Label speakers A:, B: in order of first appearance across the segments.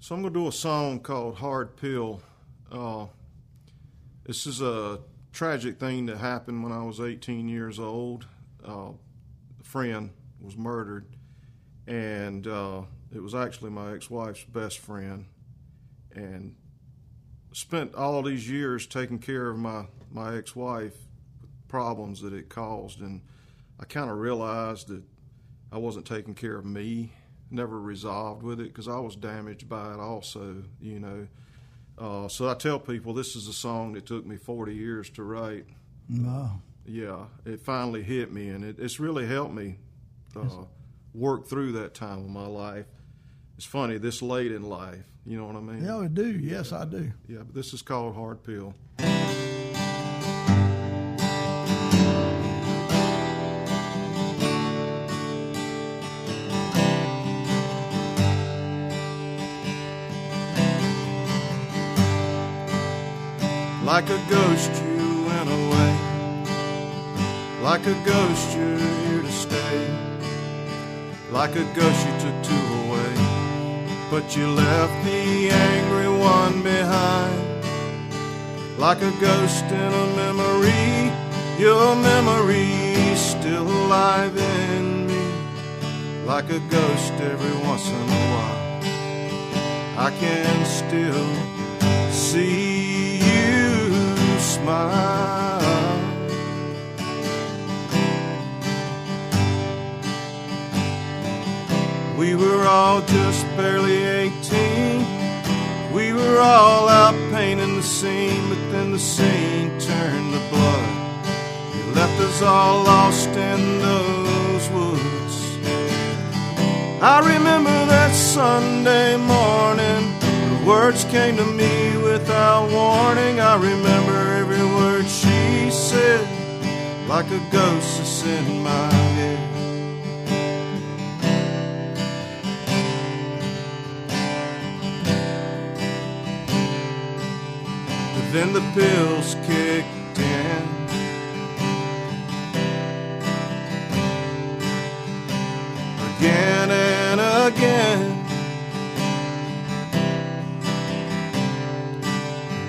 A: So I'm going to do a song called Hard Pill. Uh, this is a tragic thing that happened when I was 18 years old. Uh, a friend was murdered, and uh, it was actually my ex wife's best friend. And spent all these years taking care of my, my ex wife, problems that it caused. And I kind of realized that I wasn't taking care of me, never resolved with it because I was damaged by it also, you know. Uh, so I tell people this is a song that took me 40 years to write.
B: Wow.
A: Yeah, it finally hit me, and it, it's really helped me uh, work through that time of my life. It's funny, this late in life, you know what I mean?
B: Yeah, I do. Yes, I do.
A: Yeah, but this is called Hard Pill. Like a ghost, you went away. Like a ghost, you're here to stay. Like a ghost, you took two away. But you left the angry one behind. Like a ghost in a memory, your memory is still alive in me. Like a ghost every once in a while, I can still see you smile. We were all just barely 18. We were all out painting the scene, but then the scene turned to blood. It left us all lost in those woods. I remember that Sunday morning. The words came to me without warning. I remember every word she said, like a ghost that's in my head. But then the pills kicked in. again and again.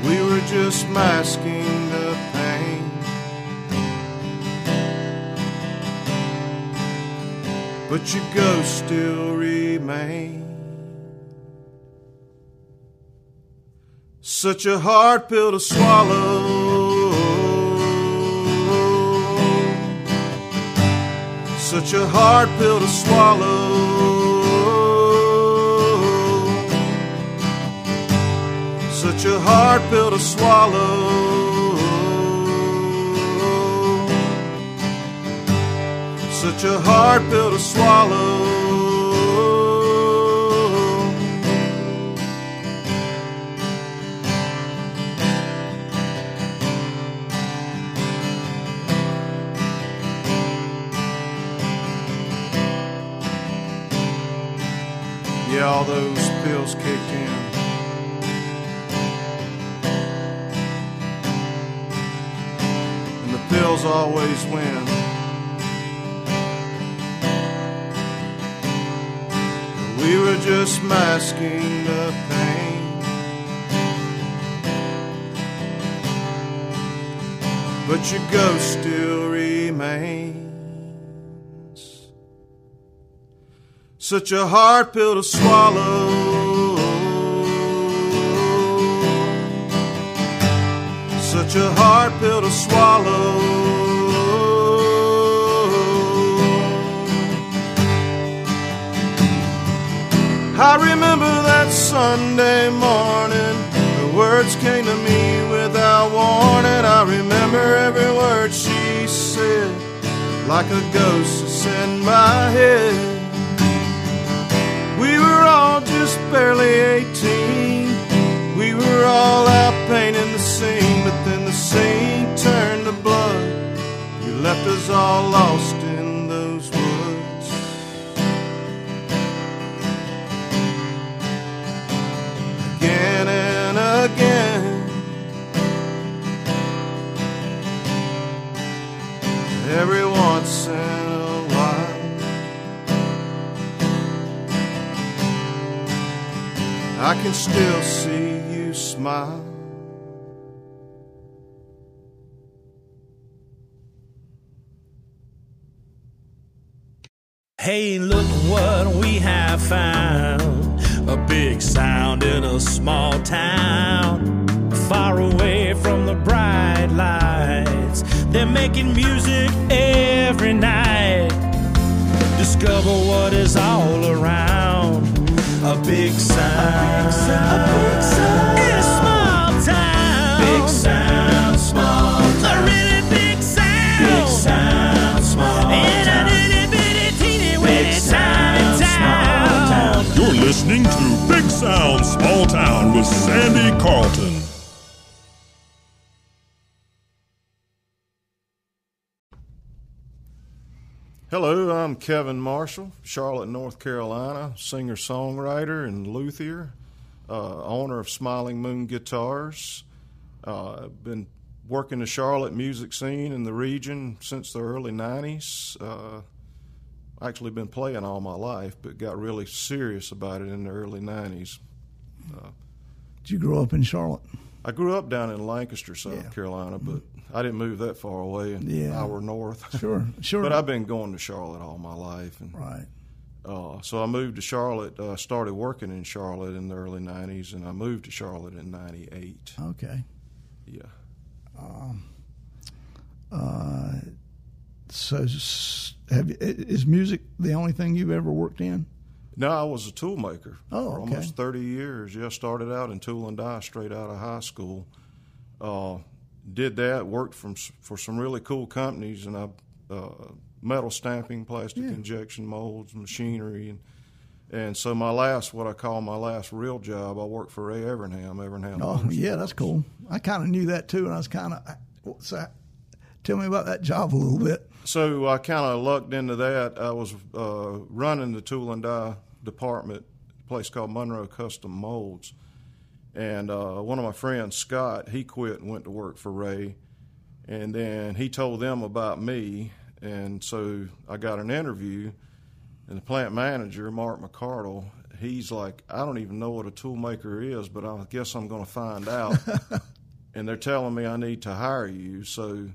A: We were just masking the pain. But your ghost still remains. Such a hard pill to swallow such a hard pill to swallow. Such a hard pill to swallow. Such a hard pill to swallow. Yeah, all those pills kicked in. And the pills always win. We were just masking the pain. But your ghost still remains such a hard pill to swallow. Such a hard pill to swallow. I remember that Sunday morning. The words came to me without warning. I remember every word she said, like a ghost that's in my head. We were all just barely 18. We were all out painting the scene, but then the scene turned to blood. You left us all lost in those woods. Again and again. Every once in a while. I can still see you smile.
C: Hey, look what we have found. A big sound in a small town. Far away from the bright lights. They're making music every night. Discover what is all around. A big sound. A big sound. In a small town. Big sound, small town. A really big sound. Big sound, small town. In a little bitty teeny weeny tiny town.
D: You're listening to Big Sound Small Town with Sandy Carlton.
A: Hello, I'm Kevin Marshall, Charlotte, North Carolina, singer songwriter and luthier, uh, owner of Smiling Moon Guitars. Uh, I've been working the Charlotte music scene in the region since the early 90s. Uh, actually, been playing all my life, but got really serious about it in the early 90s.
B: Did you grow up in Charlotte?
A: I grew up down in Lancaster, South Carolina, but I didn't move that far away, an
B: Yeah.
A: hour north.
B: Sure, sure.
A: but I've been going to Charlotte all my life. And,
B: right.
A: Uh, so I moved to Charlotte, uh, started working in Charlotte in the early 90s, and I moved to Charlotte in 98.
B: Okay.
A: Yeah.
B: So, s- have you, i- is music the only thing you've ever worked in?
A: No, I was a tool maker
B: Oh,
A: for
B: okay.
A: almost 30 years. Yeah, started out in tool and die straight out of high school. Uh, did that, worked from, s- for some really cool companies, and I uh, metal stamping, plastic injection molds, machinery. And, and so my last, what I call my last real job, I worked for Ray Evernham, Evernham.
B: Oh, yeah, that's cool. I kind of knew that too, and I was kind of. So, tell me about that job a little bit.
A: So I kind of lucked into that. I was uh, running the tool and die department, a place called Monroe Custom Molds. And uh, one of my friends, Scott, he quit and went to work for Ray. And then he told them about me. And so I got an interview. And the plant manager, Mark McCardle, he's like, I don't even know what a tool maker is, but I guess I'm going to find out. and they're telling me I need to hire you. So,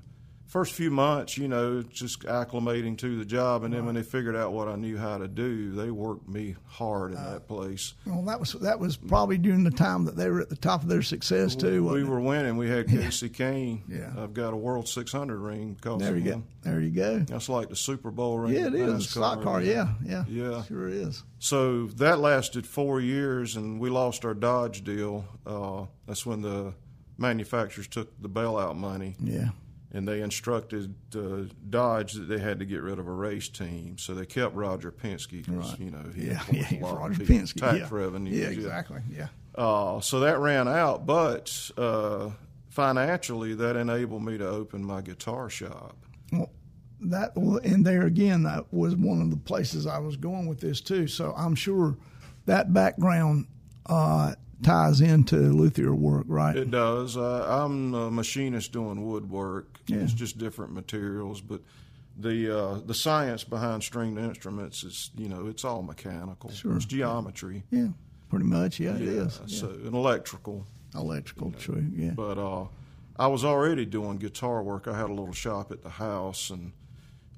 A: first few months, you know, just acclimating to the job. And then when they figured out what I knew how to do, they worked me hard in
B: Uh,
A: that place.
B: Well, that was that was probably during the time that they were at the top of their success
A: we
B: too. wasn't it?
A: were winning. We had Casey Kane.
B: Yeah.
A: I've got a World 600 ring because
B: There
A: of
B: you go.
A: him.
B: There you go.
A: That's like the Super Bowl ring.
B: Yeah,
A: at
B: it is. Stock
A: NASCAR.
B: car. Yeah, yeah.
A: Yeah.
B: Sure is.
A: So that lasted four years, and we lost our Dodge deal. Uh, that's when the manufacturers took the bailout money,
B: Yeah.
A: and they instructed uh, Dodge that they had to get rid of a race team. So they kept Roger Penske, 'cause, you know he
B: Yeah.
A: employs
B: Yeah.
A: a lot of
B: Roger
A: people,
B: Penske.
A: tax
B: yeah.
A: revenues,
B: Yeah. Exactly. Yeah.
A: uh, so that ran out, but uh, financially, that enabled me to open my guitar shop.
B: Well, that well, and there again, that was one of the places I was going with this too. So I'm sure that background uh, ties into luthier work, right?
A: It does. Uh, I'm a machinist doing woodwork.
B: Yeah.
A: It's just different materials, but the uh, the science behind stringed instruments is you know it's all mechanical.
B: Sure.
A: It's geometry.
B: yeah. Pretty much. Yeah, it is.
A: Uh, So and electrical.
B: Electrical. True. Yeah.
A: But uh, I was already doing guitar work. I had a little shop at the house and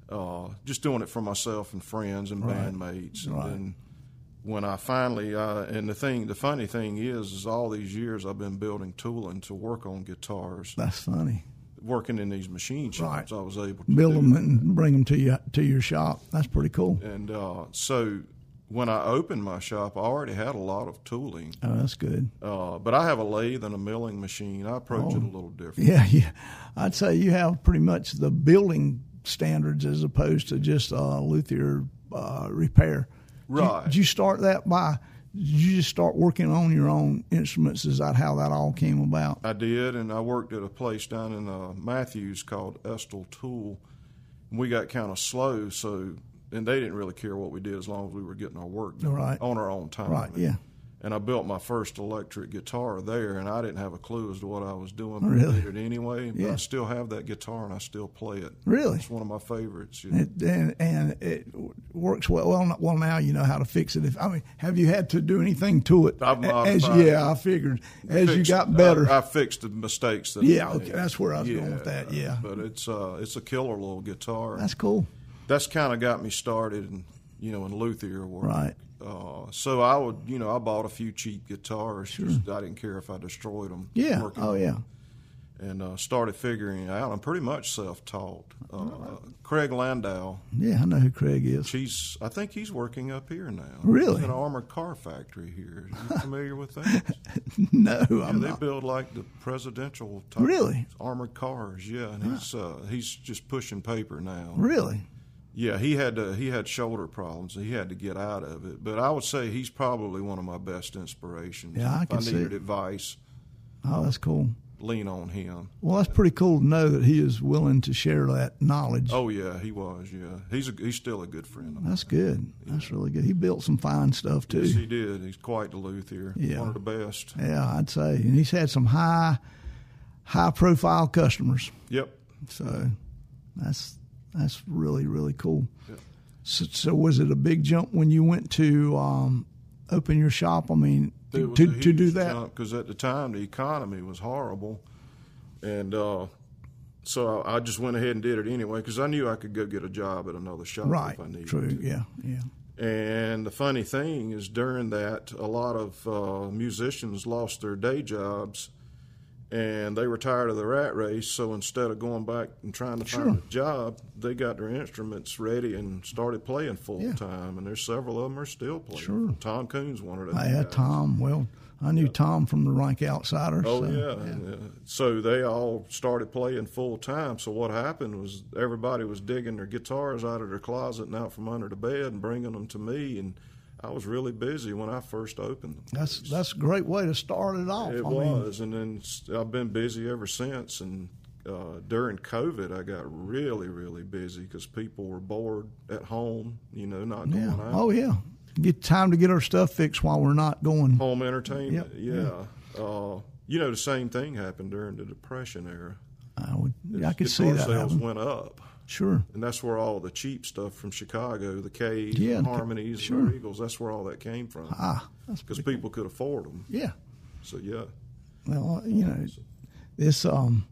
A: uh, just doing it for myself and friends and bandmates. And then when I finally, uh, and the thing, the funny thing is, is all these years I've been building tooling to work on guitars,
B: That's funny.
A: working in these machine shops. I was able to
B: Build
A: do
B: them and bring them to you to your shop. That's pretty cool.
A: And uh, so when I opened my shop, I already had a lot of tooling,
B: Oh, that's good.
A: uh, but I have a lathe and a milling machine. I approach it a little different.
B: Yeah, yeah. I'd say you have pretty much the building standards as opposed to just uh, luthier uh, repair. Did you-
A: Right.
B: Did you start that by? Did you just start working on your own instruments? Is that how that all came about?
A: I did, and I worked at a place down in uh, Matthews called Estel Tool. And we got kind of slow, so and they didn't really care what we did as long as we were getting our work done
B: Right.
A: on our own time.
B: Right. Yeah.
A: and I built my first electric guitar there, and I didn't have a clue as to what I was doing. but
B: Really?
A: I did it anyway. But
B: Yeah.
A: I still have that guitar, and I still play it.
B: Really?
A: it's one of my favorites. you know.
B: It, and, and it w- works well. Well, not- well, now you know how to fix it. If I mean, have you had to do anything to it?
A: I've
B: A-
A: modified
B: as
A: it.
B: yeah, I figured as you
A: fixed-
B: got better.
A: I, I fixed the mistakes that. I
B: Yeah,
A: made.
B: okay, that's where I was going with that, yeah.
A: but it's uh, it's a killer little guitar.
B: That's cool,
A: that's kind of got me started, and you know, in luthier work.
B: right?
A: Uh, so I would, you know, I bought a few cheap guitars. Just, I didn't care if I destroyed them.
B: Yeah.
A: working
B: Oh, yeah.
A: and uh, started figuring it out. I'm pretty much self-taught. Uh, Craig Landau,
B: Yeah, I know who Craig is.
A: he's I think he's working up here now.
B: Really?
A: He's in an armored car factory here. Are you familiar with that?
B: No,
A: Yeah,
B: I'm
A: they
B: not.
A: build like the presidential type
B: Really?
A: armored cars. Yeah, and he's uh, he's just pushing paper now.
B: Really?
A: Yeah, he had uh, he had shoulder problems. He had to get out of it. But I would say he's probably one of my best inspirations.
B: Yeah, I
A: if
B: can
A: I
B: see
A: needed
B: it.
A: advice,
B: Oh, that's cool.
A: lean on him.
B: Well, that's pretty cool to know that he is willing to share that knowledge.
A: Oh yeah, he was. Yeah, he's a, he's still a good friend. of mine.
B: That's good. That's really good. He built some fine stuff too.
A: Yes, he did. He's quite the luthier.
B: Yeah.
A: One of the best.
B: Yeah, I'd say. And he's had some high high profile customers.
A: Yep.
B: So that's that's really, really cool. So, so was it a big jump when you went to um, open your shop? I mean, to, to, to do that?
A: Because at the time, the economy was horrible. And uh, so I, I just went ahead and did it anyway because I knew I could go get a job at another shop
B: Right.
A: if I needed
B: True.
A: to.
B: Yeah. Yeah.
A: And the funny thing is, during that, a lot of uh, musicians lost their day jobs and they were tired of the rat race. So instead of going back and trying to find a job, they got their instruments ready and started playing full time. And there's several of them are still playing.
B: Sure.
A: Tom Coon's one of them.
B: I had Tom. Well, I knew Tom from the Rank Outsider.
A: Oh
B: so.
A: yeah. and, uh, So they all started playing full time. So what happened was everybody was digging their guitars out of their closet and out from under the bed and bringing them to me. And I was really busy when I first opened them.
B: That's that's a great way to start it off.
A: It
B: I mean,
A: was, and then s- I've been busy ever since. And uh, during COVID, I got really, really busy because people were bored at home. You know, not going
B: yeah.
A: out.
B: Oh yeah. Get time to get our stuff fixed while we're not going.
A: Home entertainment.
B: Yep,
A: Yeah. Uh, you know, the same thing happened during the Depression era.
B: I would. I could see
A: Guitar
B: that.
A: sales
B: happen.
A: went up.
B: Sure.
A: and that's where all the cheap stuff from Chicago, the K's,
B: Yeah,
A: the
B: and-
A: Harmonies,
B: sure.
A: and the Eagles, that's where all that came from.
B: Ah, that's
A: Because
B: pretty.
A: people could afford them.
B: Yeah.
A: So, yeah.
B: Well, you know, this um,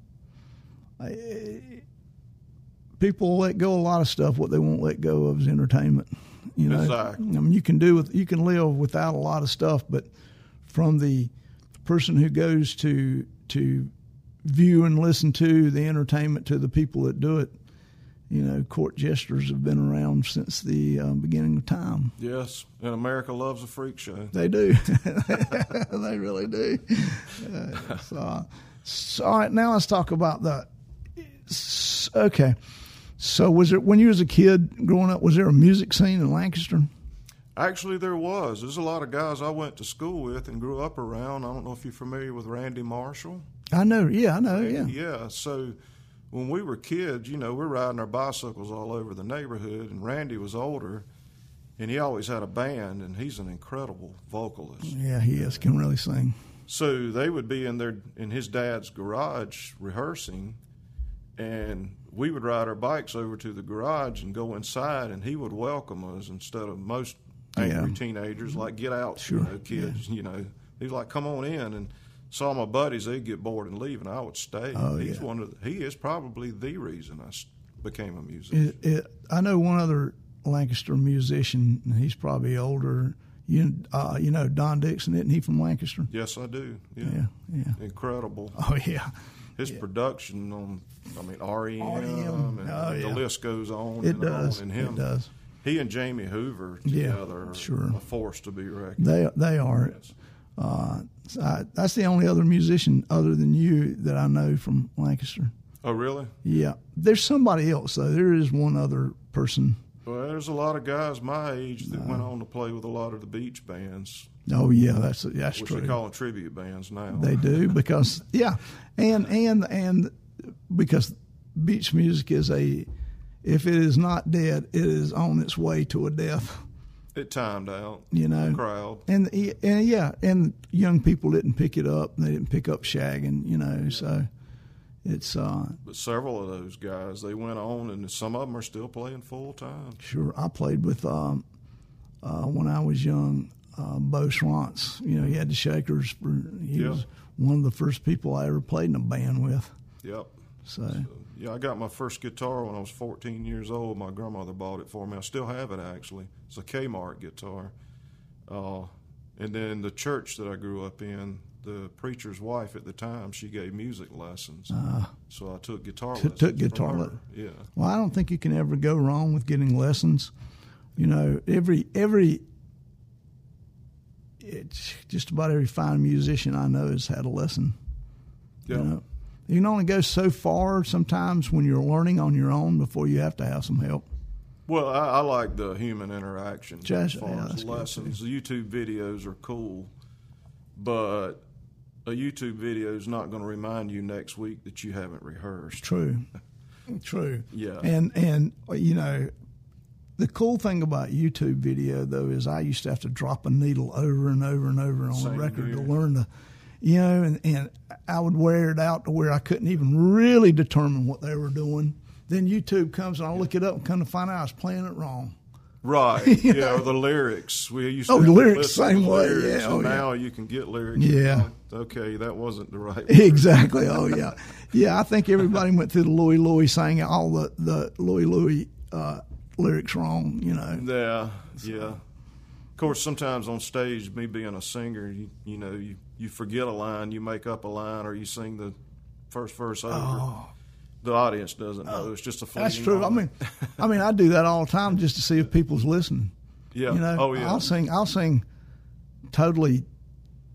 B: I, people let go a lot of stuff. What they won't let go of is entertainment. You know,
A: Exactly.
B: I mean, you can do with you can live without a lot of stuff, but from the person who goes to to view and listen to the entertainment to the people that do it. You know, court jesters have been around since the um, beginning of time.
A: Yes. And America loves a freak show.
B: They do. they really do. Uh, so, so, all right, now let's talk about the. s- Okay, so was it when you was a kid growing up? Was there a music scene in Lancaster?
A: Actually, there was. There's a lot of guys I went to school with and grew up around. I don't know if you're familiar with Randy Marshall.
B: I know. Yeah, I know. Yeah.
A: Yeah. So when we were kids, you know, we're riding our bicycles all over the neighborhood, and Randy was older, and he always had a band, and he's an incredible vocalist.
B: Yeah, he is. Can really sing.
A: So they would be in their in his dad's garage rehearsing, and we would ride our bikes over to the garage and go inside, and he would welcome us instead of most angry
B: Yeah.
A: teenagers like get out,
B: Sure,
A: you know, kids, you know. He was like, come on in, and saw my buddies. They'd get bored and leave, and I would stay.
B: Oh,
A: He's
B: yeah.
A: one of the, he is probably the reason I s- became a musician.
B: It, it, I know one other Lancaster musician. and He's probably older. You, uh, you know, Don Dixon, isn't he from Lancaster?
A: yes, I do. Yeah,
B: Yeah. Yeah.
A: incredible.
B: Oh yeah.
A: His production on, I mean, REM,
B: R.E.M.,
A: and
B: oh,
A: the
B: yeah.
A: list goes on.
B: It
A: and
B: does.
A: On, and him,
B: It does.
A: He and Jamie Hoover
B: Yeah,
A: together, are
B: sure.
A: a force to be reckoned.
B: They they are. Uh, I, that's the only other musician other than you that I know from Lancaster.
A: Oh, really?
B: Yeah, there's somebody else though. There is one other person.
A: Well, there's a lot of guys my age that went on to play with a lot of the beach bands,
B: Oh yeah, that's that's
A: which
B: true.
A: they call them tribute bands now.
B: They do because yeah, and and and because beach music is a if it is not dead, it is on its way to a death.
A: it timed out.
B: You know?
A: the crowd.
B: and, he- and yeah, and young people didn't pick it up. They didn't pick up shagging, you know. So it's uh,
A: But several of those guys, they went on, and some of them are still playing full time.
B: sure. I played with um, uh, when I was young, uh, Bo Schwantz. You know, he had the Shakers. For, he
A: Yeah.
B: was one of the first people I ever played in a band with.
A: Yep.
B: So,
A: Yeah, I got my first guitar when I was 14 years old. My grandmother bought it for me. I still have it actually. It's a Kmart guitar. Uh, and then the church that I grew up in, the preacher's wife at the time, she gave music lessons. so I took guitar lessons.
B: Ah. took
A: from
B: guitar
A: her.
B: le-
A: Yeah.
B: well, I don't think you can ever go wrong with getting lessons. You know, every every it's just about every fine musician I know has had a lesson.
A: Yeah.
B: You know, you can only go so far sometimes when you're learning on your own before you have to have some help.
A: Well, I, I like the human interaction
B: Just-
A: as far
B: yeah, that's
A: as
B: good,
A: lessons. The YouTube videos are cool, but a YouTube video is not going to remind you next week that you haven't rehearsed.
B: True. True.
A: Yeah.
B: And and you know, the cool thing about YouTube video though is I used to have to drop a needle over and over and over on
A: Same
B: the record
A: here.
B: to learn the you know, and, and I would wear it out to where I couldn't even really determine what they were doing. Then YouTube comes and I look it up and come to find out I was playing it wrong.
A: Right. yeah, or the lyrics. We used to
B: Oh,
A: have to
B: lyrics,
A: listen
B: same
A: to
B: way,
A: lyrics,
B: yeah, oh,
A: and
B: yeah.
A: now you can get lyrics.
B: Yeah.
A: Like, okay, that wasn't the right.
B: Exactly. Oh yeah, yeah. I think everybody went through the Louie Louie sang all the the Louie Louie uh, lyrics wrong. You know.
A: Yeah, yeah. Of course, sometimes on stage, me being a singer, you, you know, you, you forget a line, you make up a line, or you sing the first verse over. The audience doesn't know. It's just a fleeting
B: Oh. That's true. I mean,
A: moment.
B: I mean, I do that all the time just to see if people's listening.
A: yeah.
B: You know,
A: oh yeah.
B: I'll sing. I'll sing totally,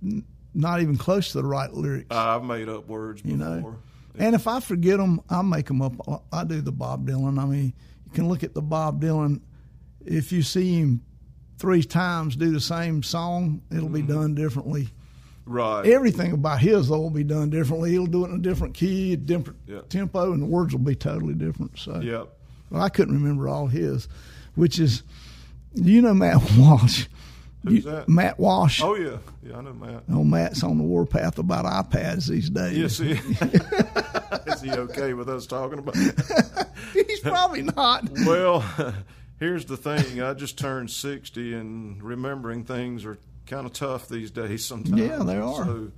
B: n- not even close to the right lyrics.
A: I've made up words before.
B: you know. And if I forget them, I make them up. I do the Bob Dylan. I mean, you can look at the Bob Dylan. If you see him three times do the same song, it'll be
A: Mm-hmm.
B: done differently.
A: Right.
B: Everything about his though will be done differently. He'll do it in a different key, a different
A: Yeah.
B: tempo, and the words will be totally different. So
A: yep.
B: well, I couldn't remember all his, which is, you know, Matt Walsh.
A: Who's
B: You-
A: that?
B: Matt Walsh.
A: Oh yeah. Yeah, I know Matt.
B: Oh, Matt's on the warpath about iPads these days.
A: Yes. He, is he okay with us talking about?
B: He's probably not.
A: Well, here's the thing. I just turned 60, and remembering things are kind of tough these days sometimes.
B: Yeah, they are.
A: So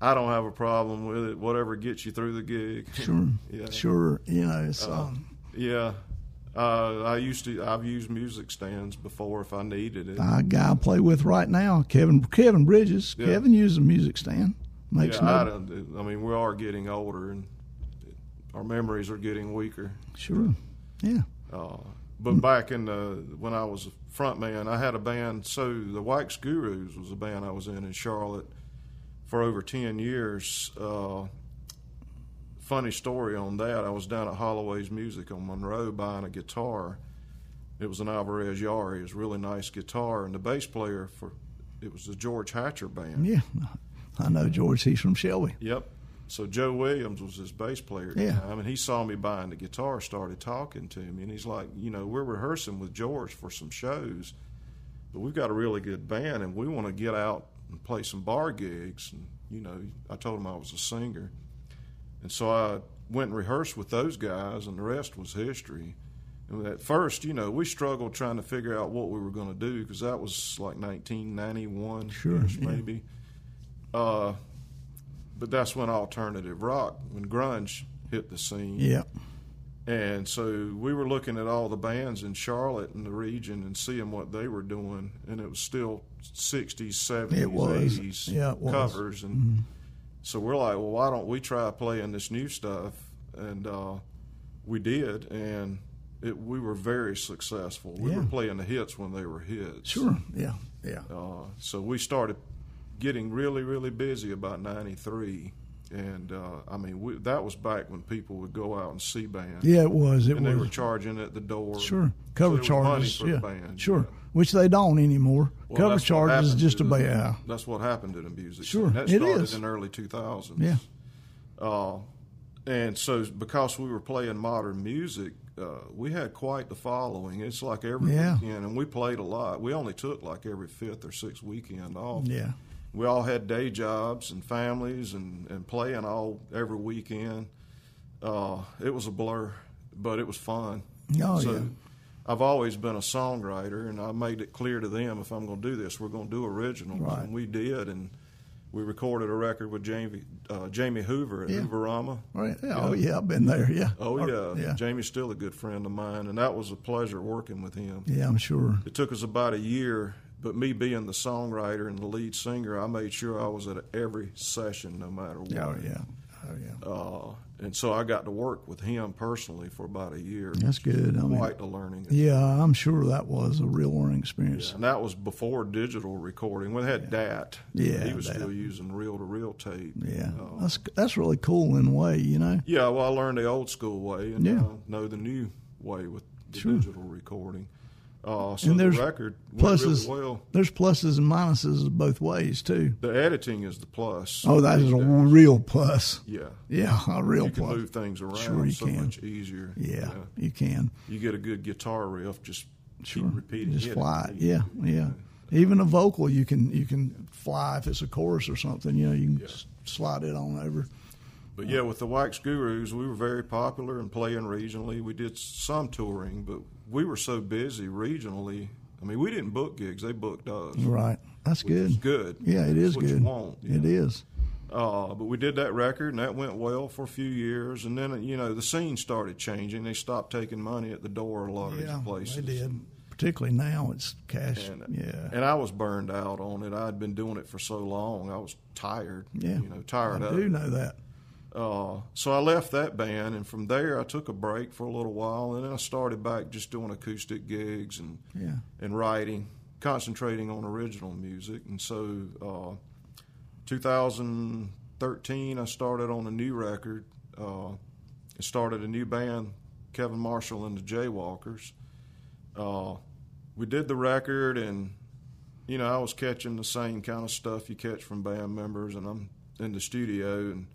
A: I don't have a problem with it. Whatever gets you through the gig.
B: Sure.
A: Yeah.
B: Sure. You know, it's, um,
A: Yeah. Uh, I used to. I've used music stands before if I needed it.
B: uh, a guy I play with right now, Kevin Kevin Bridges.
A: Yeah.
B: Kevin uses a music stand. Makes
A: yeah, I,
B: no
A: don't, I mean, we are getting older, and our memories are getting weaker.
B: sure. Yeah.
A: Uh, but back in the, when I was a front man, I had a band. So the Wax Gurus was a band I was in in Charlotte for over 10 years. Uh, funny story on that. I was down at Holloway's Music on Monroe buying a guitar. It was an Alvarez Yari. It was a really nice guitar. And the bass player for it was the George Hatcher band.
B: Yeah. I know George. He's from Shelby.
A: Yep. So Joe Williams was his bass player at
B: Yeah.
A: the time, and he saw me buying the guitar, started talking to me, and he's like, you know, we're rehearsing with George for some shows, but we've got a really good band, and we want to get out and play some bar gigs. And you know, I told him I was a singer, and so I went and rehearsed with those guys, and the rest was history. And at first, you know, we struggled trying to figure out what we were going to do because that was like 1991,
B: Sure, yeah.
A: maybe. Uh, but that's when alternative rock, when grunge hit the scene.
B: Yeah.
A: And so we were looking at all the bands in Charlotte and the region and seeing what they were doing. And it was still 60s, 70s,
B: It was.
A: 80s
B: Yeah, it was. Mm-hmm.
A: covers. And so we're like, well, why don't we try playing this new stuff? And uh, we did. And it, we were very successful. We were
B: Yeah.
A: playing the hits when they were hits.
B: Sure. Yeah. Yeah.
A: Uh, so we started getting really, really busy about '93, and uh, I mean we, that was back when people would go out and see bands,
B: Yeah, it was. It
A: and
B: was.
A: they were charging at the door.
B: Sure,
A: So
B: cover
A: there was money
B: charges.
A: for the
B: yeah,
A: band,
B: sure,
A: yeah.
B: which they don't anymore.
A: Well,
B: cover
A: that's what
B: charges is
A: happened
B: just
A: to
B: a
A: the-
B: yeah,
A: That's what happened to the music.
B: Sure,
A: scene. that
B: it
A: started
B: is.
A: in early 2000s.
B: yeah,
A: Uh, and so because we were playing modern music, uh, we had quite the following. It's like every
B: Yeah.
A: weekend, and we played a lot. We only took like every fifth or sixth weekend off.
B: Yeah.
A: We all had day jobs and families, and, and playing all every weekend. Uh, it was a blur, but it was fun.
B: Oh,
A: so
B: yeah.
A: I've always been a songwriter, and I made it clear to them if I'm going to do this, we're going to do originals,
B: Right.
A: and we did, and. We recorded a record with Jamie uh, Jamie Hoover at
B: Yeah.
A: Hooverama.
B: Right. Oh yeah, I've been there. Yeah.
A: Oh
B: Or-
A: yeah.
B: Yeah.
A: Jamie's still a good friend of mine, and that was a pleasure working with him.
B: Yeah, I'm sure.
A: It took us about a year, but me being the songwriter and the lead singer, I made sure I was at every session, no matter what.
B: Oh yeah. Oh yeah.
A: Uh, and so I got to work with him personally for about a year.
B: That's good. I mean,
A: Quite a learning.
B: yeah, I'm sure that was a real learning experience.
A: And that was before digital recording. We had DAT.
B: Yeah,
A: He was
B: DAT.
A: still using reel to reel tape.
B: Yeah,
A: Oh.
B: that's that's really cool in a way, you know.
A: Yeah, well, I learned the old school way, and
B: Yeah.
A: now know the new way with the digital recording. Uh, so
B: And
A: the
B: there's
A: record went really
B: Pluses,
A: well.
B: there's pluses and minuses both ways too.
A: The editing is the plus.
B: Oh, that is a real plus.
A: yeah.
B: Yeah, a real
A: You can
B: plus.
A: move things around
B: Sure you
A: so
B: can.
A: much easier.
B: Yeah, you can.
A: You get a good guitar riff, just
B: Sure.
A: keep repeating
B: Just
A: it.
B: fly it. Yeah, yeah. Even a vocal, you can you can fly if it's a chorus or something. You know, you can s- slide it on over.
A: But yeah, with the Wax Gurus, we were very popular and playing regionally. We did some touring, but we were so busy regionally. I mean, we didn't book gigs; they booked us.
B: Right, that's
A: It's
B: good.
A: good.
B: Mm. Yeah, it is
A: It's what you
B: good.
A: want, you
B: It
A: know.
B: is.
A: Uh, but we did that record, and that went well for a few years. And then, you know, the scene started changing. They stopped taking money at the door a lot of
B: Yeah,
A: these places. uh,
B: they did. Particularly now, it's cash.
A: And, uh,
B: yeah,
A: and I was burned out on it. I'd been doing it for so long. I was tired.
B: yeah.
A: You know, tired
B: I
A: of
B: do
A: it.
B: know that.
A: Uh, so I left that band, and from there I took a break for a little while, and then I started back just doing acoustic gigs and
B: Yeah.
A: and writing, concentrating on original music. And so, uh, 2013, I started on a new record. Uh, and started a new band, Kevin Marshall and the Jaywalkers. Uh, we did the record, and you know I was catching the same kind of stuff you catch from band members, and I'm in the studio and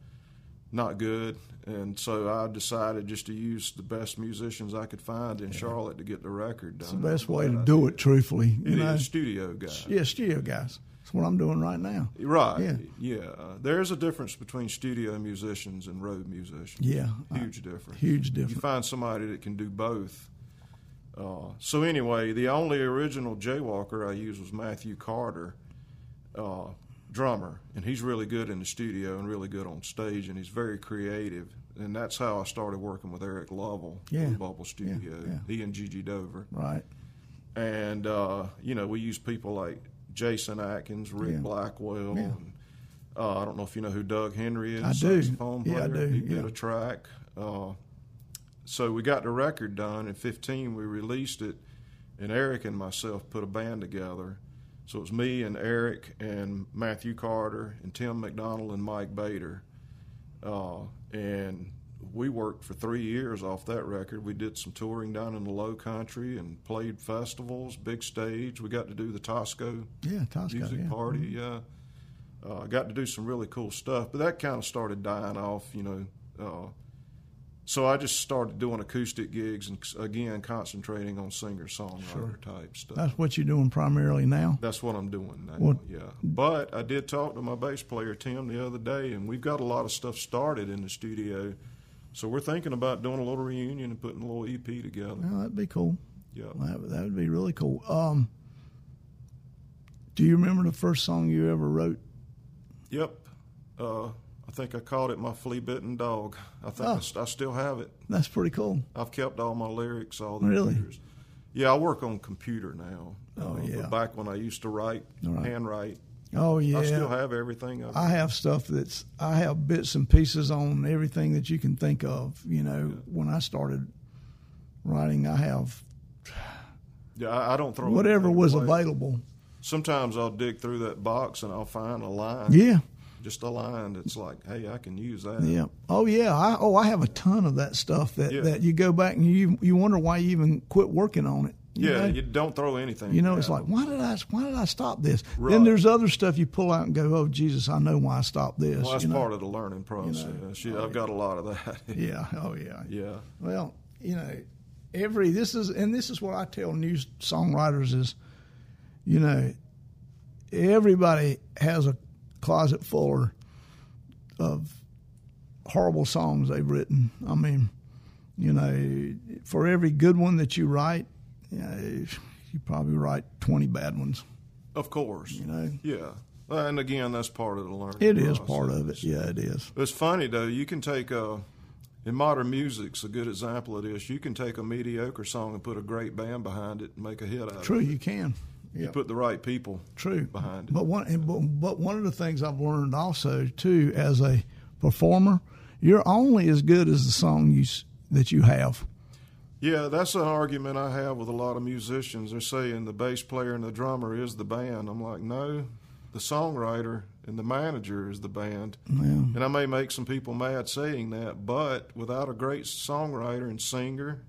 A: not good. And so I decided just to use the best musicians I could find in Charlotte to get the record done.
B: It's the best way to do it, truthfully. You
A: uh, It
B: know,
A: is studio guys.
B: yeah, studio guys. That's what I'm doing right now.
A: Right.
B: Yeah.
A: Yeah. There is a difference between studio musicians and road musicians.
B: Yeah, I-
A: Huge difference.
B: huge
A: You
B: difference.
A: find somebody that can do both. Uh, so anyway, the only original Jaywalker I used was Matthew Carter, uh, drummer, and he's really good in the studio and really good on stage, and he's very creative. And that's how I started working with Eric Lovell,
B: Yeah.
A: Blue Bubble Studio.
B: yeah.
A: He and Gigi Dover
B: Right.
A: and uh, you know we use people like Jason Atkins, Rick
B: Yeah.
A: Blackwell.
B: Yeah.
A: And, uh, I don't know if you know who Doug Henry is.
B: I do.
A: saxophone
B: Yeah, I
A: player.
B: do,
A: He
B: yeah.
A: did a track. Uh, so we got the record done in '15. We released it, and Eric and myself put a band together. So it was me and Eric and Matthew Carter and Tim McDonald and Mike Bader. Uh, and we worked for three years off that record. We did some touring down in the Low Country and played festivals, big stage. We got to do the Tosco
B: Yeah, Tosca.
A: music
B: yeah.
A: party. Yeah, uh, got to do some really cool stuff. But that kind of started dying off, you know. Uh, so I just started doing acoustic gigs and again concentrating on singer songwriter type stuff.
B: That's what you're doing primarily now.
A: That's what I'm doing now.
B: What-
A: Yeah, but I did talk to my bass player Tim the other day, and we've got a lot of stuff started in the studio. So we're thinking about doing a little reunion and putting a little EP together.
B: Well, that'd be cool.
A: Yeah.
B: That, would- that would be really cool. Um, do you remember the first song you ever wrote?
A: Yep. Uh, I think I called it my flea bitten dog. I think I,
B: Oh.
A: st- I still have it.
B: That's pretty cool.
A: I've kept all my lyrics all the
B: Really?
A: years. Yeah, I work on computer now.
B: Oh,
A: Uh,
B: yeah.
A: But back when I used to write,
B: All right.
A: handwrite,
B: Oh yeah.
A: I still have everything. I've,
B: I have stuff that's I have bits and pieces on everything that you can think of. You know, when I started writing, I have
A: yeah, I, I don't throw
B: whatever
A: anything
B: was
A: away.
B: available.
A: Sometimes I'll dig through that box and I'll find a line.
B: Yeah,
A: just a line that's like, hey, I can use that.
B: yeah. Oh yeah. I, oh, I have a ton of that stuff that,
A: Yeah.
B: that you go back and you you wonder why you even quit working on it. you
A: Yeah,
B: know?
A: you don't throw anything.
B: You know, it's
A: out.
B: like why did I why did I stop this? Then
A: Right.
B: there's other stuff you pull out and go, oh Jesus, I know why I stopped this.
A: well, that's
B: you know? Oh,
A: part of the learning process. Yeah, I've got a lot of that.
B: Yeah. Oh yeah.
A: yeah.
B: Well, you know, every this is and this is what I tell new songwriters is, you know, everybody has a closet full of horrible songs they've written. I mean, you know, for every good one that you write, you, know, you probably write twenty bad ones.
A: Of course.
B: You know,
A: Yeah. Uh, And again, that's part of the learning.
B: it is
A: process.
B: part of it. Yeah, it is.
A: Oh, It's funny though. You can take a in modern music's a good example of this. You can take a mediocre song and put a great band behind it and make a hit out
B: True,
A: of it.
B: you can. Yeah.
A: You put the right people.
B: True.
A: behind it.
B: But one, and- but, but one of the things I've learned also too, as a performer, you're only as good as the song you s- that you have.
A: Yeah, that's an argument I have with a lot of musicians. They're saying the bass player and the drummer is the band. I'm like, no, the songwriter and the manager is the band. And I may make some people mad saying that, but without a great songwriter and singer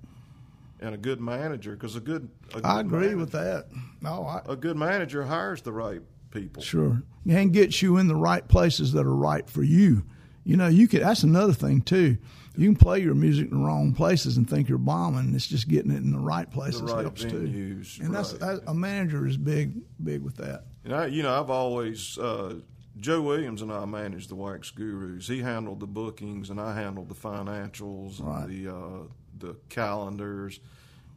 A: and a good manager, because a good a
B: I
A: good
B: agree
A: manag-
B: with that. No, I
A: a good manager hires the right people.
B: sure and gets you in the right places that are right for you. You know, you could. That's another thing too. You can play your music in the wrong places and think you're bombing. It's just getting it in the right places
A: the right
B: helps too.
A: venues.
B: And that's
A: right.
B: that, a manager is big, big with that.
A: and I, you know, I've always uh, Joe Williams and I managed the Wax Gurus. He handled the bookings, and I handled the financials and
B: Right.
A: the uh, the calendars.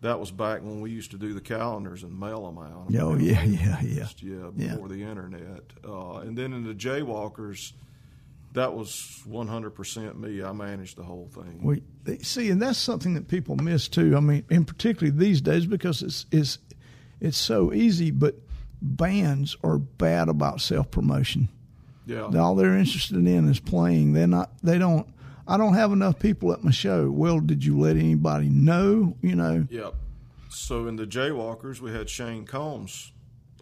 A: That was back when we used to do the calendars and mail them out. I mean,
B: Oh
A: that was
B: yeah, yeah, yeah.
A: just, yeah,
B: Yeah.
A: before the internet. Uh, and then in the Jaywalkers, that was 100% me. I managed the whole thing.
B: We they- see, and that's something that people miss too. I mean, and particularly these days because it's it's it's so easy. But bands are bad about self promotion.
A: yeah.
B: All they're interested in is playing. They're not. They don't. I don't have enough people at my show. Well, did you let anybody know? You know.
A: Yep. So in the Jaywalkers, we had Shane Combs.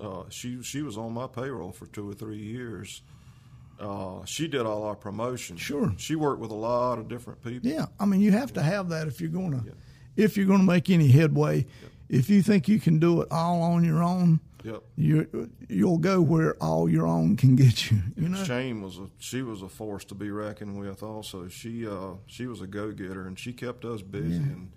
A: Uh, she she was on my payroll for two or three years. Uh, she did all our promotion.
B: Sure.
A: She worked with a lot of different people.
B: Yeah. I mean, you have to have that if you're going to if you're going to make any headway. If you think you can do it all on your own,
A: Yep.
B: you you'll go where all your own can get you. You know.
A: Shane was a she was a force to be reckoned with. Also, she uh, she was a go getter and she kept us busy. And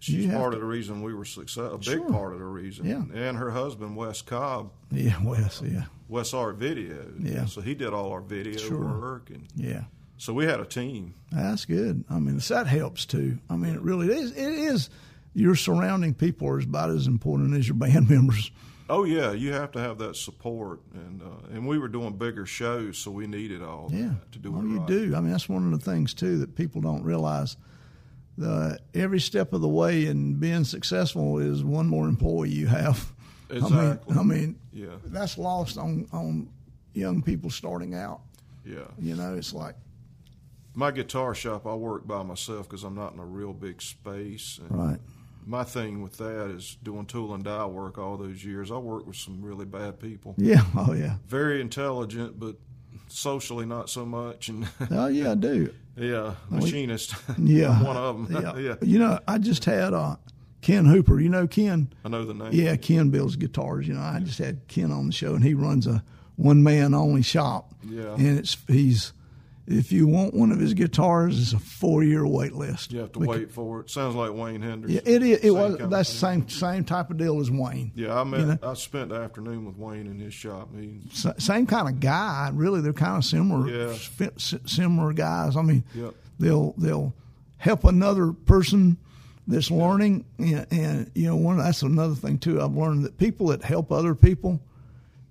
A: she's
B: You have
A: part
B: to-
A: of the reason we were successful. A
B: Sure.
A: big part of the reason.
B: Yeah.
A: And her husband Wes Cobb,
B: Yeah. Wes. Yeah.
A: Wes Art Video.
B: Yeah.
A: So he did all our video
B: Sure.
A: work, and
B: Yeah.
A: so we had a team.
B: That's good. I mean, that helps too. I mean, it really is. It is. Your surrounding people are about as important as your band members.
A: Oh yeah, you have to have that support, and uh, and we were doing bigger shows, so we needed all
B: Yeah.
A: that to do
B: well,
A: it
B: you
A: right.
B: do. I mean, that's one of the things too that people don't realize. The every step of the way in being successful is one more employee you have.
A: Exactly.
B: I mean, uh, I mean
A: Yeah,
B: that's lost on on young people starting out.
A: yeah.
B: You know, it's like
A: My guitar shop, I work by myself because I'm not in a real big space. And
B: right.
A: My thing with that is doing tool and die work all those years. I worked with some really bad people,
B: Yeah. Oh yeah.
A: very intelligent, but socially not so much. And
B: Oh yeah. I do.
A: yeah, machinist.
B: Yeah,
A: one of them.
B: Yeah.
A: Yeah.
B: You know, I just had uh, Ken Hooper. You know Ken?
A: I know the name.
B: Yeah, Ken builds guitars. You know, I just had Ken on the show, and he runs a one man only shop.
A: Yeah.
B: and it's he's if you want one of his guitars, it's a four year wait list.
A: You have to
B: We
A: wait for it. Sounds like Wayne Henderson.
B: Could, yeah, it is. It
A: Same
B: was
A: kind of
B: that's the
A: thing.
B: same same type of deal as Wayne.
A: Yeah, I met,
B: know?
A: I spent the afternoon with Wayne in his shop. He,
B: Sa- Same kind of guy, really. They're kind of similar,
A: Yeah.
B: fi- si- similar guys. I mean,
A: Yep.
B: they'll they'll help another person that's learning, and, and you know, one that's another thing too. I've learned that people that help other people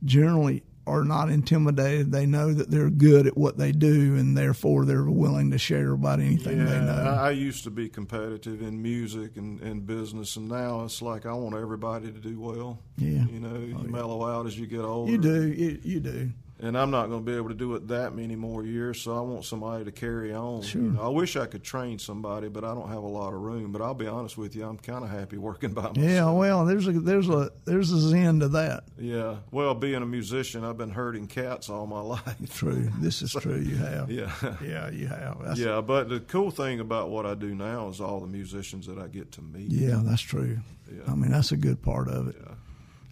B: generally are not intimidated. They know that they're good at what they do, and therefore they're willing to share about anything they
A: yeah,
B: know.
A: I I used to be competitive in music and, and business, and now it's like I want everybody to do well.
B: Yeah.
A: You know, you mellow out as you get older.
B: You do, you, you do.
A: And I'm not going to be able to do it that many more years, so I want somebody to carry on. Sure. I wish I could train somebody, but I don't have a lot of room. But I'll be honest with you, I'm kind of happy working by myself.
B: Yeah, well, there's a there's a there's a zen to that.
A: Yeah. Well, being a musician, I've been herding cats all my life.
B: True, this is true. You have.
A: Yeah.
B: Yeah, you have. That's,
A: Yeah, but the cool thing about what I do now is all the musicians that I get to meet.
B: Yeah, that's true.
A: Yeah.
B: I mean, that's a good part of it.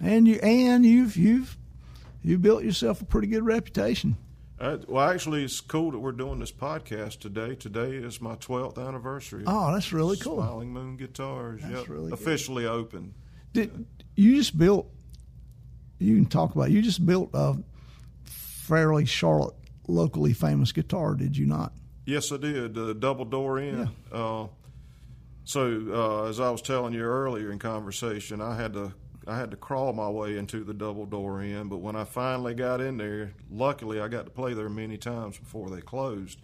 B: And you and you've you've you built yourself a pretty good reputation.
A: Uh, well, actually, it's cool that we're doing this podcast today. Today is my 12th anniversary. of
B: Oh, that's really cool.
A: Smiling Moon Guitars.
B: That's
A: yep.
B: really good.
A: Officially open.
B: Did you just built? You can talk about. You just built a fairly Charlotte locally famous guitar, did you not?
A: Yes, I did. The double door in. Uh, so, uh, as I was telling you earlier in conversation, I had to I had to crawl my way into the double door in. But when I finally got in there, luckily I got to play there many times before they closed.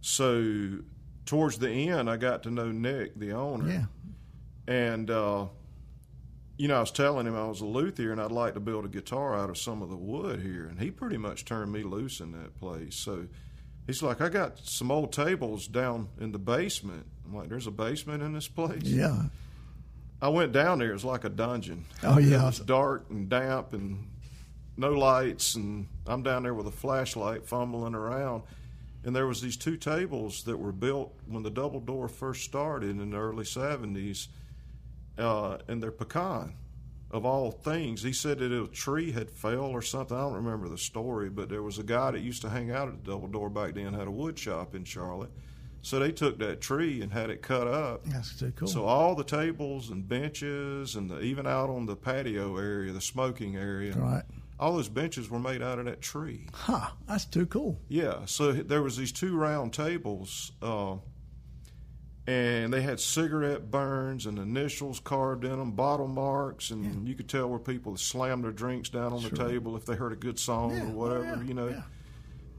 A: So, towards the end, I got to know Nick, the owner.
B: Yeah.
A: And, uh, you know, I was telling him I was a luthier and I'd like to build a guitar out of some of the wood here. And he pretty much turned me loose in that place. So he's like, I got some old tables down in the basement. I'm like, there's a basement in this place?
B: Yeah.
A: I went down there. It was like a dungeon.
B: Oh, yeah.
A: It was dark and damp and no lights. And I'm down there with a flashlight fumbling around. And there was these two tables that were built when the double door first started in the early 70s. Uh, and they're pecan, of all things. He said that a tree had fell or something. I don't remember the story, but there was a guy that used to hang out at the double door back then, had a wood shop in Charlotte. So they took that tree and had it cut up.
B: That's too cool.
A: So all the tables and benches and the, even out on the patio area, the smoking area,
B: right.
A: all those benches were made out of that tree.
B: Huh. That's too cool.
A: Yeah, so there was these two round tables, uh, and they had cigarette burns and initials carved in them, bottle marks, and you could tell where people slammed their drinks down on the table if they heard a good song
B: Yeah,
A: or
B: oh,
A: whatever,
B: yeah,
A: you know
B: yeah.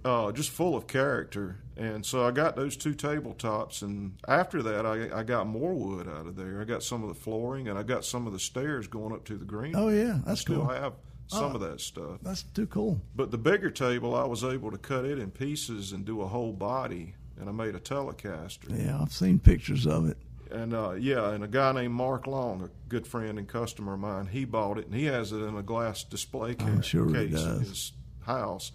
A: uh, just full of character. And so I got those two tabletops, and after that, I, I got more wood out of there. I got some of the flooring, and I got some of the stairs going up to the green.
B: Oh yeah, that's
A: still
B: cool. Ah.
A: have some of that stuff.
B: That's too cool.
A: But the bigger table, I was able to cut it in pieces and do a whole body, and I made a Telecaster.
B: Yeah, I've seen pictures of it.
A: And uh, yeah, and a guy named Mark Long, a good friend and customer of mine, he bought it, and he has it in a glass display ca-
B: Oh, sure he
A: case in
B: does.
A: his house.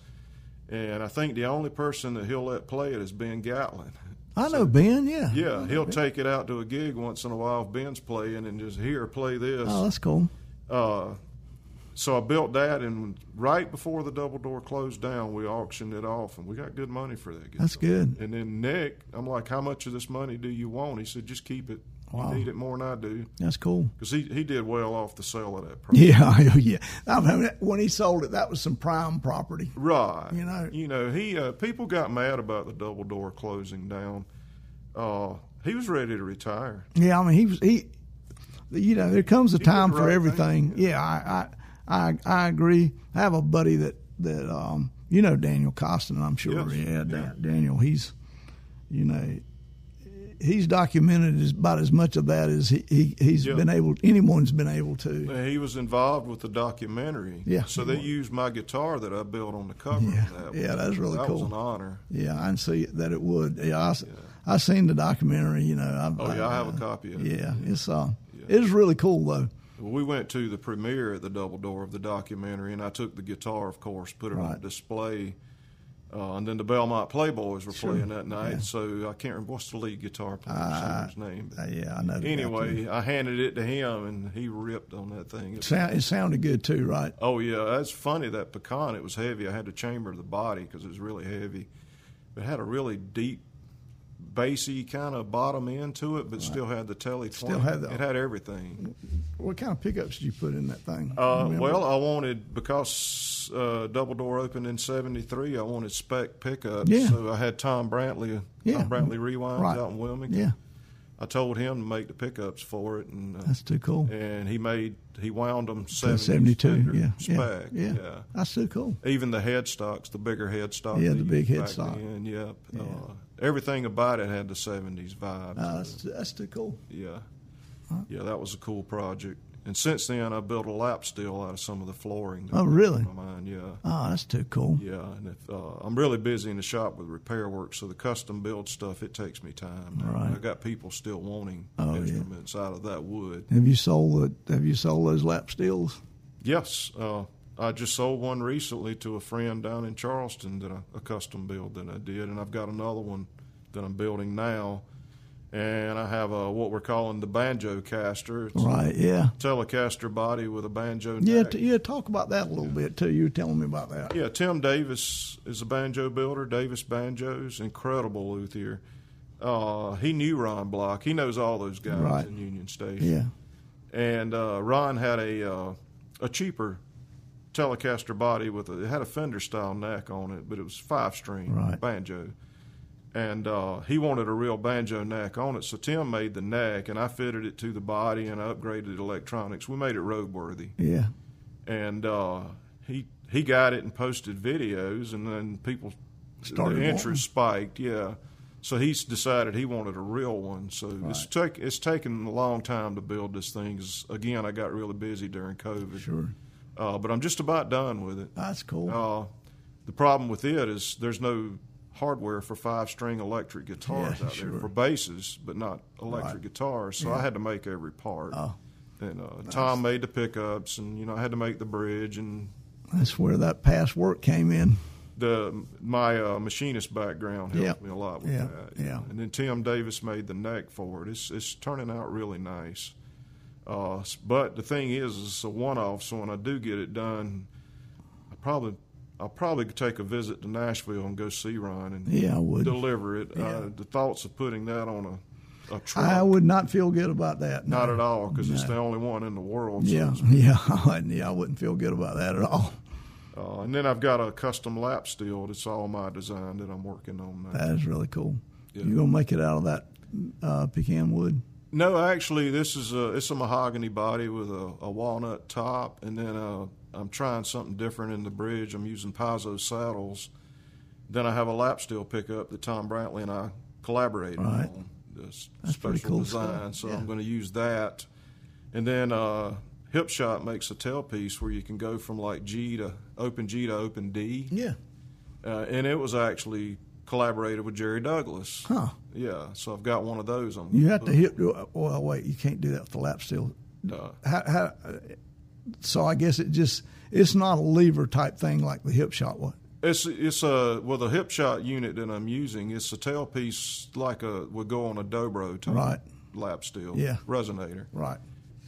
A: And I think the only person that he'll let play it is Ben Gatlin.
B: I know Ben. Yeah.
A: Yeah, he'll take it out to a gig once in a while if Ben's playing and just here play this.
B: Oh, that's cool.
A: Uh, so I built that, and right before the double door closed down, we auctioned it off, and we got good money for that.
B: That's
A: guitar.
B: good.
A: And then Nick, I'm like, "How much of this money do you want?" He said, "Just keep it.
B: Wow.
A: You need it more than I do."
B: That's cool.
A: Because he, he did well off the sale of that property.
B: Yeah. oh, Yeah. I mean, when he sold it, that was some prime property.
A: Right.
B: You know-
A: You know, he uh, people got mad about the double door closing down. Uh, he was ready to retire.
B: Yeah. I mean, he was he. You know, there comes a
A: the
B: time for
A: right
B: everything.
A: thing.
B: Yeah, I, I, I, I agree. I have a buddy that that um, you know, Daniel Costin. I'm sure.
A: Yes.
B: Yeah, Dan, Daniel. He's, you know. He's documented as, about as much of that as he, he, he's
A: Yeah.
B: been able, anyone's been able to.
A: And he was involved with the documentary.
B: Yeah.
A: So they used my guitar that I built on the cover. of
B: Yeah.
A: that
B: Yeah, that's really
A: that was
B: cool.
A: an honor.
B: Yeah, I can see that it would. Yeah, I, s- I seen the documentary. You know, I,
A: Oh yeah, I have a copy of it.
B: yeah, it's uh, it's really cool though.
A: We went to the premiere at the Double Door of the documentary, and I took the guitar, of course, put it
B: Right.
A: on display. Uh, and then the Belmont Playboys were playing that night, so I can't remember what's the lead guitar player singer's name.
B: Uh, yeah, I know. the documentary.
A: Anyway, I handed it to him, and he ripped on that thing.
B: It sound, it sounded good too, right?
A: Oh yeah, that's funny. That pecan, it was heavy. I had to chamber the body because it was really heavy. It had a really deep, bassy kind of bottom end to it, but still had the telly.
B: Still
A: twang.
B: had the-
A: it had everything.
B: What kind of pickups did you put in that thing?
A: Uh,
B: Remember?
A: well, I wanted because uh, Double Door opened in '73. I wanted spec pickups,
B: Yeah.
A: so I had Tom Brantley,
B: Yeah.
A: Tom Brantley Rewinds
B: Right.
A: out in Wilmington.
B: yeah,
A: I told him to make the pickups for it, and uh,
B: that's too cool.
A: and he made he wound them
B: Seventy-two.
A: '72
B: Yeah, yeah,
A: spec,
B: yeah, That's too cool.
A: even the headstocks, the bigger headstock.
B: Yeah,
A: they
B: the big
A: used back
B: headstock.
A: then, Yep. Uh, everything about it had the '70s vibe.
B: Uh, that's that's too cool.
A: yeah, yeah, that was a cool project. And since then, I built a lap steel out of some of the flooring. that
B: Oh,
A: was
B: really?
A: on My mind, yeah.
B: Oh, that's too cool.
A: Yeah, and if uh, I'm really busy in the shop with repair work, so the custom build stuff it takes me time. Now.
B: Right.
A: I got people still wanting
B: Oh, yeah.
A: instruments out of that wood.
B: Have you sold the Have you sold those lap steels?
A: Yes, uh, I just sold one recently to a friend down in Charleston that I, a custom build that I did, and I've got another one that I'm building now. and I have a what we're calling the banjo caster. It's
B: Right. Yeah.
A: a Telecaster body with a banjo
B: Yeah.
A: neck.
B: T- yeah. Talk about that a little bit too. You were telling me about that.
A: Yeah, Tim Davis is a banjo builder. Davis Banjos, incredible luthier. Uh, he knew Ron Block. He knows all those guys
B: Right.
A: in Union Station.
B: Yeah.
A: And uh, Ron had a uh, a cheaper Telecaster body with a, it had a Fender style neck on it, but it was five string
B: Right.
A: banjo. And uh, he wanted a real banjo neck on it, so Tim made the neck, and I fitted it to the body, and I upgraded electronics. We made it roadworthy
B: Yeah.
A: and uh, he he got it and posted videos, and then people
B: Started
A: the interest spiked. Yeah, so he's decided he wanted a real one. So it's take it's taken a long time to build this thing. 'cause, Again, I got really busy during COVID.
B: Sure.
A: uh, but I'm just about done with it.
B: That's cool.
A: Uh, the problem with it is there's no hardware for five string electric guitars
B: Yeah,
A: out
B: sure.
A: there for basses, but not electric guitars. So I had to make every part.
B: Oh.
A: And uh, Tom made the pickups, and you know I had to make the bridge, and
B: That's where that past work came in.
A: the my uh, machinist background helped
B: Yeah.
A: me a lot with
B: Yeah.
A: that.
B: Yeah.
A: And then Tim Davis made the neck for it. It's it's turning out really nice. Uh, s- but the thing is, it's a one-off. So when I do get it done, I probably I'll probably take a visit to Nashville and go see Ron and
B: Yeah, I would.
A: deliver it. Uh, the thoughts of putting that on a a truck,
B: I would not feel good about that.
A: Oh. not
B: no.
A: at all, because it's the only one in the world. so
B: Yeah, yeah, I wouldn't- yeah. I wouldn't feel good about that at all.
A: Uh, and then I've got a custom lap steel that's all my design that I'm working on now.
B: That is really cool. You gonna make it out of that uh, pecan wood?
A: No, actually, this is a it's a mahogany body with a, a walnut top, and then uh, I'm trying something different in the bridge. I'm using piezo saddles. Then I have a lap steel pickup that Tom Brantley and I collaborated
B: Right.
A: on. This
B: pretty
A: special
B: cool
A: design,
B: stuff,
A: so
B: yeah.
A: I'm going to use that. And then uh, Hip Shot makes a tailpiece where you can go from like G to open G to open D.
B: Yeah.
A: Uh, and it was actually collaborated with Jerry Douglas.
B: Huh.
A: Yeah, so I've got one of those. I'm
B: You have to hip. Well, wait. You can't do that with the lap steel.
A: uh,
B: How, how, so I guess it just it's not a lever type thing like the hip shot one.
A: It's it's a well the hip shot unit that I'm using. It's a tailpiece like a would go on a dobro type
B: Right.
A: lap steel
B: Yeah.
A: resonator.
B: Right.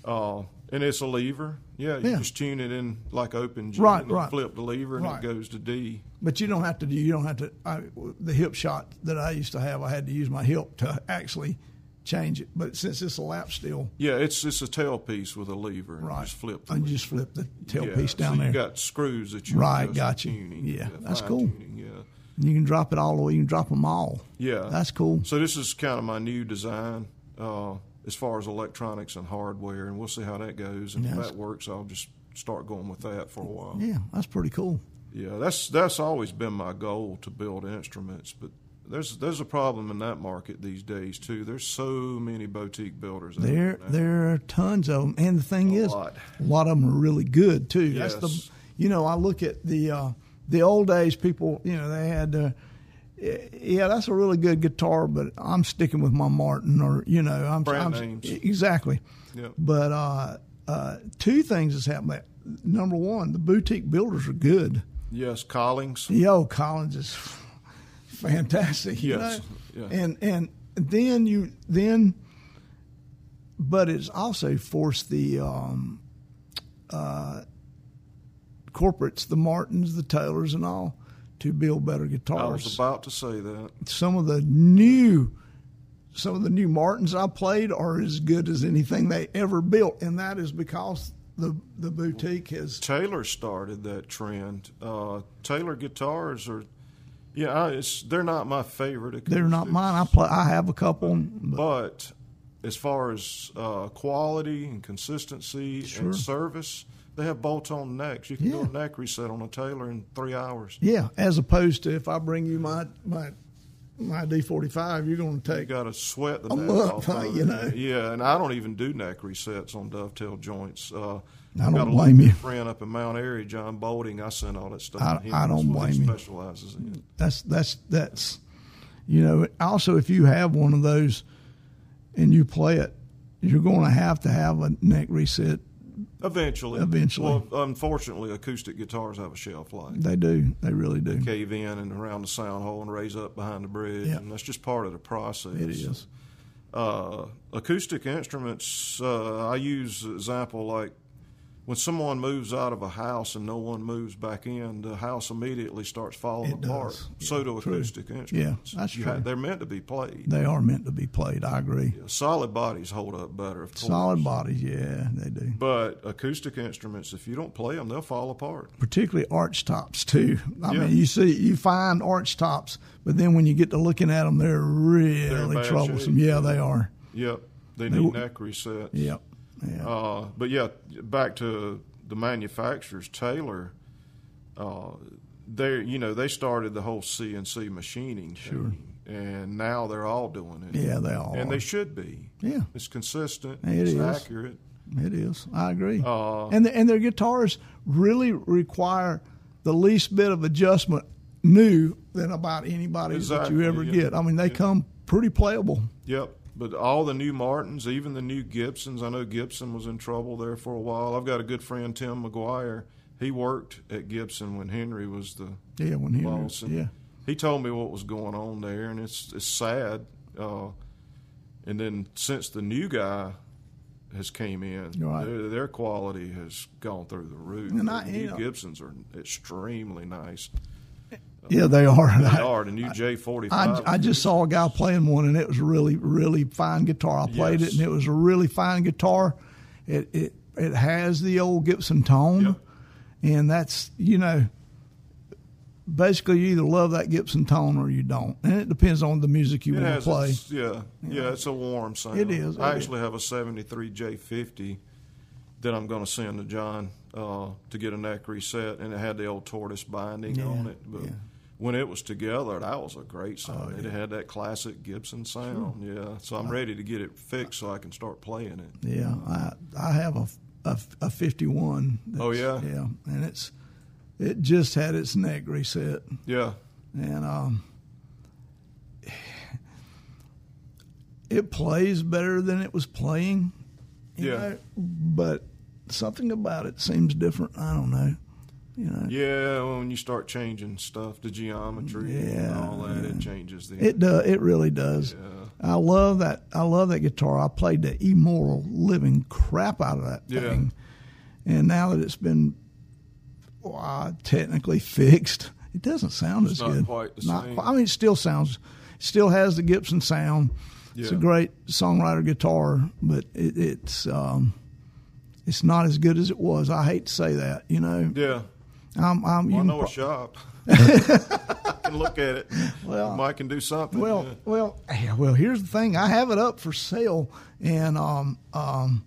A: Uh, and it's a lever. Yeah, you
B: Yeah.
A: just tune it in like open G
B: Right,
A: and you
B: right.
A: flip the lever and it
B: Right.
A: goes to D.
B: But you don't have to do. You don't have to. I, the hip shot that I used to have, I had to use my hip to actually change it. But since it's a lap steel,
A: Yeah, it's it's a tailpiece with a lever. And you
B: right?
A: just flip the
B: and you just flip the
A: yeah,
B: tailpiece down
A: so
B: there.
A: You got screws that you
B: Right,
A: adjust the
B: got you.
A: Tuning,
B: Yeah, that's cool.
A: fine-tuning, Yeah.
B: You can drop it all the way. You can drop them all.
A: Yeah.
B: That's cool.
A: So this is kind of my new design uh, as far as electronics and hardware, and we'll see how that goes. And if
B: Yes.
A: that works, I'll just start going with that for a while. Yeah.
B: Yeah, that's pretty cool.
A: that's that's always been my goal to build instruments, but there's there's a problem in that market these days too. There's so many boutique builders. out
B: There,
A: now.
B: there are tons of them, and the thing
A: A
B: is,
A: lot.
B: a lot of them are really good too. That's
A: Yes.
B: the, you know, I look at the uh, the old days. People, you know, they had, uh, y- yeah, that's a really good guitar, but I'm sticking with my Martin, or you know, I'm
A: Brand
B: I'm-
A: names.
B: exactly.
A: Yep.
B: But uh, uh, two things has happened. Number one, the boutique builders are good.
A: Yes, Collings.
B: Yo, Collins is fantastic. you
A: Yes,
B: know?
A: yeah.
B: And and then you then, but it's also forced the um, uh, corporates, the Martins, the Taylors, and all, to build better
A: I was
B: guitars.
A: about to say that.
B: Some of the new. Some of the new Martins I played are as good as anything they ever built, and that is because the the boutique has
A: Taylor started that trend. Uh, Taylor guitars are, yeah, I, it's they're not my favorite.
B: they're not
A: acoustics.
B: mine. I play I have a couple, but
A: But as far as uh, quality and consistency
B: Sure.
A: and service, they have bolt-on necks. You can do
B: Yeah.
A: a neck reset on a Taylor in three hours.
B: Yeah, as opposed to if I bring you my my my D forty five, you're going to
A: You
B: take.
A: got to sweat the
B: A
A: neck
B: month,
A: off.
B: huh,
A: of
B: you
A: it.
B: know?
A: Yeah, and I don't even do neck resets on dovetail joints. Uh,
B: I
A: I've
B: don't
A: got a
B: blame you.
A: Friend up in Mount Airy, John Bolding. I sent all that stuff.
B: I-
A: to him.
B: I
A: That's
B: don't
A: what he
B: blame you.
A: Specializes in.
B: That's that's that's, you know. Also, if you have one of those, and you play it, you're going to have to have a neck reset.
A: Eventually.
B: Eventually.
A: Well, unfortunately, acoustic guitars have a shelf life.
B: They do. They really do.
A: Cave in and around the sound hole and raise up behind the bridge,
B: Yeah.
A: and that's just part of the process.
B: It is.
A: Uh, acoustic instruments, uh, I use example like when someone moves out of a house and no one moves back in, the house immediately starts falling
B: It
A: apart.
B: does.
A: So do
B: True.
A: acoustic instruments.
B: that's
A: You
B: true.
A: they're meant to be played.
B: They are meant to be played. I agree.
A: Solid bodies hold up better, of course.
B: Solid bodies, yeah, they do.
A: But acoustic instruments, if you don't play them, they'll fall apart.
B: particularly arch tops too. I
A: Yeah.
B: mean, you see, you find arch tops, but then when you get to looking at them, they're really
A: bad
B: troublesome.
A: shape.
B: Yeah, they are.
A: Yep, they need neck resets.
B: Yep. Yeah.
A: Uh, but yeah, back to the manufacturers, Taylor. Uh, they, you know, they started the whole CNC machining, sure, and now they're all doing it.
B: yeah, they all
A: and
B: are.
A: they should be.
B: yeah,
A: It's consistent.
B: It
A: it's
B: is.
A: accurate.
B: it is. I agree.
A: Uh,
B: and the, and their guitars really require the least bit of adjustment new than about anybody that you
A: Exactly,
B: ever
A: yeah.
B: get. I mean, they come pretty playable.
A: Yep. But all the new Martins, even the new Gibsons. I know Gibson was in trouble there for a while. I've got a good friend, Tim McGuire. He worked at Gibson when Henry was the
B: Yeah, when he
A: boss. And
B: yeah.
A: He told me what was going on there, and it's it's sad. Uh, and then since the new guy has came in,
B: Right.
A: their, their quality has gone throrough the roof.
B: And I-
A: the new
B: you know-
A: Gibsons are extremely nice.
B: Yeah, they are.
A: They are the new J forty
B: I,
A: five.
B: I just saw a guy playing one, and it was really, really fine guitar. I played
A: Yes.
B: it, and it was a really fine guitar. It it it has the old Gibson tone,
A: Yep.
B: and that's you know, basically you either love that Gibson tone or you don't, and it depends on the music you
A: It
B: want to
A: has
B: play.
A: its- yeah, yeah, it's a warm sound.
B: It is,
A: I
B: it is.
A: actually have a '73 J50 that I'm going to send to John uh, to get a neck reset, and it had the old tortoise binding
B: Yeah,
A: on it. But
B: yeah. Oh,
A: when it was together, that was a great sound. It had that classic Gibson sound. Yeah, so I'm ready to get it fixed so I can start playing it.
B: Yeah, I I have a a, a fifty one.
A: Oh, yeah?
B: yeah, and it's it just had its neck reset.
A: Yeah,
B: and um, it plays better than it was playing. you
A: Yeah.
B: know, but something about it seems different. I don't know. You know,
A: yeah. When you start changing stuff, the geometry and
B: Yeah,
A: all that, it changes the.
B: it does. It really does. I love that. I love that guitar. I played the immoral living crap out of that
A: Yeah.
B: thing, and now that it's been uh, technically fixed, it doesn't sound as
A: not
B: good.
A: quite the same.
B: qui- I mean, it still sounds, still has the Gibson sound. It's a
A: Yeah.
B: great songwriter guitar, but it, it's um, it's not as good as it was. I hate to say that, you know.
A: yeah.
B: I'm, I'm, you
A: I
B: can
A: know
B: pro-
A: a shop. I can look at it.
B: Well-
A: Mike can do something.
B: Well,
A: yeah.
B: well, yeah, well. Here's the thing: I have it up for sale, and um, um,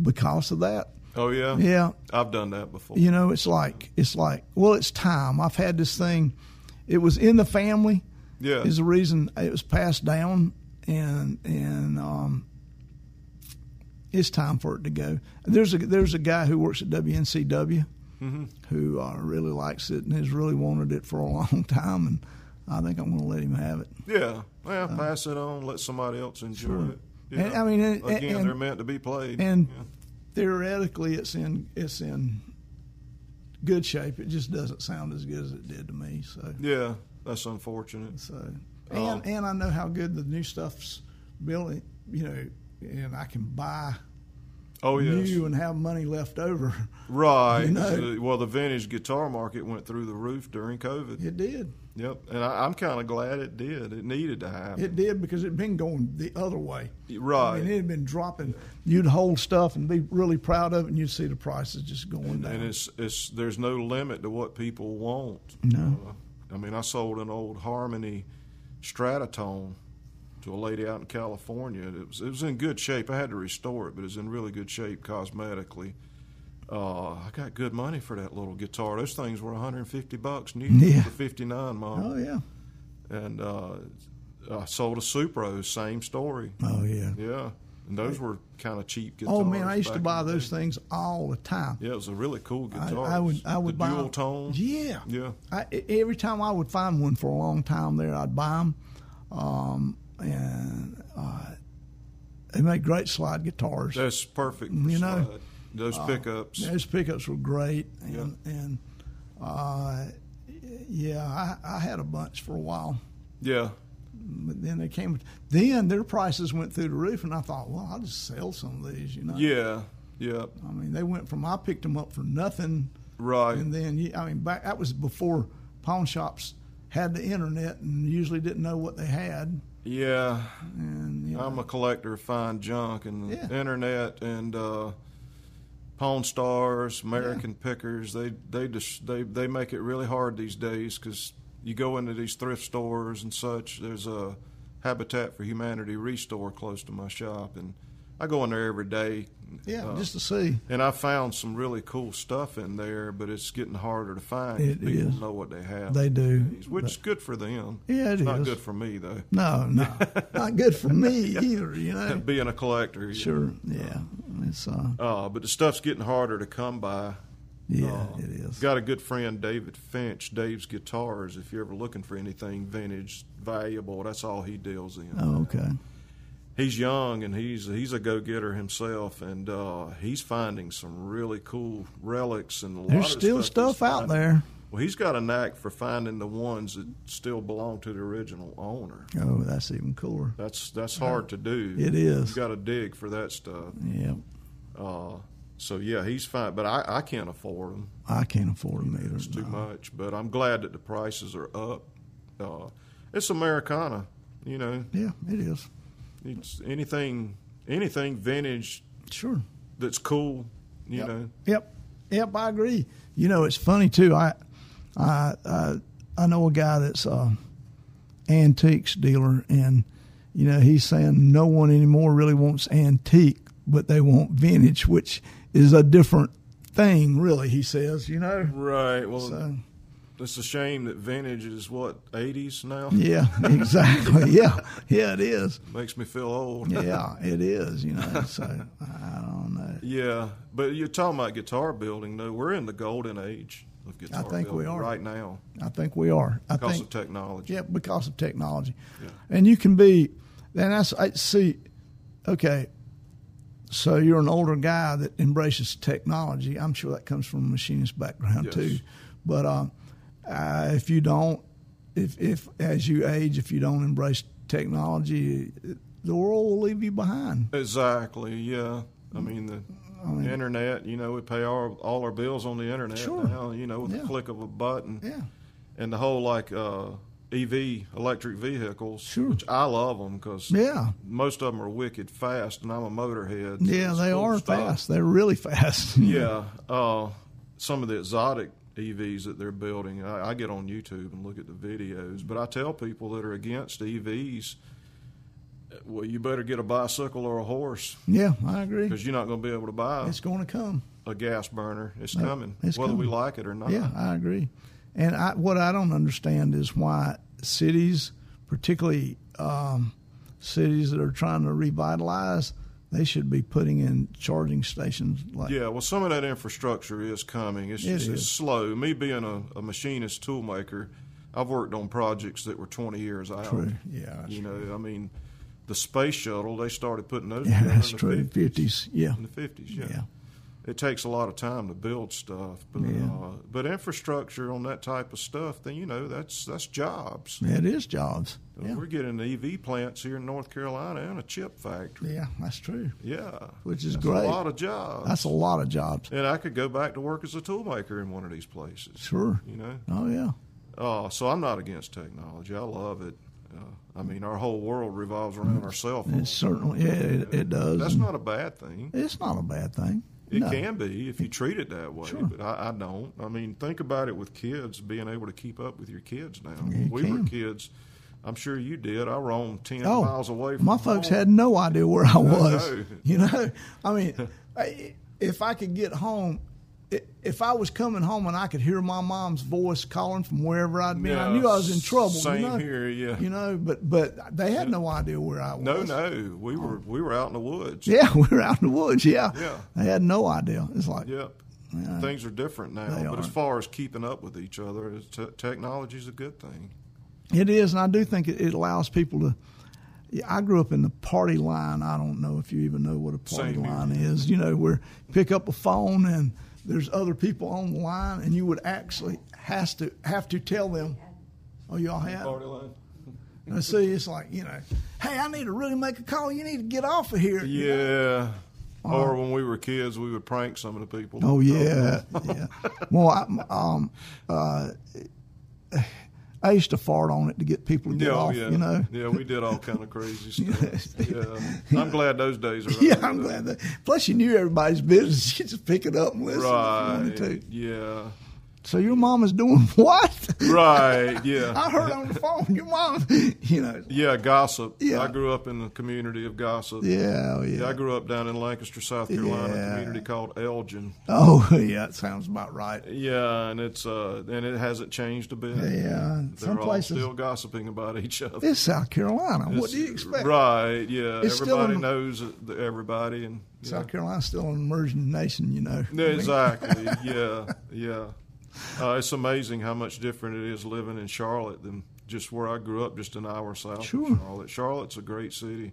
B: because of that,
A: Oh yeah,
B: yeah,
A: I've done that before.
B: you know, it's like it's like, well, it's time. I've had this thing; it was in the family.
A: Yeah.
B: is the reason it was passed down, and and um, it's time for it to go. There's a there's a guy who works at WNCW
A: Mm-hmm.
B: who uh, really likes it and has really wanted it for a long time, and I think I'm going to let him have it.
A: Yeah, well, pass it on. Let somebody else enjoy it. Yeah.
B: Uh, And, I mean, and-
A: again,
B: and-
A: they're meant to be played.
B: and
A: Yeah.
B: theoretically it's in it's in good shape it just doesn't sound as good as it did to me so
A: yeah, that's unfortunate.
B: so
A: Oh.
B: and and i know how good the new stuff's really you know and i can buy
A: Oh yes,
B: new and have money left over
A: right.
B: You know.
A: The- well, the vintage guitar market went through the roof during COVID.
B: it did
A: Yep, and I, I'm kind of glad it did. It needed to happen.
B: it did because it'd been going the other way
A: right.
B: I mean, it had been dropping. You'd hold stuff and be really proud of it, and you'd see the prices just going down.
A: and it's it's there's no limit to what people want.
B: No.
A: Uh, I mean, I sold an old Harmony Stratotone to a lady out in California. It was it was in good shape. I had to restore it, but it's in really good shape cosmetically. Uh, I got good money for that little guitar. Those things were 150 bucks new,
B: Yeah.
A: the 59 model,
B: oh, yeah.
A: and uh, I sold a Supro. Same story.
B: Oh, yeah.
A: Yeah, and those were kind of cheap guitars.
B: Oh, man, I used to
A: back
B: buy
A: in the
B: those
A: day.
B: things all the time.
A: Yeah, it was a really cool
B: I,
A: guitar.
B: I would I would
A: the
B: buy
A: dual tone.
B: Yeah,
A: Yeah.
B: I, e- every time I would find one for a long time there, I'd buy them, um, and uh, they make great slide guitars.
A: That's perfect. For
B: You know? Uh,
A: slide. those pickups.
B: Those pickups were great, and and uh, yeah, I, I had a bunch for a while.
A: yeah,
B: But then they came. Then their prices went through the roof, and I thought, well, I'll just sell some of these. You know.
A: Yeah. Yeah.
B: I mean, they went from I picked them up for nothing,
A: Right.
B: and then you- I mean, back that was before pawn shops had the internet and usually didn't know what they had.
A: yeah.
B: And you know,
A: I'm a collector of fine junk and the
B: Yeah.
A: internet and uh, Pawn Stars, American Pickers. They they just they they make it really hard these days because you go into these thrift stores and such. There's a Habitat for Humanity restore close to my shop, and I go in there every day.
B: yeah,
A: uh,
B: just to see.
A: and I found some really cool stuff in there, but it's getting harder to find. 'cause
B: It
A: People
B: is.
A: know what they have.
B: They do.
A: which is good for them.
B: Yeah, it
A: it's not
B: is.
A: good for me though.
B: No, no, not good for me either. You know.
A: Being a collector, you
B: Sure. Yeah. It's uh.
A: Uh, but the stuff's getting harder to come by.
B: Yeah,
A: Uh,
B: it is.
A: Got a good friend, David Finch, Dave's Guitars. If you're ever looking for anything vintage, valuable, that's all he deals in.
B: oh, okay.
A: He's young and he's he's a go getter himself, and uh, he's finding some really cool relics and a lot
B: There's
A: of
B: still
A: stuff,
B: stuff
A: he's
B: out
A: finding-
B: there.
A: Well, he's got a knack for finding the ones that still belong to the original owner.
B: Oh, that's even cooler.
A: That's that's hard to do.
B: It is.
A: You got to dig for that stuff.
B: Yeah.
A: Uh, so yeah, he's fine, but I, I can't afford them.
B: I can't afford them either.
A: It's too
B: no.
A: much, but I'm glad that the prices are up. Uh, it's Americana, you know.
B: Yeah, it is.
A: It's anything, anything vintage
B: Sure.
A: that's cool, you know.
B: Yep. Yep, I agree. You know, it's funny too. I I I, I know a guy that's a antiques dealer and you know, he's saying no one anymore really wants antique, but they want vintage, which is a different thing, really, he says, you know.
A: Right. Well,
B: So
A: it's a shame that vintage is what 80s now.
B: yeah, exactly. yeah. Yeah, it is.
A: Makes me feel old.
B: Yeah, it is, you know. So I don't know.
A: Yeah, but you're talking about guitar building, though. We're in the golden age of guitar
B: think we
A: building
B: are.
A: right now
B: I think we are. I
A: because
B: think
A: of technology.
B: Yeah, because of technology. And you can be, and that's, I see, okay, so you're an older guy that embraces technology. I'm sure that comes from a machinist background
A: Yes.
B: too. But um, uh, if you don't, if, if as you age, if you don't embrace technology, it- the world will leave you behind.
A: Exactly. Yeah. I mean the internet. You know, we pay our all our bills on the internet
B: Sure.
A: now. You know, with
B: Yeah.
A: the click of a button.
B: Yeah.
A: And the whole like uh, EV electric vehicles,
B: Sure.
A: which I love them because
B: Yeah.
A: most of them are wicked fast, and I'm a motorhead. so
B: Yeah,
A: it's
B: they
A: cool
B: are
A: stuff.
B: fast. They're really fast.
A: Yeah. Uh, some of the exotic EVs that they're building, I, I get on YouTube and look at the videos. But I tell people that are against EVs, well, you better get a bicycle or a horse
B: Yeah, I agree.
A: because you're not going to be able to buy
B: It's going to come.
A: a gas burner. It's coming,
B: it's
A: whether we
B: coming.
A: like it or not.
B: Yeah, I agree. And I, what I don't understand is why cities, particularly um, cities that are trying to revitalize, they should be putting in charging stations. Like,
A: Yeah, well, some of that infrastructure is coming. It's
B: It
A: just it's
B: is.
A: slow. Me being a, a machinist toolmaker, I've worked on projects that were 20 years out.
B: True. Yeah, that's
A: you know, I mean, the space shuttle they started putting those
B: Yeah,
A: together
B: that's
A: in the
B: true.
A: 50s.
B: Fifties. Yeah,
A: in the fifties. Yeah.
B: Yeah.
A: it takes a lot of time to build stuff, but
B: Yeah.
A: uh, but infrastructure on that type of stuff, then you know that's that's jobs.
B: it is jobs. Yeah,
A: We're getting EV plants here in North Carolina and a chip factory.
B: yeah, that's true.
A: Yeah,
B: Which is
A: That's
B: great.
A: A lot of jobs.
B: That's a lot of jobs.
A: and I could go back to work as a toolmaker in one of these places.
B: Sure.
A: You know,
B: Oh yeah.
A: uh, so I'm not against technology. I love it. Uh, I mean, our whole world revolves around our cell
B: It
A: phones.
B: certainly. Yeah, it, it does.
A: That's
B: And
A: not a bad thing.
B: It's not a bad thing.
A: It
B: No.
A: can be if you treat it that way, but I, I don't. I mean, think about it with kids being able to keep up with your kids now. When we were
B: can.
A: kids, I'm sure you did. I roamed ten
B: Oh,
A: miles away. From
B: my folks
A: home.
B: had no idea where I was.
A: no.
B: You know, I mean, I, if I could get home, i- if I was coming home and I could hear my mom's voice calling from wherever I'd been, I
A: Yeah,
B: knew I was in trouble.
A: Same
B: you know?
A: here, yeah.
B: You know, but but they had no idea where I was.
A: no, no, we were we were out in the woods.
B: Oh. Yeah, we were out in the woods. Yeah,
A: Yeah.
B: they had no idea. It's like,
A: Yep. Things are different now,
B: They
A: but as
B: are.
A: far as keeping up with each other, it's te- technology is a good thing.
B: It is, and I do think it, it allows people to. yeah, I grew up in the party line. I don't know if you even know what a party
A: Same here.
B: line is. You know, where you pick up a phone and there's other people on the line, and you would actually has to have to tell them, "Oh, y'all have."
A: line.
B: I see it's like, you know, hey, I need to really make a call. You need to get off of here.
A: Yeah. Or when we were kids, we would prank some of the people.
B: Uh-huh. Oh yeah, yeah. Well, I, um, uh, I used to fart on it to get people to get
A: Yeah, oh,
B: off.
A: yeah.
B: You know.
A: Yeah, we did all kind of crazy stuff. yeah. I'm glad those days are over.
B: Yeah, I'm glad that. Plus, you knew everybody's business. You just pick it up and listen if you
A: Right.
B: wanted to.
A: Yeah.
B: So your mom is doing what?
A: Right. Yeah.
B: I heard on the phone your mom. You know.
A: Yeah, gossip.
B: Yeah.
A: I grew up in the community of gossip.
B: Yeah. oh, Yeah.
A: I grew up down in Lancaster, South Carolina,
B: Yeah.
A: a community called Elgin.
B: oh yeah, that sounds about right.
A: Yeah, and it's uh, and it hasn't changed a bit.
B: Yeah.
A: They're
B: Some
A: all
B: places.
A: still gossiping about each other.
B: It's South Carolina. what
A: It's-
B: do you expect?
A: Right? Yeah.
B: It's still
A: everybody
B: in-
A: knows it- the- everybody, and yeah.
B: South Carolina's still an emerging nation, you know.
A: Yeah, exactly. yeah, yeah. Uh, it's amazing how much different it is living in Charlotte than just where I grew up, just an hour south
B: Sure.
A: of Charlotte. Charlotte's a great city.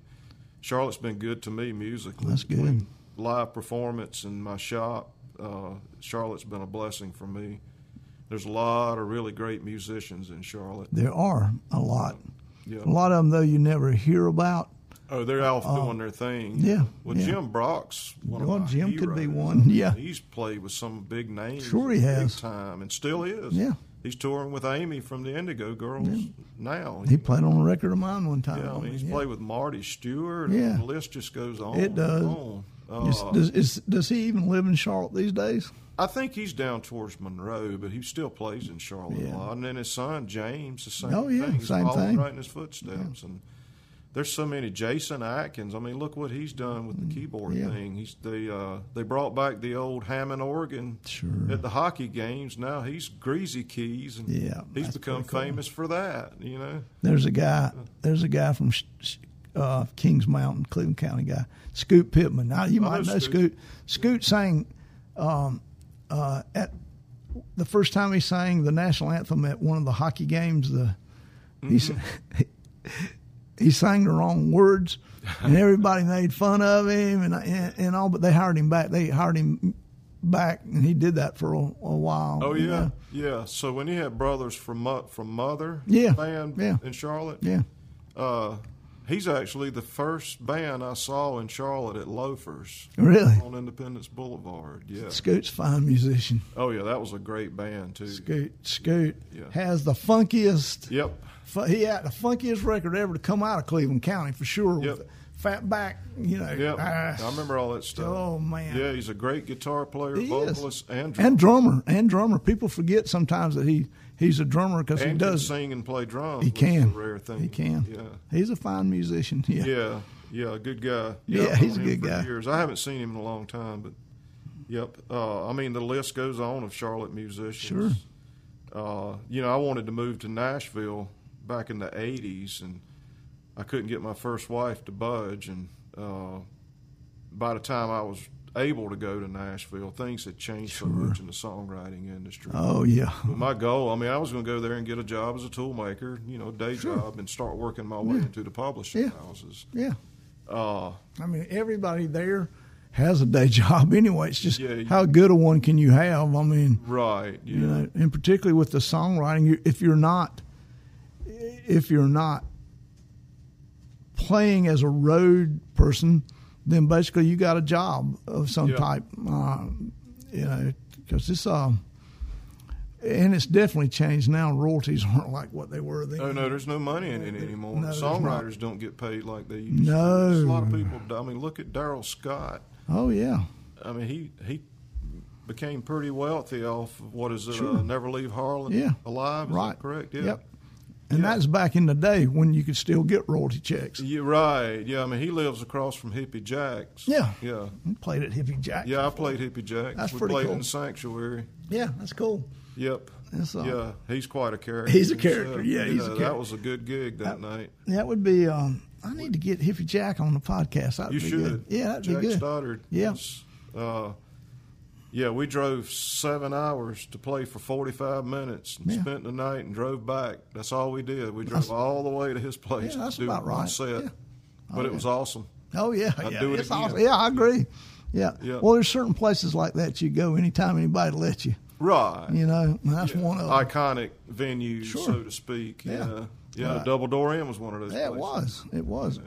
A: Charlotte's been good to me musically.
B: That's good.
A: Between Live performance and my shop. Uh, Charlotte's been a blessing for me. There's a lot of really great musicians in Charlotte.
B: There are a lot.
A: Yeah.
B: A lot of them, though, you never hear about.
A: Oh, they're out doing their thing.
B: Uh, yeah,
A: Well,
B: yeah.
A: Jim Brock's one
B: Well,
A: of my
B: Jim could be
A: heroes.
B: one, yeah.
A: he's played with some big names.
B: Sure he
A: big
B: has.
A: time, and still is.
B: Yeah.
A: he's touring with Amy from the Indigo Girls now.
B: He played on a record of mine one time.
A: yeah, I mean, he's
B: yeah.
A: played with Marty Stewart.
B: Yeah.
A: and the list just goes on.
B: It does.
A: And on. Uh,
B: Is- does, is- does he even live in Charlotte these days?
A: I think he's down towards Monroe, but he still plays in Charlotte
B: Yeah.
A: a lot. And then his son James, the same
B: Oh, yeah,
A: thing. He's
B: same
A: following
B: thing.
A: right in his footsteps. And there's so many Jason Atkins. I mean, look what he's done with the keyboard
B: Mm, yeah.
A: thing. He's they uh, they brought back the old Hammond organ
B: Sure.
A: at the hockey games. Now he's greasy keys, and
B: Yeah,
A: he's
B: that's
A: become
B: pretty cool.
A: famous for that. You know,
B: There's a guy. There's a guy from Sh- Sh- uh, Kings Mountain, Cleveland County guy, Scoot Pittman. Now you might
A: know
B: know Scoot.
A: Oh, Scoot.
B: Scoot sang um, uh, at the first time he sang the national anthem at one of the hockey games. The he sa
A: Mm-hmm.
B: he sang the wrong words, and everybody made fun of him and, and and all. But they hired him back. They hired him back, and he did that for a, a while.
A: Oh yeah,
B: you know.
A: yeah. So when you had brothers from Mo- from Mother,
B: Yeah,
A: band
B: yeah.
A: in Charlotte,
B: yeah.
A: uh, he's actually the first band I saw in Charlotte at Loafers
B: Really,
A: on Independence Boulevard. Yeah.
B: Scoot's a fine musician.
A: Oh yeah, that was a great band too.
B: Scoot, Scoot
A: Yeah.
B: has the funkiest.
A: Yep.
B: fu- he had the funkiest record ever to come out of Cleveland County for sure.
A: Yep.
B: With fat back, you know.
A: Yep.
B: ah,
A: I remember all that stuff.
B: Oh, man.
A: Yeah, he's a great guitar player,
B: He is.
A: vocalist, and drummer.
B: And drummer, and drummer. People forget sometimes that he he's a drummer because he
A: And
B: does.
A: can sing and play drums.
B: he
A: which is
B: can.
A: a rare thing.
B: He can.
A: Yeah.
B: He's a fine musician. Yeah.
A: Yeah. Yeah. Good guy.
B: Yeah,
A: I've
B: he's
A: known
B: a
A: him
B: good
A: for
B: guy.
A: Years. I haven't seen him in a long time, but yep. Uh, I mean, the list goes on of Charlotte musicians. Sure. Uh, you know, I wanted to move to Nashville back in the '80s, and I couldn't get my first wife to budge. And uh, by the time I was able to go to Nashville, things had changed so much in the songwriting industry.
B: Oh yeah.
A: But my goal, I mean, I was going to go there and get a job as a toolmaker, you know, day job, and start working my way into the publishing
B: Yeah.
A: houses.
B: Yeah.
A: Uh,
B: I mean, everybody there has a day job anyway. It's just
A: Yeah, you-
B: how good a one can you have? I mean.
A: right. Yeah.
B: you know, and particularly with the songwriting, you, if you're not, if you're not playing as a road person, then basically you got a job of some
A: Yeah.
B: type, uh, you know, because this, um, and it's definitely changed now. Royalties aren't like what they were then.
A: Oh, no, there's no money in it anymore.
B: No, there's
A: Songwriters don't get paid like they used
B: No.
A: to. There's a lot of people. I mean, look at Daryl Scott.
B: Oh yeah,
A: I mean, he he became pretty wealthy off of what is it? Uh, Never Leave Harlan
B: Yeah.
A: Alive. Is
B: right,
A: that correct?
B: Yep. And
A: Yeah.
B: that's back in the day when you could still get royalty checks.
A: Yeah, right. Yeah, I mean, he lives across from Hippie Jacks.
B: Yeah.
A: Yeah.
B: We Played at Hippie Jack.
A: Yeah, I played Hippie Jacks.
B: That's
A: we
B: pretty
A: played
B: cool.
A: in Sanctuary.
B: yeah, that's cool.
A: Yep.
B: That's, uh,
A: yeah, he's quite a character.
B: He's a
A: himself.
B: character. Yeah, he's a character.
A: That was a good gig that night.
B: That would be. Um, I need to get Hippie Jack on the podcast. That'd
A: You
B: be
A: should.
B: Good. Yeah, that'd
A: Jack
B: be good.
A: Stoddard.
B: Yeah.
A: is, Uh, yeah, we drove seven hours to play for 45 minutes and
B: Yeah.
A: spent the night and drove back. That's all we did. We drove all the way to his place
B: Yeah, that's
A: to do
B: about one
A: one
B: right.
A: set.
B: Yeah.
A: But it was awesome.
B: Oh yeah,
A: I'd
B: yeah.
A: do it
B: it's
A: again.
B: awesome. Yeah, I agree. Yeah.
A: Yeah.
B: Well, there's certain places like that you go anytime anybody lets you.
A: Right.
B: You know, And that's one of them.
A: Iconic venue,
B: Sure.
A: so to speak.
B: Yeah.
A: Yeah. Yeah.
B: Right.
A: Double Door Inn was one of those.
B: Yeah, it
A: places.
B: was. It was.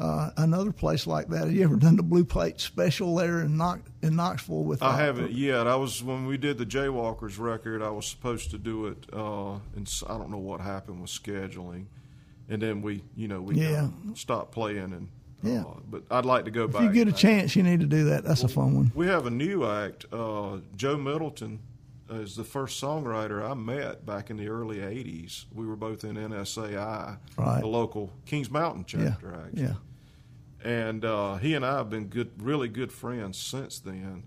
B: Uh, another place like that. Have you ever done the Blue Plate special there in, Knox, in Knoxville with?
A: I
B: uh,
A: haven't yet. I was when we did the Jaywalkers record. I was supposed to do it, uh, and s- I don't know what happened with scheduling, and then we, you know, we
B: Yeah.
A: kinda stopped playing. And
B: Yeah.
A: uh, but I'd like to go
B: If
A: back.
B: you get a
A: Now,
B: chance, you need to do that. That's a fun one.
A: we have a new act. Uh, Joe Middleton uh, is the first songwriter I met back in the early '80s. We were both in NSAI,
B: Right.
A: the local Kings Mountain
B: Yeah,
A: chapter. Actually,
B: yeah.
A: and uh, he and I have been good, really good friends since then.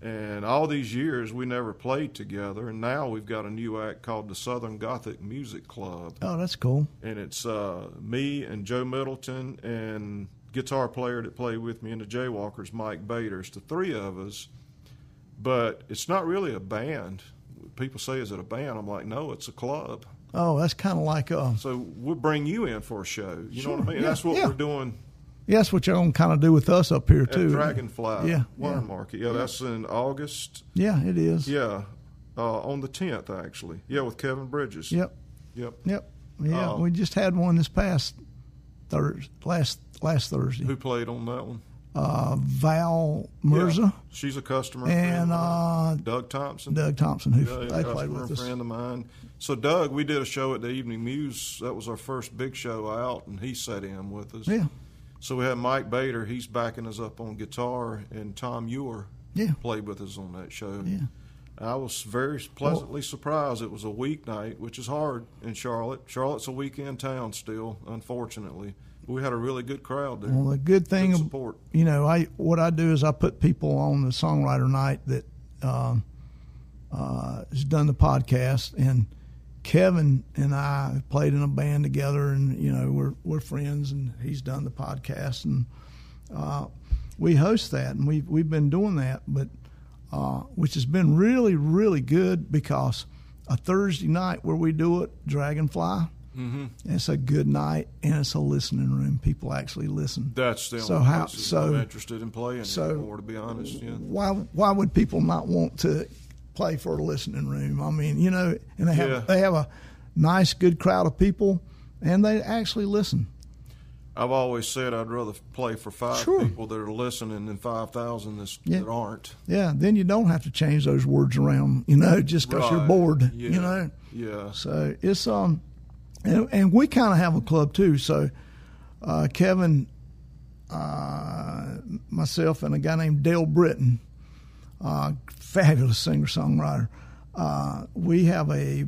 A: And all these years, we never played together, and now we've got a new act called the Southern Gothic Music Club,
B: Oh, that's cool.
A: and it's uh, me and Joe Middleton and guitar player that played with me in the Jaywalkers, Mike Bader. It's the three of us, but it's not really a band. People say, "Is it a band?" I'm like, "No, it's a club."
B: Oh, that's kind of like uh,
A: So we'll bring you in for a show. You know what I mean?
B: yeah,
A: That's what
B: yeah.
A: we're doing
B: yeah, that's what you're gonna kind of do with us up here
A: At
B: too.
A: Dragonfly
B: Yeah,
A: Wine
B: yeah.
A: Market. Yeah, that's in August.
B: Yeah, it is.
A: Yeah, uh, on the tenth actually. Yeah, with Kevin Bridges.
B: Yep.
A: Yep.
B: Yep. Yeah.
A: Oh.
B: we just had one this past Thursday, last last Thursday.
A: Who played on that one?
B: Uh, Val Mirza
A: Yeah. She's a customer friend
B: and
A: of mine.
B: uh,
A: Doug Thompson.
B: Doug Thompson, who
A: Yeah, yeah,
B: they played
A: customer
B: with
A: and
B: us.
A: friend of mine. So Doug, we did a show at the Evening Muse. That was our first big show out, and he sat in with us.
B: Yeah.
A: So we had Mike Bader. He's backing us up on guitar, and Tom Ewer
B: Yeah.
A: played with us on that show.
B: Yeah.
A: I was very pleasantly surprised. It was a weeknight, which is hard in Charlotte. Charlotte's a weekend town still, unfortunately. We had a really good crowd there.
B: Well, the good thing,
A: Good
B: ab-
A: support.
B: you know, I what I do is I put people on the songwriter night that um, uh, has done the podcast, and Kevin and I played in a band together, and you know we're we're friends, and he's done the podcast, and uh, we host that, and we've we've been doing that, but uh, which has been really really good because a Thursday night where we do it, Dragonfly. It's a good night, and it's a listening room. People actually listen.
A: That's the
B: So
A: only
B: how-
A: places
B: so-
A: I'm interested in playing
B: so-
A: anymore, to be honest. Yeah.
B: Why? Why would people not want to play for a listening room? I mean, you know, and they have
A: Yeah.
B: they have a nice, good crowd of people, and they actually listen.
A: I've always said I'd rather play for five
B: Sure.
A: people that are listening than 5,000 that's-
B: Yeah.
A: that aren't.
B: Yeah, then you don't have to change those words around, you know, just because you're
A: Right.
B: bored,
A: Yeah.
B: you know.
A: Yeah.
B: So it's um, and, and we kind of have a club too. So uh, Kevin, uh, myself, and a guy named Dale Britton, uh, fabulous singer songwriter. Uh, we have a.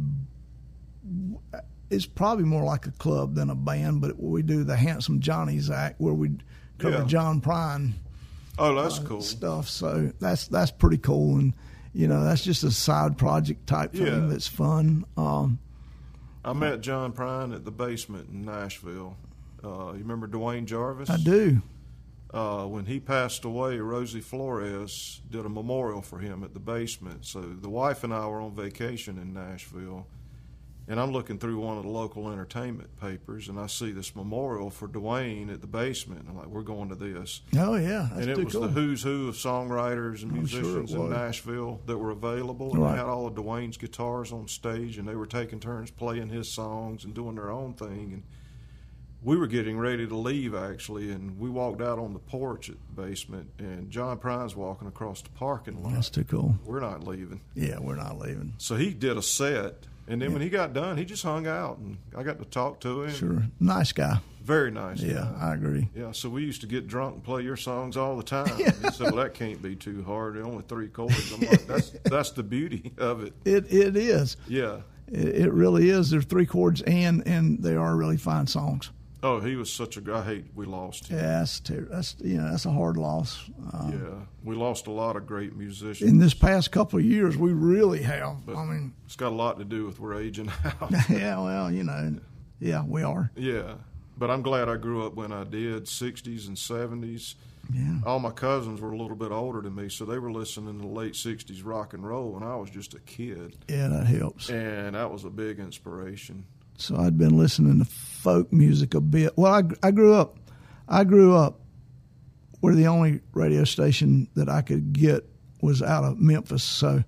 B: It's probably more like a club than a band, but we do the Handsome Johnny's act where we cover
A: Yeah.
B: John Prine
A: Oh, that's cool.
B: stuff. So that's that's pretty cool, and you know that's just a side project type thing
A: Yeah.
B: that's fun. Um,
A: I met John Prine at the basement in Nashville. Uh, you remember Dwayne Jarvis?
B: I do.
A: Uh, when he passed away, Rosie Flores did a memorial for him at the basement. So the wife and I were on vacation in Nashville, and I'm looking through one of the local entertainment papers, and I see this memorial for Dwayne at the basement. I'm like, we're going to this.
B: Oh yeah, that's
A: and
B: too
A: it was
B: cool.
A: the who's who of songwriters and
B: I'm sure it
A: musicians in
B: was.
A: Nashville that were available. And
B: Right.
A: they had all of Dwayne's guitars on stage, and they were taking turns playing his songs and doing their own thing. And we were getting ready to leave actually, and we walked out on the porch at the basement, and John Prine's walking across the parking lot.
B: That's too cool.
A: We're not leaving.
B: Yeah, we're not leaving.
A: So he did a set, and then when he got done, he just hung out, and I got to talk to him.
B: Sure, nice guy.
A: Very nice.
B: Yeah,
A: guy.
B: I agree.
A: Yeah, so we used to get drunk and play your songs all the time. He said, "Well, that can't be too hard. They're only three chords." I'm like, "That's that's the beauty of it."
B: It it is.
A: Yeah.
B: It, it really is. There's three chords, and and they are really fine songs.
A: Oh, he was such a. gr- I hate we lost him.
B: Yeah, that's ter- that's you know that's a hard loss. Uh,
A: Yeah, we lost a lot of great musicians.
B: in this past couple of years, we really have. I mean,
A: It's got a lot to do with we're aging out.
B: yeah, well, you know, yeah, we are.
A: yeah, but I'm glad I grew up when I did. '60s and '70s.
B: Yeah,
A: All my cousins were a little bit older than me, so they were listening to late '60s rock and roll, and I was just a kid,
B: yeah, that uh, helps.
A: and that was a big inspiration.
B: so I'd been listening to folk music a bit. Well, I, I grew up, I grew up where the only radio station that I could get was out of Memphis, so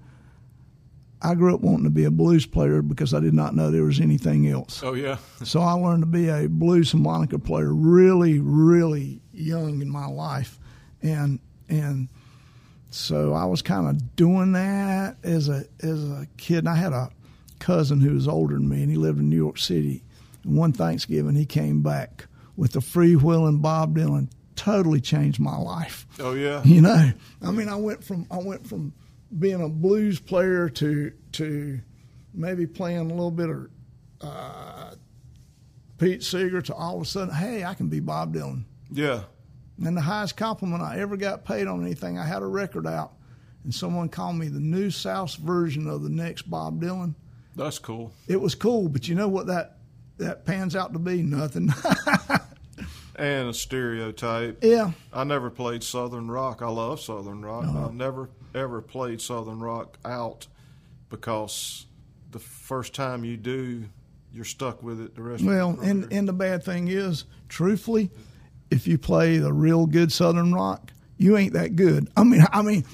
B: I grew up wanting to be a blues player because I did not know there was anything else.
A: Oh yeah.
B: So I learned to be a blues harmonica player really, really young in my life, and and so I was kind of doing that as a as a kid. And I had a cousin who was older than me, and he lived in New York City. And one Thanksgiving, he came back with the freewheeling Bob Dylan. Totally changed my life.
A: Oh yeah.
B: You know, I mean, I went from I went from being a blues player to to maybe playing a little bit of uh, Pete Seeger to all of a sudden, hey, I can be Bob Dylan.
A: Yeah.
B: And the highest compliment I ever got paid on anything, I had a record out, and someone called me the New South version of the next Bob Dylan.
A: That's cool.
B: It was cool, but you know what that that pans out to be? Nothing.
A: And a stereotype.
B: yeah.
A: I never played Southern rock. I love Southern rock.
B: Uh-huh.
A: I've never ever played Southern rock out because the first time you do, you're stuck with it the rest
B: Well,
A: of your
B: and
A: career.
B: and the bad thing is, truthfully, if you play the real good Southern rock, you ain't that good. I mean, I mean,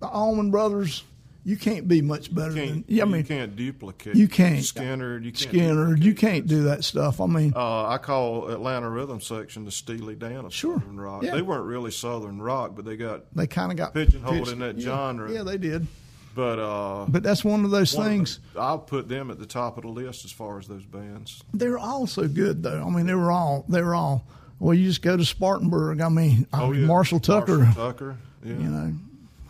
B: the Allman Brothers, you can't be much better
A: you
B: than.
A: can't,
B: Yeah, I
A: you
B: mean,
A: can't duplicate.
B: you can't.
A: Skinner. You can't
B: Skinner, you
A: duplicate.
B: can't do that stuff. I mean,
A: Uh, I call Atlanta Rhythm Section the Steely Dan of
B: Sure.
A: Southern rock.
B: Yeah.
A: They weren't really Southern rock, but they got.
B: they kind of got
A: pigeonholed
B: pitched-
A: in that
B: yeah,
A: genre.
B: Yeah, they did.
A: But uh,
B: But that's one of those
A: one of the-
B: things.
A: I'll put them at the top of the list as far as those bands.
B: they're all so good though. I mean, they were all they were all. Well, you just go to Spartanburg. I mean, I mean, Marshall Tucker.
A: Oh, Tucker. Oh, Yeah.
B: You know,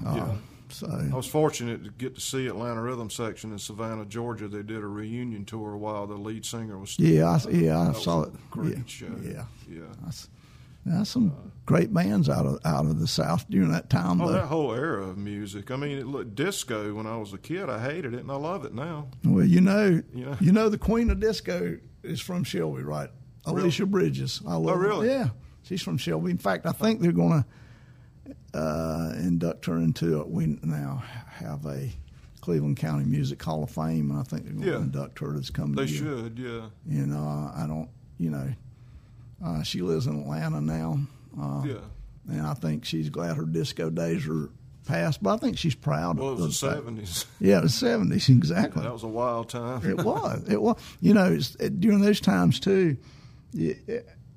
B: uh,
A: Yeah. I
B: so
A: was fortunate to get to see Atlanta Rhythm Section in Savannah, Georgia. They did a reunion tour while the lead singer was still.
B: yeah, I, yeah, I
A: That was
B: saw
A: a
B: it.
A: Great
B: yeah,
A: show.
B: yeah.
A: Yeah.
B: That's, that's some great bands out of out of the South during that time.
A: Oh,
B: though.
A: that whole era of music. I mean, it looked disco when I was a kid. I hated it, and I love it now.
B: Well, you know,
A: Yeah.
B: you know, the Queen of Disco is from Shelby, right? Alicia Bridges. I love
A: Oh,
B: her.
A: really?
B: Yeah, she's from Shelby. In fact, I think they're going to uh, induct her into it. We now have a Cleveland County Music Hall of Fame, and I think they're going to
A: Yeah.
B: induct her this coming
A: They
B: year.
A: should, yeah.
B: And uh, I don't, you know, uh, she lives in Atlanta now, uh,
A: Yeah.
B: and I think she's glad her disco days are past. But I think she's proud.
A: Well, it
B: of
A: was the
B: fact-
A: 70s.
B: Yeah, the seventies exactly.
A: That was a wild time.
B: It was. It was. You know, it's, it, during those times too. y-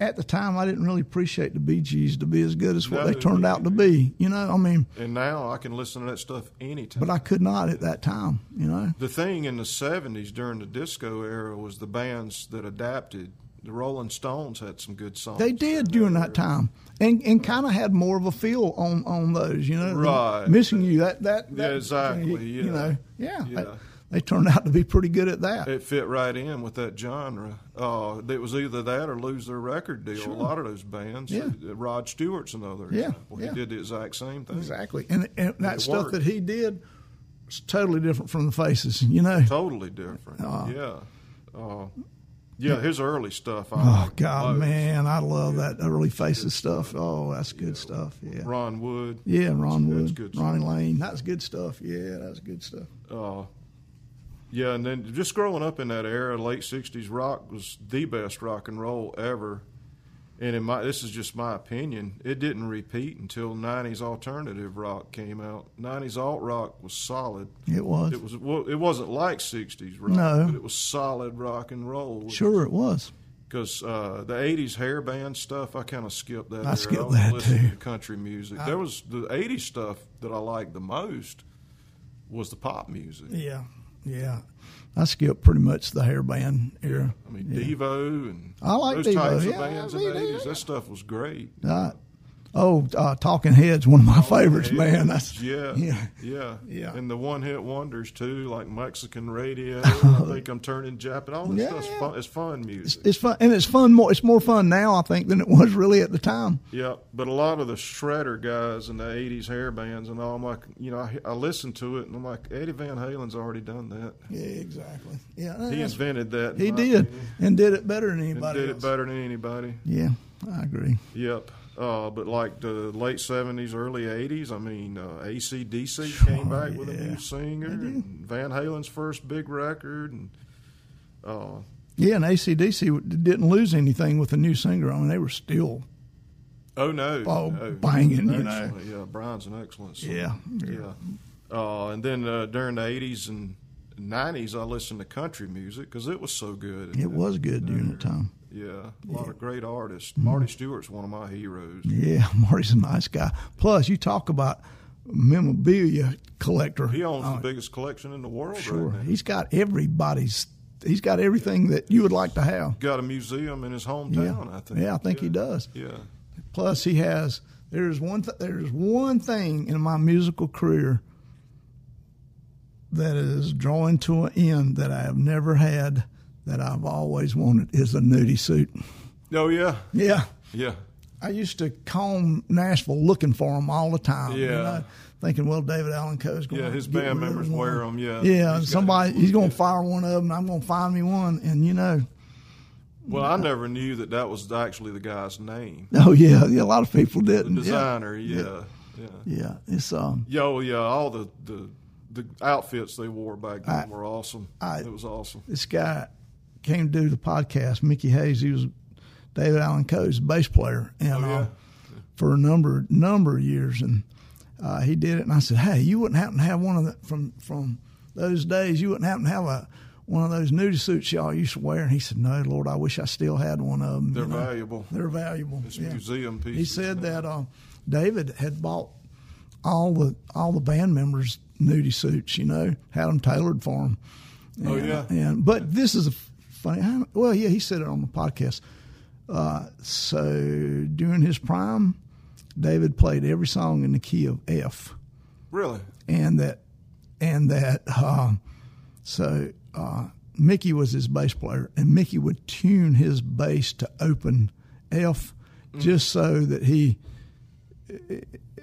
B: At the time, I didn't really appreciate the Bee Gees to be as good as what
A: No,
B: they turned out to
A: you-
B: be. You know, I mean,
A: And now I can listen to that stuff anytime.
B: but I could not at that time. You know,
A: the thing in the 70s during the disco era was the bands that adapted. The Rolling Stones had some good songs.
B: they did during that time, and and kind of had more of a feel on on those. You know,
A: Right.
B: Missing you. That that. that
A: exactly,
B: You,
A: yeah.
B: know. Yeah. They,
A: Yeah.
B: they turned out to be pretty good at that.
A: it fit right in with that genre. Uh, it was either that or lose their record deal. A lot of those bands.
B: Yeah.
A: Uh, Rod Stewart's another
B: Yeah,
A: example.
B: yeah.
A: He did the exact same thing.
B: exactly. And, and that
A: It
B: stuff
A: worked.
B: that he did was totally different from the faces. You know.
A: Totally different.
B: Uh-huh.
A: yeah. Uh, yeah, his early stuff. I
B: Oh
A: like
B: God,
A: loads.
B: man, I love that early faces stuff. Oh, that's good stuff. Yeah,
A: Ron Wood.
B: yeah, Ron
A: That's
B: Wood,
A: good stuff.
B: Ronnie Lane, that's good stuff. Yeah, that's good stuff.
A: Uh, yeah, and then just growing up in that era, late '60s rock was the best rock and roll ever. And in my, this is just my opinion. It didn't repeat until '90s alternative rock came out. '90s alt rock was solid.
B: It was,
A: It was well, it wasn't like '60s rock,
B: No.
A: but it was solid rock and roll.
B: sure it was.
A: because uh, the '80s hair band stuff, I kind of skipped that.
B: I
A: era.
B: skipped
A: was
B: that,
A: listening
B: too.
A: To country music. there was the '80s stuff that I liked the most was the pop music.
B: Yeah, yeah. I skipped pretty much the hair band era.
A: I mean, Devo and
B: I like
A: those
B: Devo,
A: types
B: yeah,
A: of bands
B: I
A: in the
B: mean,
A: 80s. That stuff was great.
B: Uh, oh, uh, Talking Heads, one of my favorites, man. That's
A: yeah,
B: yeah.
A: yeah, yeah,
B: Yeah.
A: And the one-hit wonders too, like Mexican Radio. I think I'm turning Japanese. All this
B: Oh. Yeah,
A: stuff's
B: yeah.
A: fun. It's fun music.
B: It's fun, and it's fun more. It's more fun now, I think, than it was really at the time.
A: yeah, but a lot of the shredder guys in the '80s hair bands and all. I'm like, you know, I, I listened to it and I'm like, Eddie Van Halen's already done that.
B: Yeah, exactly. Yeah,
A: He
B: that's-
A: invented that. in
B: he
A: my
B: did,
A: opinion,
B: and did it better than
A: and
B: anybody.
A: did it
B: else.
A: better than anybody.
B: Yeah, I agree.
A: Yep. Uh, but like the late seventies, early eighties, I mean, uh, ACDC came back with a
B: yeah.
A: new singer, and Van Halen's first big record, and uh,
B: Yeah, and ACDC w- didn't lose anything with the new singer. I mean, they were still.
A: oh no,
B: Oh,
A: no. Oh,
B: banging, you know.
A: Excellent. yeah, Brian's an excellent, singer.
B: Yeah.
A: yeah. Uh, and then uh, during the 80s and 90s, I listened to country music because it was so good.
B: It was good during that time.
A: Yeah, a lot of great artists.
B: Mm-hmm.
A: Marty Stewart's one of my heroes.
B: Yeah, Marty's a nice guy. Plus, you talk about memorabilia collector.
A: He owns the biggest collection in the world
B: Oh. Sure,
A: right now.
B: he's got everybody's. He's got everything that you would like to have.
A: Got a museum in his hometown, I think.
B: Yeah, I think he does.
A: Yeah.
B: Plus, he has. There's one. Th- there's one thing in my musical career that is drawing to an end that I have never had that I've always wanted is a nudie suit.
A: Oh, yeah.
B: Yeah,
A: Yeah.
B: I used to comb Nashville looking for them all the time. you
A: Yeah.
B: know, thinking, well, David Allen Coe's going.
A: Yeah, his band members wear them. Yeah.
B: Yeah,
A: He's got-
B: somebody he's going to fire one of them. I'm going to find me one, and you know,
A: Well, I never knew that that was actually the guy's name.
B: oh yeah, yeah a lot of people didn't.
A: Designer, yeah. Yeah.
B: Yeah, yeah, it's um,
A: Yo, yeah, all the, the, the outfits they wore back then
B: I-
A: were awesome.
B: I-
A: it was awesome.
B: this guy came to do the podcast, Mickey Hayes. He was David Allen Coe's bass player, and
A: Oh, yeah.
B: uh, for a number number of years, and uh, he did it. And I said, "Hey, you wouldn't happen to have one of the from from those days? You wouldn't happen to have a one of those nudie suits y'all used to wear?" And he said, "No, Lord, I wish I still had one of them.
A: They're valuable.
B: They're valuable.
A: It's
B: yeah.
A: museum pieces.
B: He said that uh, David had bought all the all the band members nudie suits, you know, had them tailored for him.
A: Oh, yeah.
B: And but this is a f- funny. I don't- Well, yeah, he said it on the podcast. Uh, so during his prime, David played every song in the key of F,
A: Really?
B: and that and that. Um, so uh, Mickey was his bass player, and Mickey would tune his bass to open F,
A: Mm.
B: just so that he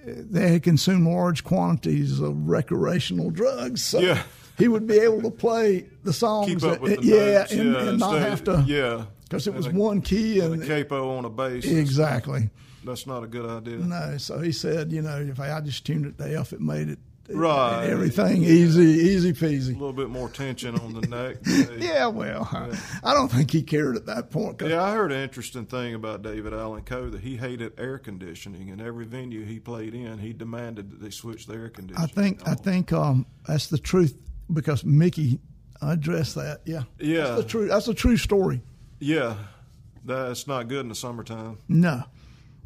B: they had consumed large quantities of recreational drugs. So
A: Yeah.
B: he would be able to play the songs.
A: Keep up
B: that-
A: with the
B: yeah,
A: notes,
B: and, and not
A: instead-
B: have to.
A: Yeah.
B: Because it was
A: And a-
B: one key
A: and
B: and
A: a capo on a bass.
B: exactly.
A: That's not a good idea.
B: No, so he said, you know, if I just tuned it to F, it made it it-
A: Right.
B: everything easy, easy
A: A
B: peasy.
A: little bit more tension on the neck. Dave.
B: Yeah, well, I don't think he cared at that point. 'cause-
A: Yeah, I heard an interesting thing about David Allen Coe that he hated air conditioning, and every venue he played in, he demanded that they switch the air conditioning.
B: I think I think um, that's the truth because Mickey addressed that. Yeah,
A: Yeah.
B: that's the true. That's a true story.
A: Yeah, that's not good in the summertime,
B: No,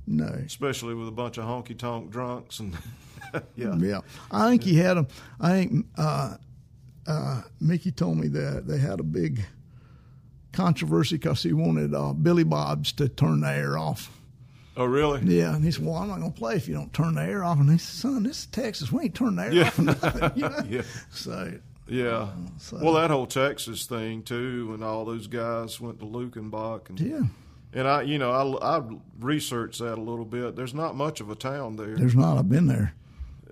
B: no.
A: especially with a bunch of honky tonk drunks. And yeah,
B: Yeah, I think he had them. I think uh, uh, Mickey told me that they had a big controversy because he wanted uh, Billy Bob's to turn the air off.
A: oh really?
B: Yeah, and he said, "Well, I'm not going to play if you don't turn the air off." And he said, "Son, this is Texas. We ain't turning the air
A: Yeah.
B: off." or Nothing, you know?
A: Yeah.
B: So
A: Yeah.
B: So-
A: Well, that whole Texas thing too, and all those guys went to Lukenbach, and
B: yeah,
A: and I, you know, I, I researched that a little bit. There's not much of a town there.
B: there's not. I've been there.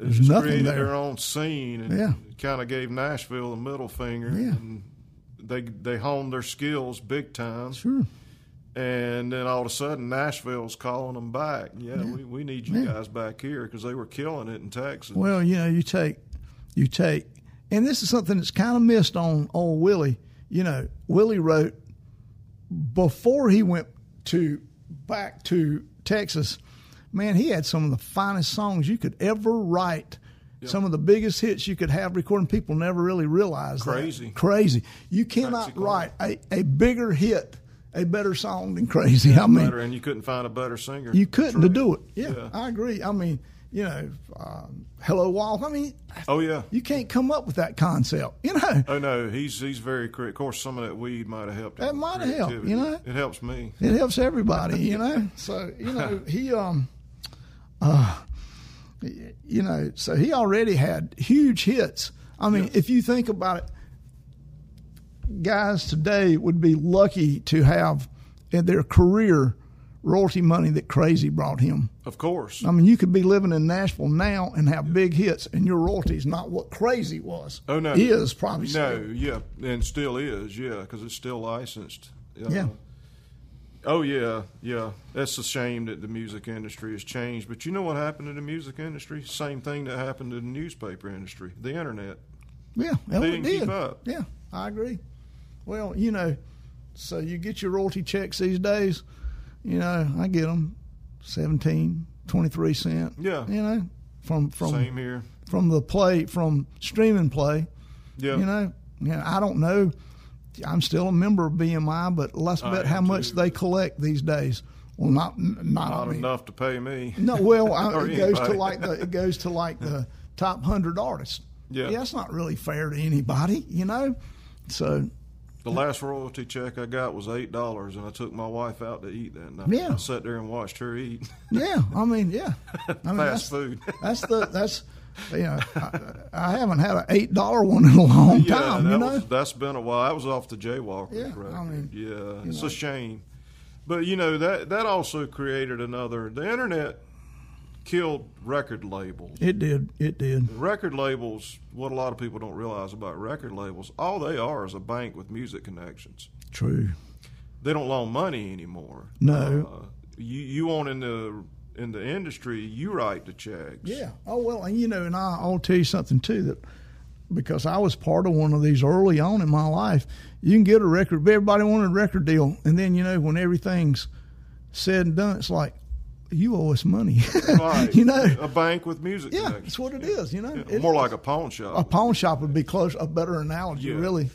A: It's
B: There's nothing
A: created
B: there.
A: their own scene and
B: Yeah.
A: kind of gave Nashville the middle finger.
B: Yeah.
A: And they they honed their skills big time.
B: Sure.
A: And then all of a sudden, Nashville's calling them back. Yeah, We, we need you guys back here because they were killing it in Texas.
B: Well, you know, you take, you take, and this is something that's kind of missed on old Willie. You know, Willie wrote before he went to back to Texas. Man, he had some of the finest songs you could ever write. Some of the biggest hits you could have recording. People never really realize that.
A: Crazy.
B: Crazy. You cannot
A: Crazy.
B: write a, a bigger hit, a better song than Crazy. I mean,
A: and you couldn't find a better singer.
B: you couldn't to do it. Yeah,
A: Yeah.
B: I agree. I mean, you know, um, Hello Wall. I mean,
A: Oh, yeah.
B: you can't come up with that concept. You know,
A: Oh, no, he's he's very cre Of course, some of that weed might have helped.
B: That
A: him with
B: might have helped,
A: creativity.
B: you know?
A: It helps me.
B: it helps everybody. You know, so you know he um, uh, you know, so he already had huge hits. I mean, if you think about it, guys today would be lucky to have in their career royalty money that Crazy brought him.
A: Of course.
B: I mean, you could be living in Nashville now and have big hits, and your royalties not what crazy was.
A: Oh, no.
B: is probably
A: No,
B: still.
A: yeah, and still is, yeah, because it's still licensed.
B: Yeah.
A: Oh yeah, yeah. That's a shame that the music industry has changed. But you know what happened to the music industry? Same thing that happened to the newspaper industry, the internet.
B: Yeah, well,
A: They
B: it
A: didn't
B: did.
A: keep up.
B: Yeah, I agree. Well, you know, so you get your royalty checks these days. You know, I get them 17, 23 cent.
A: Yeah.
B: You know, from from
A: Same here.
B: from the play from streaming play.
A: Yeah.
B: You know, you know, I don't know. I'm still a member of BMI, but let's bet how
A: am
B: much
A: too.
B: they collect these days. Well, not n- not,
A: Not
B: I mean,
A: enough to pay me.
B: No, well, I,
A: Or
B: it goes to
A: anybody.
B: like the it goes to like the top hundred artists.
A: Yeah.
B: that's not really fair to anybody, you know. So
A: The last royalty check I got was eight dollars, and I took my wife out to eat that night.
B: Yeah.
A: I sat there and watched her eat
B: yeah, I mean, yeah, I mean,
A: fast food.
B: That's the that's you know I, I haven't had an eight dollar one in a long
A: yeah,
B: time.
A: that
B: you know,
A: was, that's been a while. I was off the Jaywalkers
B: Yeah, I
A: record.
B: mean,
A: yeah, it's a shame. But you know that that also created another. The internet killed record labels.
B: it did, it did.
A: Record labels. What a lot of people don't realize about record labels, all they are is a bank with music connections.
B: True.
A: They don't loan money anymore.
B: No.
A: Uh, you you on in the in the industry, you write the checks.
B: Yeah. Oh well, and you know, and I, I'll tell you something too that because I was part of one of these early on in my life, you can get a record. Everybody wanted a record deal, and then you know when everything's said and done, it's like you owe us money.
A: Right.
B: you know.
A: a bank with music.
B: Yeah,
A: connections.
B: that's what it is. You know, It-
A: More like a pawn shop.
B: a pawn shop would be close, a better analogy,
A: Yeah.
B: really,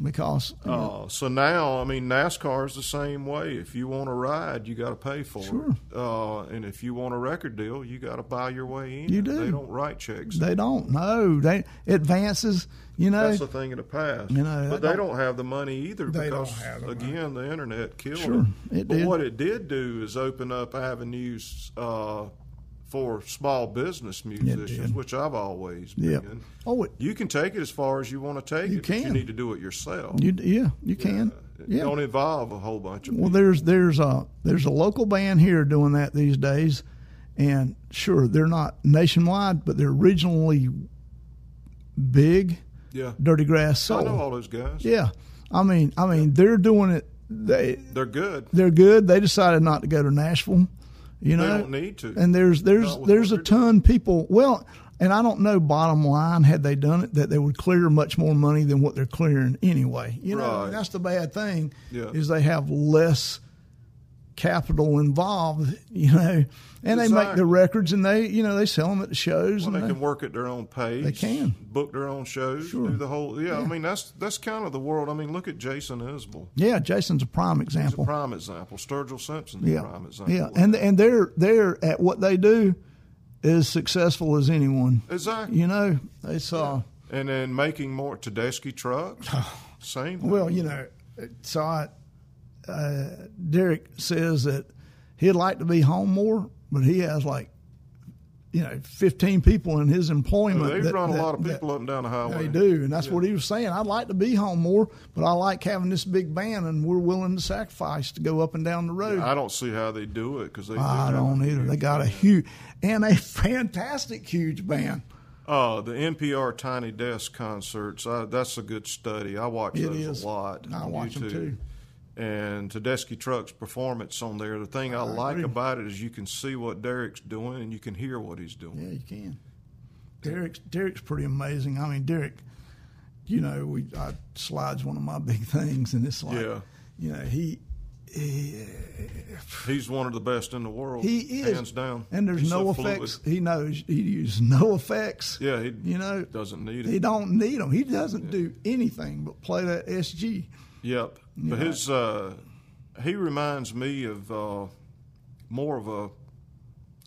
B: because you know,
A: Uh, so now, I mean, NASCAR is the same way. If you want a ride, you got to pay for
B: Sure.
A: it. Uh, and if you want a record deal, you got to buy your way in.
B: You do.
A: They don't write checks.
B: they don't know. They advances, you know.
A: That's a thing of the past.
B: You know,
A: but
B: that
A: they
B: don't-
A: don't have the money either
B: They don't
A: because,
B: have the money.
A: again, the internet killed
B: Sure,
A: it.
B: it
A: but
B: did.
A: what it did do is open up avenues uh, for small business musicians,
B: did.
A: which I've always been.
B: yeah. Oh, it,
A: You can take it as far as you want to take it,
B: You
A: but
B: can.
A: you need to do it yourself.
B: you yeah, you can. Yeah.
A: Don't involve a whole bunch of people.
B: Well, there's there's a there's a local band here doing that these days, and sure they're not nationwide, but they're regionally big.
A: Yeah.
B: Dirty Grass
A: I know
B: Soul.
A: all those guys.
B: Yeah, I mean, I mean, they're doing it. They
A: They're good.
B: they're good. They decided not to go to Nashville.
A: They
B: You know,
A: don't need to.
B: and there's there's
A: Not with
B: there's a
A: what they're doing.
B: ton people well and i don't know bottom line had they done it that they would clear much more money than what they're clearing anyway you know
A: Right.
B: and that's the bad thing
A: Yeah.
B: is they have less capital involved you know and they make
A: Exactly.
B: the records and they you know they sell them at the shows
A: Well, they
B: and
A: can work at their own pace.
B: uh, They can.
A: book their own shows.
B: Sure.
A: Do the whole. Yeah, I mean that's that's kind of the world. I mean, look at Jason Isbell.
B: yeah jason's a prime
A: He's a
B: example
A: prime example. Sturgill Simpson's
B: yeah
A: a prime example.
B: yeah and and they're they're at what they do as successful as anyone
A: exactly.
B: you know it's uh
A: And then making more Tedeschi trucks. Same. thing.
B: Well, you know, so I, uh, Derek says that he'd like to be home more, but he has like, you know, 15 people in his employment.
A: they
B: that-
A: run a
B: that-
A: lot of
B: that
A: people up and down the highway.
B: They do, and that's what he was saying. I'd like to be home more, but I like having this big band, and we're willing to sacrifice to go up and down the road.
A: I don't see how they do it because they.
B: I don't either. They got a huge and a fantastic huge band.
A: Uh, the NPR Tiny Desk concerts. I, that's a good study. I watch
B: It
A: those
B: is.
A: a lot.
B: I
A: on
B: watch 'em
A: YouTube.
B: too.
A: And Tedeschi Truck's performance on there. The thing I, like about it is you can see what Derek's doing and you can hear what he's doing.
B: Yeah, you can. Derek's Derek's pretty amazing. I mean, Derek, you know, we I slides one of my big things, and it's like,
A: Yeah.
B: you know, he
A: He's one of the best in the world.
B: he is
A: hands down.
B: and there's
A: He's
B: no
A: so fluid.
B: effects. He knows he uses no effects.
A: Yeah, he
B: you know,
A: doesn't need
B: he
A: it.
B: don't need them. He doesn't do anything but play that SG.
A: Yep. But his uh, he reminds me of uh, more of a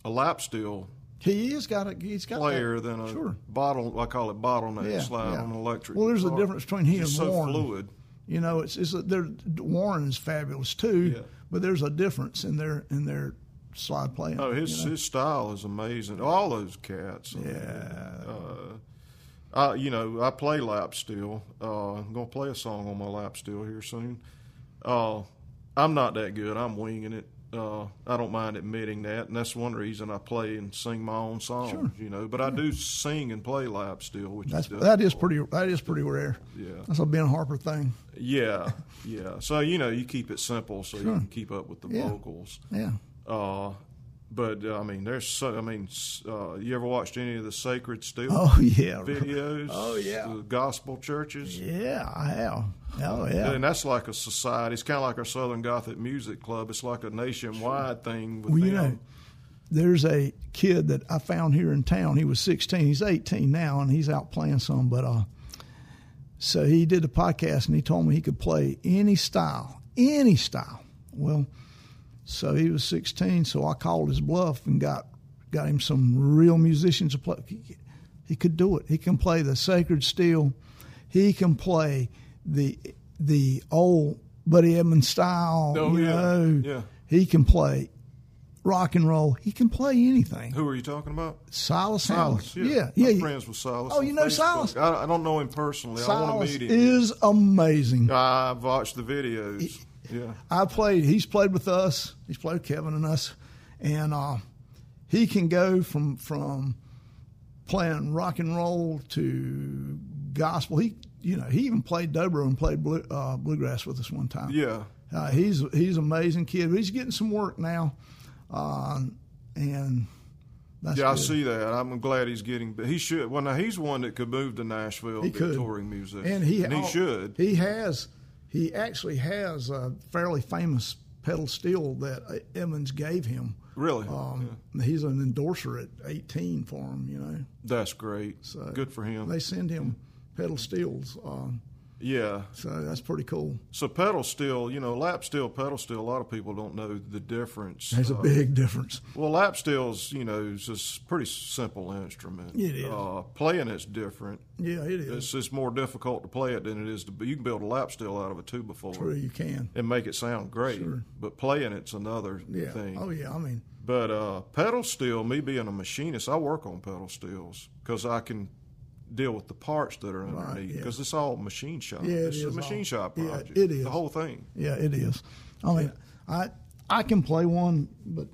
A: a lap steel
B: He is got a he's got that-
A: player than a
B: sure.
A: bottle. I call it bottleneck
B: Yeah,
A: slide
B: yeah.
A: on an electric.
B: Well, there's a
A: guitar.
B: difference between he
A: He's
B: and
A: so
B: Warren.
A: fluid.
B: You know, it's it's there. Warren is fabulous too,
A: Yeah.
B: but there's a difference in their in their slide playing.
A: Oh, his
B: you know?
A: his style is amazing. All those cats.
B: yeah,
A: I, you know, I play lap steel. Uh, I'm gonna play a song on my lap steel here soon. Uh, I'm not that good. I'm winging it. Uh, I don't mind admitting that, and that's one reason I play and sing my own songs. You know, but I do sing and play lap steel, which
B: that's
A: is
B: that is pretty that is pretty rare.
A: Yeah.
B: that's a Ben Harper thing.
A: yeah, yeah. So you know, you keep it simple so you can keep up with the vocals.
B: Yeah,
A: Uh, but uh, I mean, there's so I mean, s- uh, you ever watched any of the Sacred Steel
B: oh yeah,
A: videos?
B: Oh, yeah.
A: the gospel churches.
B: yeah, I have. Oh yeah,
A: And that's like a society. It's kind of like our Southern Gothic Music Club. It's like a nationwide thing. With
B: well you
A: them.
B: know, there's a kid that I found here in town. He was 16. He's 18 now, and he's out playing some. But uh, so he did a podcast, and he told me he could play any style, any style. Well, so he was 16. So I called his bluff and got got him some real musicians to play. He- He could do it. He can play the sacred steel. He can play the the old Buddy Edmonds style.
A: Oh,
B: you
A: yeah.
B: know.
A: Yeah.
B: He can play rock and roll. He can play anything.
A: Who are you talking about?
B: Silas,
A: Silas.
B: Silas.
A: Yeah,
B: Yeah, yeah.
A: I'm friends with Silas.
B: Oh,
A: on
B: you know
A: Facebook.
B: Silas?
A: I, I don't know him personally. I want
B: Silas
A: to meet him.
B: is amazing.
A: I've watched the videos. Yeah.
B: I played. He's played with us. He's played with Kevin and us, and uh, he can go from from playing rock and roll to gospel. He, you know, he even played dobro and played blue, uh, bluegrass with us one time.
A: Yeah.
B: Uh, he's he's an amazing kid. He's getting some work now, uh, and that's
A: Yeah, I
B: good.
A: see that. I'm glad he's getting. But he should. Well, now he's one that could move to Nashville.
B: He
A: be a
B: could.
A: touring musician,
B: and he
A: and he should.
B: He has. He actually has a fairly famous pedal steel that uh, Emmons gave him.
A: really,
B: Um, He's an endorser at 18 for him, you know.
A: that's great. Good for him.
B: They send him pedal steels, um,
A: yeah.
B: so that's pretty cool.
A: So pedal steel, you know, lap steel, pedal steel. A lot of people don't know the difference.
B: There's a
A: Uh,
B: big difference.
A: Well, lap steel's you know is a pretty simple instrument.
B: It is.
A: Uh, playing it's different.
B: Yeah, it is.
A: It's it's more difficult to play it than it is to. You can build a lap steel out of a two before
B: True, you can.
A: and make it sound great, but playing it's another
B: Yeah.
A: thing.
B: Oh yeah. I mean,
A: But uh, pedal steel, me being a machinist, I work on pedal steels because I can deal with the parts that are underneath.
B: yeah.
A: Because it's all machine shop.
B: Yeah, it
A: it's a
B: is
A: machine
B: all-
A: shop
B: yeah,
A: project.
B: it is.
A: the whole thing.
B: yeah, it is. I mean, I I can play one, but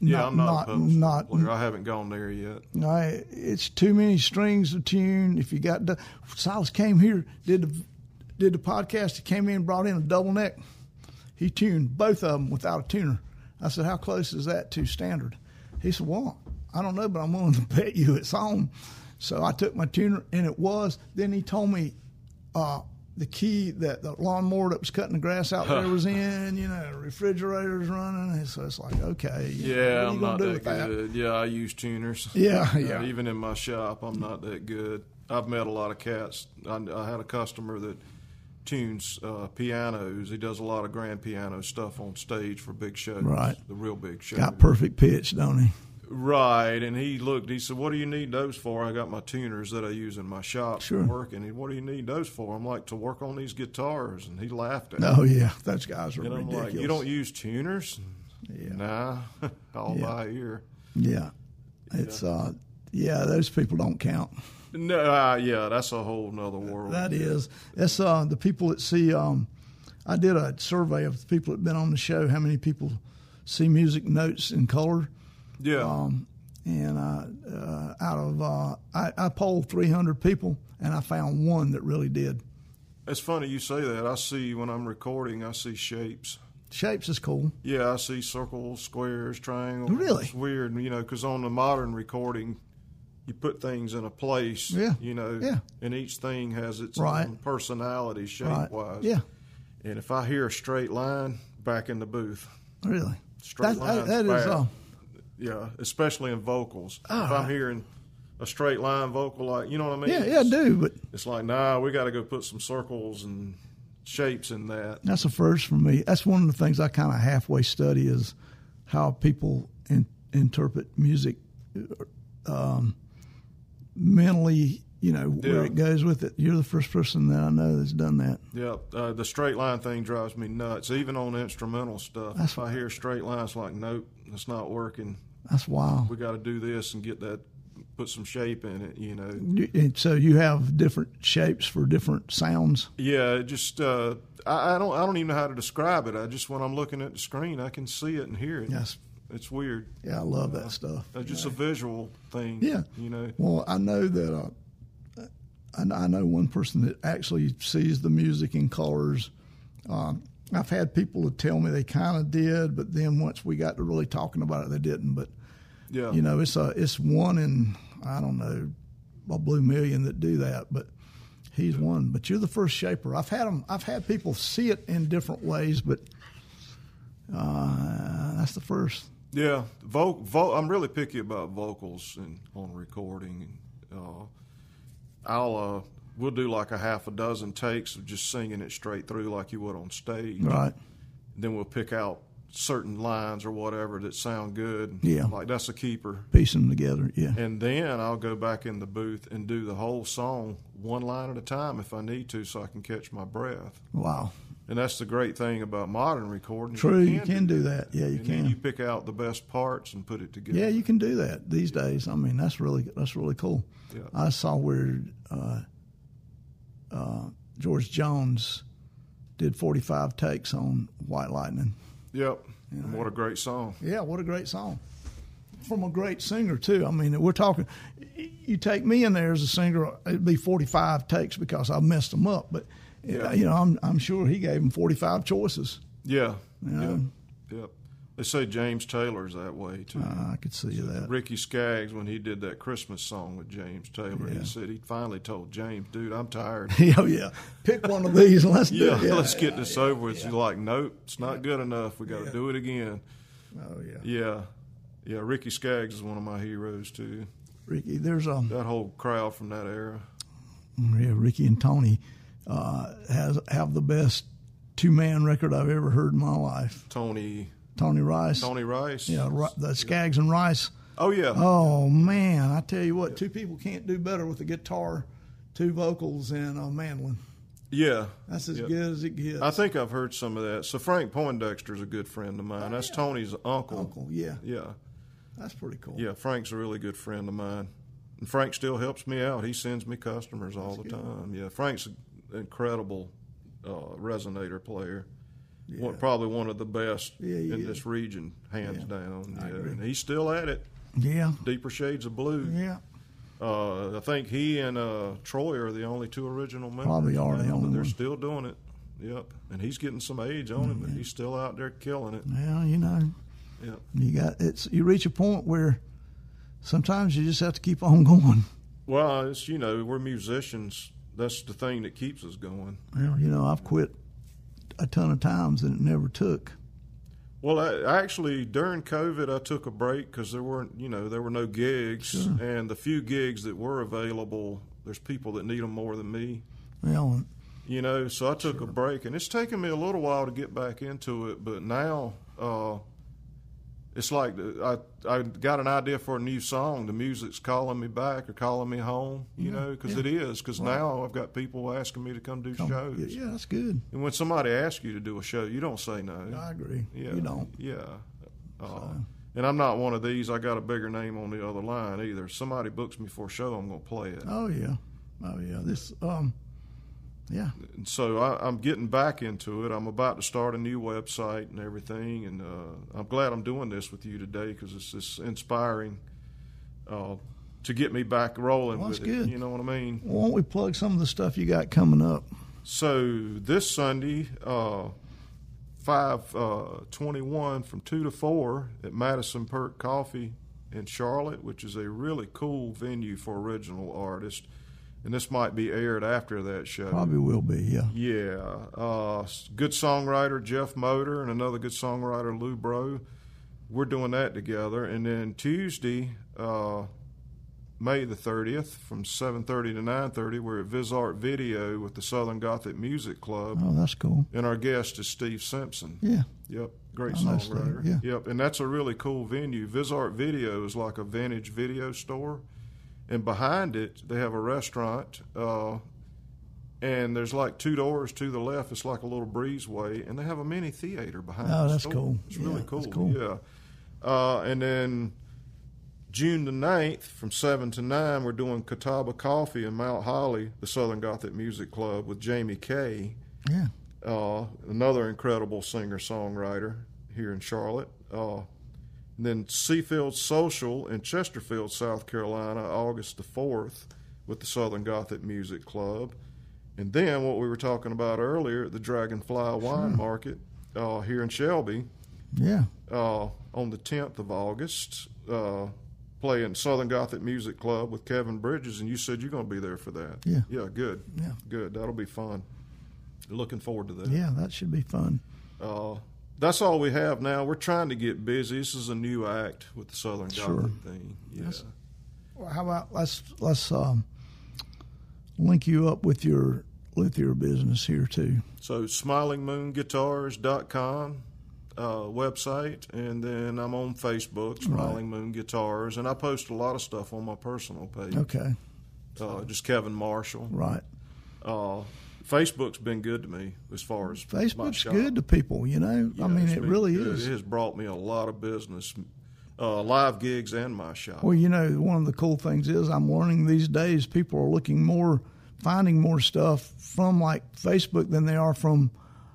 A: Yeah,
B: not,
A: I'm not, a pedal steel
B: not,
A: player. I haven't gone there yet.
B: No, I- it's too many strings to tune. If you got du- Silas came here, did the did the podcast. He came in, and brought in a double neck. He tuned both of them without a tuner. I said, "How close is that to standard?" He said, "Well, I don't know, but I'm willing to bet you it's on." So I took my tuner, and it was. Then he told me uh, the key that the lawnmower that was cutting the grass out there was in. You know, refrigerator's running. And so it's like, okay, you know, what are
A: Yeah,
B: you
A: I'm
B: gonna
A: not
B: do
A: that
B: with that?
A: good. Yeah, I use tuners.
B: Yeah,
A: Uh,
B: yeah.
A: even in my shop, I'm not that good. I've met a lot of cats. I, I had a customer that tunes uh, pianos. He does a lot of grand piano stuff on stage for big shows.
B: Right.
A: The real big shows.
B: Got perfect pitch, don't he?
A: Right, and he looked. He said, "What do you need those for?" I got my tuners that I use in my shop
B: Sure.
A: working. He, what do you need those for? I'm like to work on these guitars, and he laughed at
B: Oh yeah, those guys are
A: me. And I'm
B: ridiculous.
A: like, "You don't use tuners?"
B: Yeah.
A: Nah, all
B: Yeah.
A: by ear.
B: yeah, it's uh, yeah, those people don't count.
A: No, uh, yeah, that's a whole nother world.
B: That is, that's uh, the people that see. Um, I did a survey of the people that've been on the show. How many people see music notes in color?
A: yeah,
B: um, And uh, uh, out of uh, I, I polled 300 people, and I found one that really did.
A: it's funny you say that. I see when I'm recording, I see shapes.
B: Shapes is cool.
A: Yeah, I see circles, squares, triangles.
B: Really?
A: It's weird, you know, because on the modern recording, you put things in a place,
B: Yeah.
A: you know,
B: Yeah.
A: and each thing has its
B: Right.
A: own personality shape
B: Right.
A: wise.
B: Yeah,
A: And if I hear a straight line, back in the booth.
B: really.
A: Straight
B: That- that-
A: lines
B: that is
A: bad.
B: uh,
A: Yeah, especially in vocals. if I'm hearing a straight line vocal, like, you know what I mean?
B: Ah. yeah, yeah, I
A: It's-
B: do, but
A: It's like, nah, we got to go put some circles and shapes in that.
B: That's a first for me. That's one of the things I kind of halfway study is how people in, interpret music uh, um, mentally, you know,
A: Yeah.
B: where it goes with it. You're the first person that I know that's done that.
A: Yep, uh, the straight line thing drives me nuts. Even on instrumental stuff,
B: That's
A: if I hear straight lines, like, nope, it's not working.
B: That's wild.
A: We got to do this and get that, put some shape in it. You know,
B: You- And so you have different shapes for different sounds.
A: yeah, it just uh, I, I don't I don't even know how to describe it. I just when I'm looking at the screen, I can see it and hear it.
B: Yes.
A: it's weird.
B: Yeah, I love that stuff.
A: It's just a visual thing.
B: Yeah.
A: you know.
B: Well, I know that uh, I, I know one person that actually sees the music in colors. Um, I've had people to tell me they kind of did, but then once we got to really talking about it, they didn't. But
A: Yeah,
B: you know, it's a, it's one in I don't know a blue million that do that, but he's one. But you're the first shaper. I've had 'em- I've had people see it in different ways, but uh, that's the first.
A: Yeah, vo- vo- I'm really picky about vocals and on recording. Uh, I'll uh, we'll do like a half a dozen takes of just singing it straight through like you would on stage.
B: Right.
A: Then we'll pick out certain lines or whatever that sound good.
B: Yeah.
A: like that's a keeper.
B: Piece them together. Yeah.
A: And then I'll go back in the booth and do the whole song one line at a time if I need to, so I can catch my breath.
B: Wow.
A: And that's the great thing about modern recording. is
B: True. You can do that. Yeah, you
A: and then you
B: can.
A: pick out the best parts and put it together.
B: Yeah, you can do that these days. I mean, that's really that's really cool.
A: Yeah.
B: I saw where uh, uh, George Jones did 45 takes on White Lightning.
A: Yep. And what a great song.
B: Yeah, what a great song from a great singer too. I mean, we're talking. You take me in there as a singer, it'd be forty-five takes because I messed them up. But
A: Yeah.
B: you know, I'm I'm sure he gave him forty-five choices.
A: Yeah. Yep. Yep. They say James Taylor's that way too.
B: I could see that.
A: Ricky Skaggs, when he did that Christmas song with James Taylor, he said he finally told James, "Dude, I'm tired.
B: Yeah, Oh, yeah. Pick one of these and let's
A: Yeah,
B: do it. Yeah.
A: let's get this over with." He's like, "Nope, it's not good enough. We got to do it again."
B: Oh yeah,
A: Yeah, yeah. Ricky Skaggs is one of my heroes too.
B: Ricky. There's um, a
A: That whole crowd from that era.
B: yeah. Ricky and Tony uh, has have the best two-man record I've ever heard in my life.
A: Tony,
B: Tony Rice.
A: Tony Rice.
B: Yeah, Ri- the Skaggs and Rice.
A: Oh yeah.
B: Oh man, I tell you what, two people can't do better with a guitar, two vocals, and a mandolin.
A: yeah.
B: That's as
A: Yeah.
B: good as it gets.
A: I think I've heard some of that. So Frank Poindexter's a good friend of mine. That's Tony's uncle.
B: Uncle, yeah,
A: Yeah,
B: that's pretty cool.
A: yeah. Frank's a really good friend of mine, and Frank still helps me out. He sends me customers all the time. Yeah, Frank's an incredible uh, resonator player. One, probably one of the best
B: Yeah, he
A: in
B: is.
A: this region, hands down. Yeah, and he's still at it.
B: yeah,
A: Deeper shades of blue.
B: yeah.
A: Uh, I think he and uh, Troy are the only two original members.
B: Probably are the
A: now, but
B: only
A: They're
B: one.
A: still doing it. Yep, and he's getting some age on him, but he's still out there killing it.
B: Well, you know,
A: Yep.
B: you got it's. You reach a point where sometimes you just have to keep on going.
A: Well, it's you know we're musicians. That's the thing that keeps us going.
B: Well, you know, I've quit a ton of times and it never took.
A: Well, I, I actually during COVID, I took a break because there weren't you know there were no gigs, and the few gigs that were available, there's people that need them more than me.
B: Well, um,
A: You know, so I took a break, and it's taken me a little while to get back into it. But now, uh, it's like the- I I got an idea for a new song. The music's calling me back or calling me home. You know, 'cause know, because it is. Because now I've got people asking me to come do shows.
B: yeah, that's good.
A: And when somebody asks you to do a show, you don't say no.
B: I agree.
A: yeah,
B: You don't.
A: Yeah. Uh, And I'm not one of these. I got a bigger name on the other line either. Somebody books me for a show, I'm going to play it.
B: Oh yeah, oh yeah. This um, yeah.
A: And so I, I'm getting back into it. I'm about to start a new website and everything. And uh, I'm glad I'm doing this with you today because it's, it's inspiring uh, to get me back rolling
B: Well,
A: with
B: that's
A: it.
B: good.
A: You know what I mean?
B: Why don't we plug some of the stuff you got coming up?
A: So this Sunday, uh, five uh, twenty-one from two to four at Madison Perk Coffee in Charlotte, which is a really cool venue for original artists. And this might be aired after that show.
B: Probably will be, yeah.
A: Yeah, uh, s- good songwriter Jeff Motor and another good songwriter Lou Bro. We're doing that together, and then Tuesday, uh, May the thirtieth, from seven thirty to nine thirty, we're at Vizart Video with the Southern Gothic Music Club,
B: Oh, that's cool.
A: and our guest is Steve Simpson.
B: Yeah.
A: Yep, great
B: I know Steve,
A: songwriter.
B: yeah.
A: Yep, and that's a really cool venue. Vizart Video is like a vintage video store, and behind it they have a restaurant. Uh, and there's like two doors to the left. It's like a little breezeway, and they have a mini theater behind.
B: Oh,
A: the
B: that's
A: store.
B: cool.
A: It's
B: Yeah,
A: really cool.
B: that's cool.
A: Yeah. Uh, and then June the 9th from 7 to 9, we're doing Catawba Coffee in Mount Holly, the Southern Gothic Music Club, with Jamie Kay
B: Yeah.
A: uh, another incredible singer songwriter here in Charlotte. Uh, and then Seafield Social in Chesterfield, South Carolina, August the 4th with the Southern Gothic Music Club. And then what we were talking about earlier, the Dragonfly Wine Market uh, here in Shelby
B: Yeah.
A: uh, on the 10th of August, uh, playing Southern Gothic Music Club with Kevin Bridges, and you said you're going to be there for that.
B: Yeah.
A: Yeah, good.
B: Yeah.
A: Good. That'll be fun. Looking forward to that.
B: Yeah, that should be fun.
A: Uh, that's all we have now. We're trying to get busy. This is a new act with the Southern
B: Sure.
A: Gothic thing. Yeah.
B: Well, how about let's let's um, link you up with your with your business here too.
A: So smilingmoonguitars.com uh, website, and then I'm on Facebook, Smiling Moon Guitars, and I post a lot of stuff on my personal page.
B: Okay,
A: Uh, just Kevin Marshall.
B: right.
A: Uh, Facebook's been good to me as far as my
B: Facebook's
A: shop.
B: good to people, you know.
A: Yeah,
B: I mean,
A: it's
B: it
A: been
B: really
A: good.
B: is.
A: It has brought me a lot of business, uh, live gigs, and my shop.
B: Well, you know, one of the cool things is I'm learning these days people are looking more, finding more stuff from like Facebook than they are from.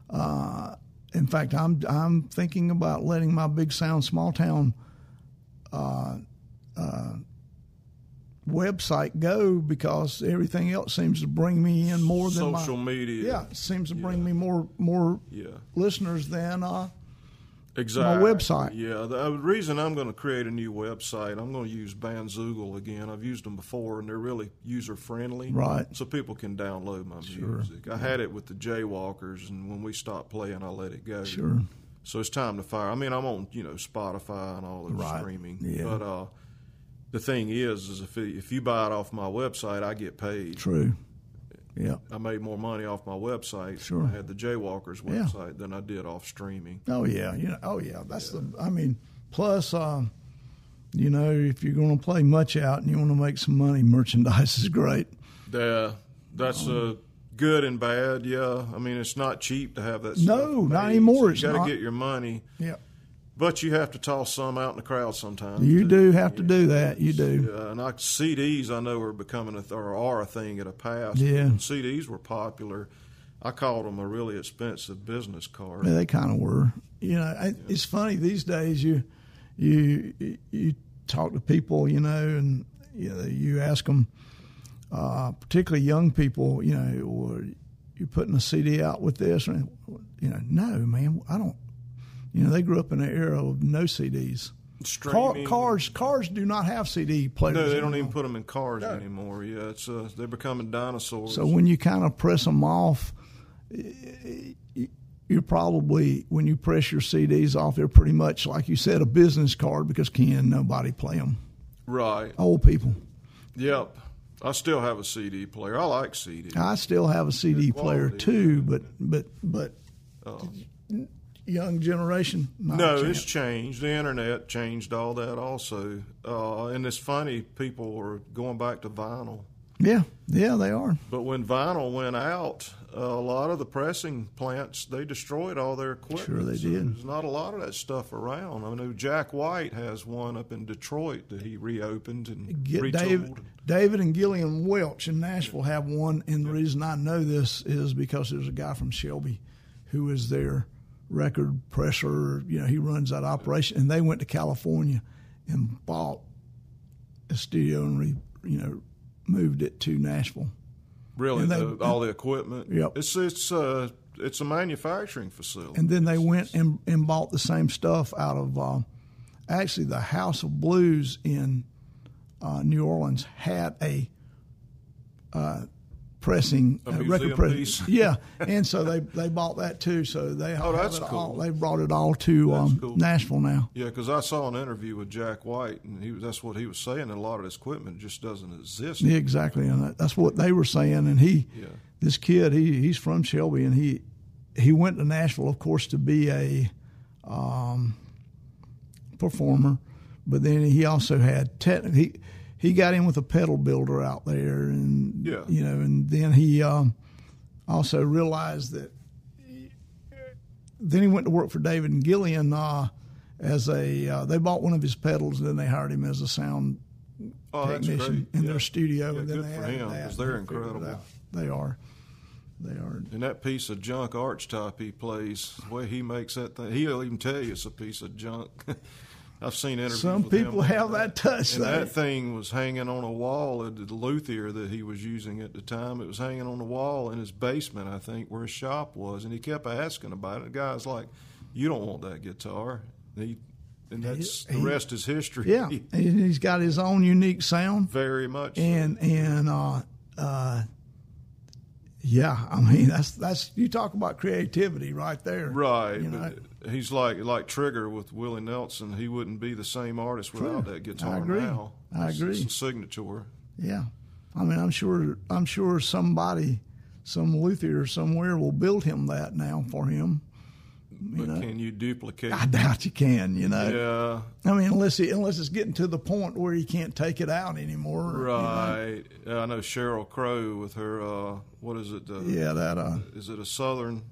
B: Uh, in fact, I'm I'm thinking about letting my big sound small town uh, uh, website go because everything else seems to bring me in more than my-
A: Social media.
B: yeah it seems to bring me more more
A: Yeah.
B: listeners than uh,
A: Exactly.
B: website.
A: Yeah, the uh, reason I'm going to create a new website, I'm going to use Bandzoogle again. I've used them before, and they're really user friendly.
B: Right.
A: So people can download my music. I had it with the Jaywalkers, and when we stopped playing, I let it go.
B: Sure.
A: So it's time to fire. I mean, I'm on you know Spotify and all those
B: Right.
A: streaming.
B: Yeah.
A: But uh, the thing is, is if it, if you buy it off my website, I get paid.
B: true. Yeah.
A: I made more money off my website.
B: Sure.
A: I had the Jaywalkers
B: Yeah.
A: website than I did off streaming.
B: Oh yeah, you know. Oh yeah, that's the. I mean, plus, um, you know, if you're going to play much out and you want to make some money, merchandise is great.
A: The, that's uh good and bad. Yeah, I mean it's not cheap to have that.
B: No,
A: stuff
B: not
A: made,
B: anymore,
A: so
B: it's
A: you got
B: not.
A: to get your money,
B: Yeah,
A: but you have to toss some out in the crowd sometimes.
B: you
A: too.
B: do have to do that. You do.
A: Yeah, and I, CDs I know are becoming a th- or are a thing at a past.
B: Yeah.
A: When CDs were popular. I called them a really expensive business card.
B: Yeah, they kind of were. You know, I it's funny these days. You, you, you talk to people, you know, and you know, you ask them, uh, particularly young people, you know, or you putting a CD out with this, and you know, no, man, I don't. You know, they grew up in an era of no CDs. Car,
A: Streaming-
B: cars, cars do not have CD players.
A: No, they don't
B: anymore.
A: even put them in cars anymore. Yeah, it's uh, they're becoming dinosaurs.
B: So when you kind of press them off, you're probably when you press your CDs off, they're pretty much like you said a business card because can nobody play them?
A: right.
B: Old people.
A: Yep. I still have a CD player. I like CD.
B: I still have a CD player
A: quality,
B: too, but but but young generation. Not a
A: No,
B: chance.
A: it's changed. The internet changed all that also. Uh, and it's funny, people are going back to vinyl.
B: yeah, yeah, they are.
A: But when vinyl went out, uh, a lot of the pressing plants they destroyed all their equipment.
B: Sure they
A: So
B: did.
A: There's not a lot of that stuff around. I know Jack White has one up in Detroit that he reopened and
B: Get
A: retooled.
B: David, David and Gillian Welch in Nashville have one, and the reason I know this is because there's a guy from Shelby who is their record presser. You know, he runs that operation, and they went to California and bought a studio and re, you know moved it to Nashville.
A: Really,
B: and they-
A: the, all the equipment.
B: Yep.
A: It's it's uh, it's a manufacturing facility.
B: and then they went and, and bought the same stuff out of uh, actually the House of Blues in uh, New Orleans had a uh, pressing uh, record
A: museum
B: press.
A: piece?
B: Yeah, and so they they bought that too. So they oh,
A: that's
B: all,
A: cool.
B: they brought it all to um,
A: cool.
B: Nashville now.
A: Yeah, because I saw an interview with Jack White, and he was, that's what he was saying. A lot of this equipment just doesn't exist.
B: Yeah, exactly, and that, that's what they were saying. And he,
A: Yeah.
B: this kid, he he's from Shelby, and he he went to Nashville, of course, to be a um, performer. But then he also had tech he he got in with a pedal builder out there, and
A: Yeah.
B: you know, and then he um, also realized that. Then he went to work for David and Gillian uh, as a. Uh, they bought one of his pedals, and then they hired him as a sound
A: Oh, that's
B: technician
A: great.
B: in
A: yeah.
B: their studio,
A: Yeah,
B: and then
A: good
B: they
A: for
B: added
A: him,
B: that.
A: 'cause they're
B: and figured it
A: incredible.
B: out. They are, they are.
A: And that piece of junk arch type he plays, the way he makes that thing, he'll even tell you it's a piece of junk. I've seen interviews.
B: Some
A: with him
B: people
A: on
B: have that touch.
A: And
B: though.
A: that thing was hanging on a wall at the luthier that he was using at the time. It was hanging on the wall in his basement, I think, where his shop was. And he kept asking about it. The guy's like, "You don't want that guitar." And, he, and that's
B: he-
A: the rest is history.
B: yeah, and he's got his own unique sound,
A: very much. so.
B: and and uh, uh, yeah, I mean that's that's you talk about creativity right there.
A: right,
B: You
A: but
B: know,
A: he's like like Trigger with Willie Nelson. He wouldn't be the same artist without
B: True.
A: that guitar
B: I agree.
A: now.
B: I
A: It's-
B: agree.
A: It's a signature.
B: Yeah. I mean, I'm sure I'm sure somebody, some luthier somewhere will build him that now for him.
A: But can you duplicate?
B: I doubt you can, you know.
A: yeah,
B: I mean, unless he, unless it's getting to the point where he can't take it out anymore. you know.
A: right. Yeah, I know Cheryl Crow with her. Uh, what is it? Uh,
B: Yeah, that. Uh,
A: Is it a Southern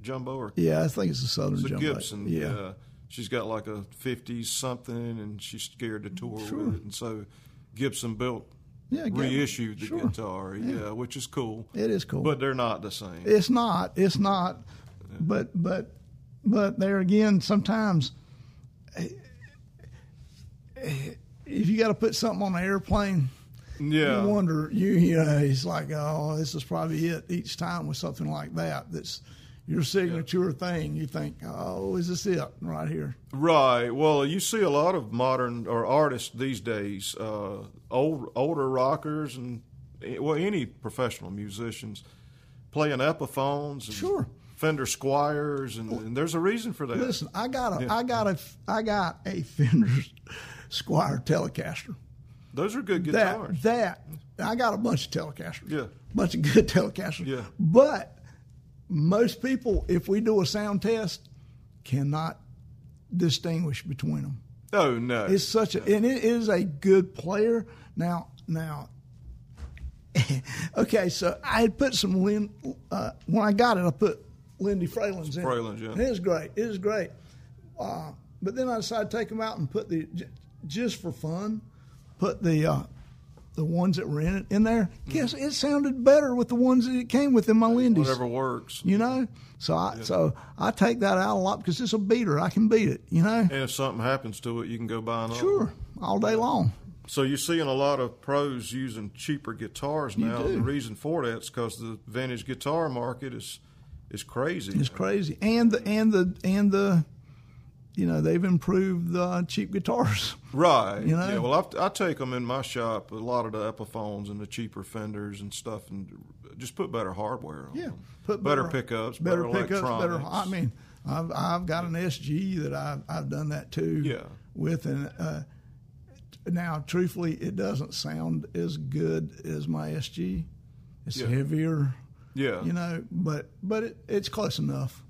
A: jumbo or
B: yeah, I think it's a Southern
A: it's a
B: jumbo.
A: Gibson?
B: Yeah.
A: Uh, she's got like a fifties something, and she's scared to tour with it, and so Gibson built
B: yeah, Gibson.
A: reissued the
B: Sure.
A: guitar. Yeah. which is cool.
B: It is cool.
A: But they're not the same.
B: It's not. It's not. But but but there again, sometimes eh, eh, if you got to put something on an airplane,
A: yeah,
B: you wonder. You you know, it's like oh, this is probably it. Each time with something like that, that's your signature thing. You think, oh, is this it right here?
A: Right. Well, you see a lot of modern or artists these days, uh, old older rockers and eh, well, any professional musicians playing Epiphones and
B: Sure. Oh.
A: Fender Squires, and, and there's a reason for that.
B: Listen, I got a, I got a, I got a Fender Squire Telecaster.
A: Those are good guitars.
B: that that I got a bunch of Telecasters.
A: Yeah.
B: bunch of good Telecasters.
A: Yeah.
B: but most people, if we do a sound test, cannot distinguish between them.
A: oh no,
B: It's such a and it is a good player. Now now. okay, so I had put some Lin. Uh, when I got it, I put Lindy Fralins in. it.
A: Fralins, yeah.
B: And it was great. It was great. Uh, but then I decided to take them out and put the j- just for fun, put the uh, the ones that were in it in there. Guess it sounded better with the ones that it came with in my Lindy's.
A: Mm. whatever works.
B: You know, so I so I take that out a lot because it's a beater. I can beat it. You know,
A: And if something happens to it, you can go buy another.
B: sure, all day long.
A: So you're seeing a lot of pros using cheaper guitars now.
B: do.
A: The reason for that is because the vintage guitar market is is crazy.
B: It's crazy, and the and the and the, you know, they've improved the cheap guitars.
A: Right.
B: You know?
A: Yeah. Well, I've, I take them in my shop. A lot of the Epiphones and the cheaper Fenders and stuff, and just put better hardware. on
B: Yeah,
A: them.
B: put
A: better, pickups,
B: better
A: better,
B: pickups, better.
A: electronics.
B: I mean, I've I've got an SG that I've I've done that too.
A: Yeah.
B: with and uh, now truthfully, it doesn't sound as good as my SG. It's
A: Yeah.
B: heavier,
A: yeah,
B: you know, but but it, it's close enough.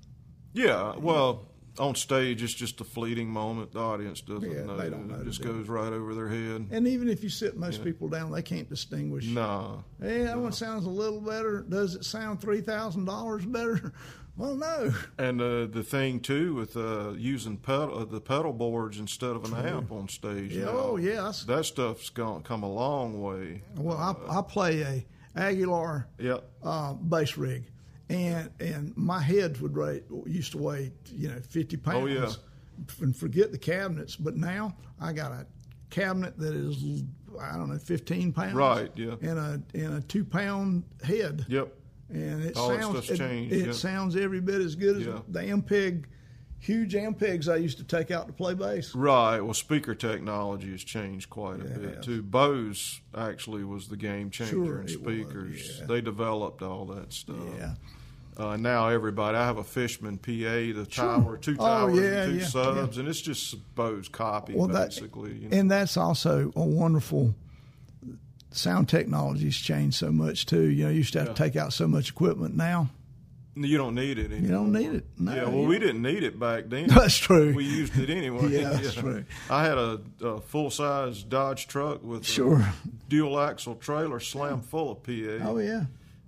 A: yeah. Well, on stage, it's just a fleeting moment. The audience doesn't
B: Yeah,
A: know.
B: they don't know
A: It
B: the
A: just
B: difference.
A: goes right over their head.
B: And even if you sit most people down, they can't distinguish.
A: Nah.
B: Hey, that one sounds a little better. Does it sound three thousand dollars better? Well, no.
A: And uh, the thing too with uh, using pedal, uh, the pedal boards instead of an amp on stage.
B: Yeah,
A: now,
B: oh, yes.
A: that stuff's gone come a long way.
B: Well, I, I play a Aguilar
A: Yep.
B: uh, bass rig, and and my heads would rate used to weigh you know fifty pounds.
A: Oh, yeah.
B: And forget the cabinets, but now I got a cabinet that is I don't know fifteen pounds.
A: Right, yeah.
B: And a and a two pound head.
A: Yep.
B: And it
A: All that
B: sounds
A: stuff's
B: it,
A: changed,
B: it
A: yeah.
B: sounds every bit as good as
A: Yeah.
B: the MPEG, huge MPEGs I used to take out to play bass.
A: Right. Well, speaker technology has changed quite a
B: Yes.
A: bit too. Bose actually was the game changer
B: Sure,
A: in
B: it was,
A: speakers.
B: yeah.
A: They developed all that stuff.
B: Yeah.
A: Uh, now everybody, I have a Fishman PA, the tower, two
B: Oh,
A: towers,
B: yeah,
A: and two
B: yeah,
A: subs, and it's just Bose copy
B: Well, that-
A: basically. you know.
B: And that's also a wonderful sound technology's changed so much too. You know, you used to have to take out so much equipment now.
A: you don't need it
B: You
A: anymore.
B: don't need it. No,
A: Yeah. Well,
B: you-
A: we didn't need it back then.
B: That's true.
A: We used it anyway.
B: Yeah, that's true.
A: I had a, a full size Dodge truck with
B: Sure.
A: a dual axle trailer slam full of PA.
B: Oh yeah.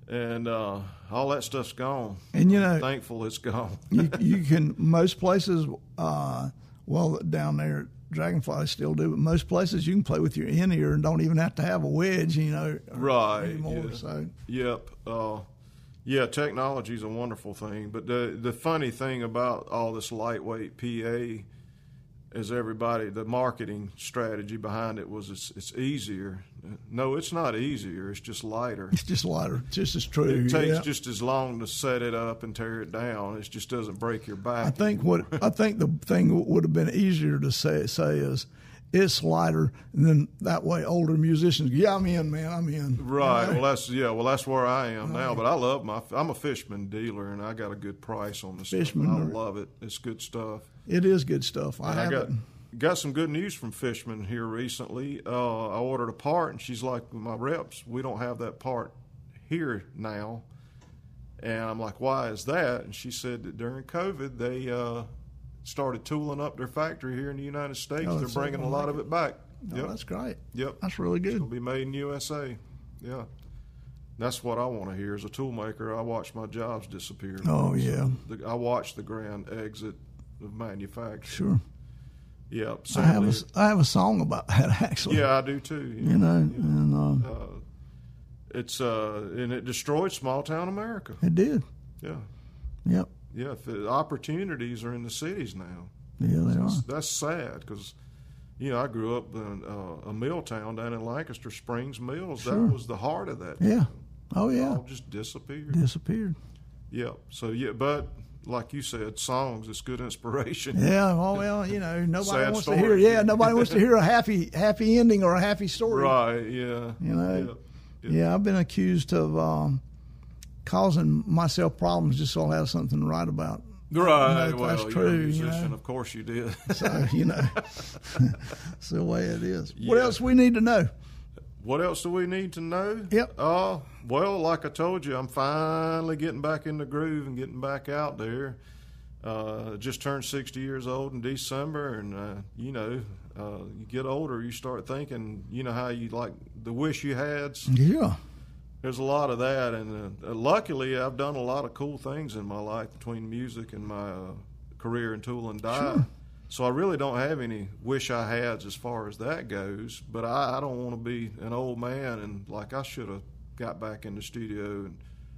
A: and uh, all that stuff's gone.
B: And you know,
A: Thankful it's gone.
B: you, you can most places uh well down there Dragonfly still do, but most places you can play with your in ear and don't even have to have a wedge, you know, or-
A: Right,
B: anymore.
A: yeah.
B: So
A: Yep. Uh, yeah, technology's a wonderful thing, but the the funny thing about all this lightweight PA is everybody the marketing strategy behind it was it's, it's easier. No, it's not easier. It's just lighter.
B: it's just lighter, just as true.
A: It takes
B: yeah.
A: just as long to set it up and tear it down. It just doesn't break your back.
B: I think what I think the thing that would have been easier to say say is it's lighter, and then that way older musicians, yeah, I'm in, man, I'm in.
A: Right. Well, that's yeah. Well, that's where I am now. But I love my. I'm a Fishman dealer, and I got a good price on this.
B: Fishman
A: stuff.
B: or-
A: I love it. It's good stuff.
B: It is good stuff. I,
A: And I
B: have
A: got
B: it.
A: got some good news from Fishman here recently. Uh, I ordered a part, and she's like, "My reps, we don't have that part here now." And I'm like, "Why is that?" And she said that during COVID, they uh, started tooling up their factory here in the United States.
B: Oh,
A: They're
B: that's so
A: bringing a
B: wonderful.
A: lot of it back.
B: Oh,
A: yep,
B: That's great.
A: yep.
B: That's really good.
A: It'll be made in USA. Yeah. That's what I want to hear. As a toolmaker, I watch my jobs disappear.
B: Oh yeah,
A: The- I watch the grand exit of manufacture.
B: sure.
A: Yeah.
B: I have a s- I have a song about that actually.
A: yeah, I do too.
B: You know, and uh,
A: It's uh, and it destroyed small town America.
B: it did.
A: Yeah,
B: Yep.
A: yeah. If it, opportunities are in the cities now.
B: Yeah, they are.
A: That's sad because, you know, I grew up in uh, a mill town down in Lancaster Springs Mills.
B: Sure.
A: That was the heart of that.
B: Yeah. Oh yeah.
A: All just disappeared.
B: Disappeared.
A: Yeah. So yeah, but like you said, songs is good inspiration.
B: Yeah. Oh well, you know, nobody
A: Sad
B: wants
A: story.
B: to hear. Yeah, nobody wants to hear a happy happy ending or a happy story.
A: Right. Yeah.
B: You know.
A: Yeah.
B: Yeah. I've been accused of um, causing myself problems just so I have something to write about.
A: Right.
B: No,
A: well,
B: that's
A: you're a
B: true, you
A: musician,
B: know.
A: of course you did.
B: So you know, it's the way it is. What
A: Yeah.
B: else we need to know?
A: What else do we need to know?
B: Yep.
A: Uh, well, like I told you, I'm finally getting back in the groove and getting back out there. Uh, just turned 60 years old in December, and uh, you know, uh, you get older, you start thinking, you know, how you like the wish you had.
B: Yeah.
A: There's a lot of that, and uh, luckily, I've done a lot of cool things in my life between music and my uh, career in tool and die. So I really don't have any wish I had as far as that goes. But I, I don't want to be an old man and like I should have got back in the studio and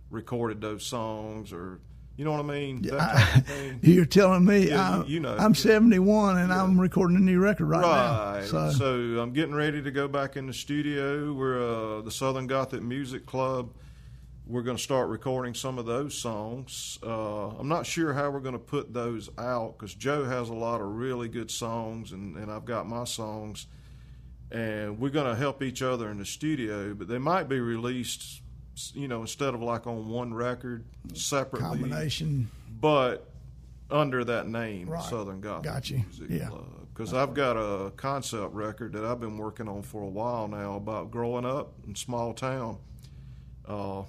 A: recorded those songs or you know what I mean. That type of thing.
B: You're telling me
A: Yeah,
B: I'm,
A: you know,
B: I'm
A: yeah.
B: 71 and I'm recording a new record right,
A: Right. So.
B: now. So,
A: I'm getting ready to go back in the studio. We're uh, the Southern Gothic Music Club. We're going to start recording some of those songs. Uh, I'm not sure how we're going to put those out because Joe has a lot of really good songs, and, and I've got my songs. And we're going to help each other in the studio, but they might be released, you know, instead of like on one record separately
B: combination.
A: but under that name,
B: Right.
A: Southern Gothic
B: Gotcha.
A: Music
B: Yeah.
A: Because I've got a concept record that I've been working on for a while now about growing up in small town, uh,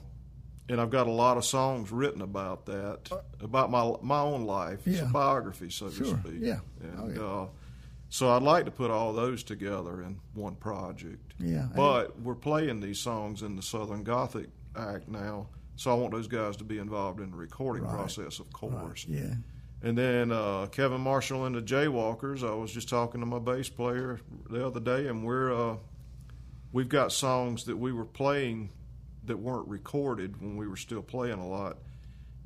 A: and I've got a lot of songs written about that, about my my own life, it's a
B: Uh, Yeah.
A: biography, so to
B: Sure.
A: speak.
B: Yeah.
A: And,
B: Oh, yeah.
A: Uh, so I'd like to put all those together in one project.
B: Yeah.
A: But we're playing these songs in the Southern Gothic Act now, so I want those guys to be involved in the recording process, of course.
B: Yeah.
A: And then uh, Kevin Marshall and the Jaywalkers. I was just talking to my bass player the other day, and we're uh, we've got songs that we were playing that weren't recorded when we were still playing a lot.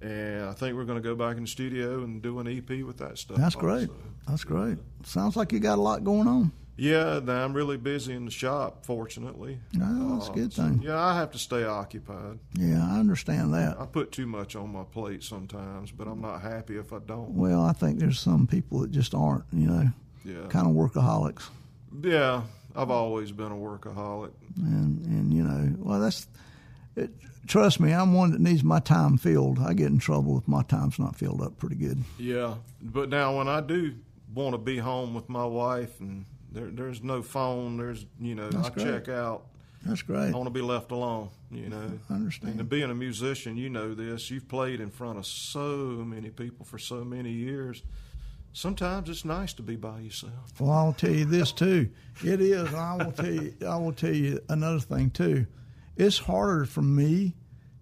A: And I think we're going to go back in the studio and do an EP with that stuff.
B: That's great.
A: also.
B: That's great. Sounds like you got a lot going on.
A: Yeah, now I'm really busy in the shop, fortunately.
B: No, that's a good
A: so,
B: thing.
A: Yeah, I have to stay occupied.
B: Yeah, I understand that.
A: I put too much on my plate sometimes, but I'm not happy if I don't.
B: Well, I think there's some people that just aren't, you know,
A: Yeah.
B: kind of workaholics.
A: Yeah, I've always been a workaholic.
B: And, and you know, well, that's, it, trust me, I'm one that needs my time filled. I get in trouble if my time's not filled up pretty good.
A: Yeah, but now when I do want to be home with my wife, and there, there's no phone, there's you know I
B: great.
A: check out.
B: That's great.
A: I want to be left alone. You know,
B: I understand.
A: and being a musician, you know this. You've played in front of so many people for so many years. Sometimes it's nice to be by yourself.
B: Well, I'll tell you this too. It is. and I will tell you. I will tell you another thing too. It's harder for me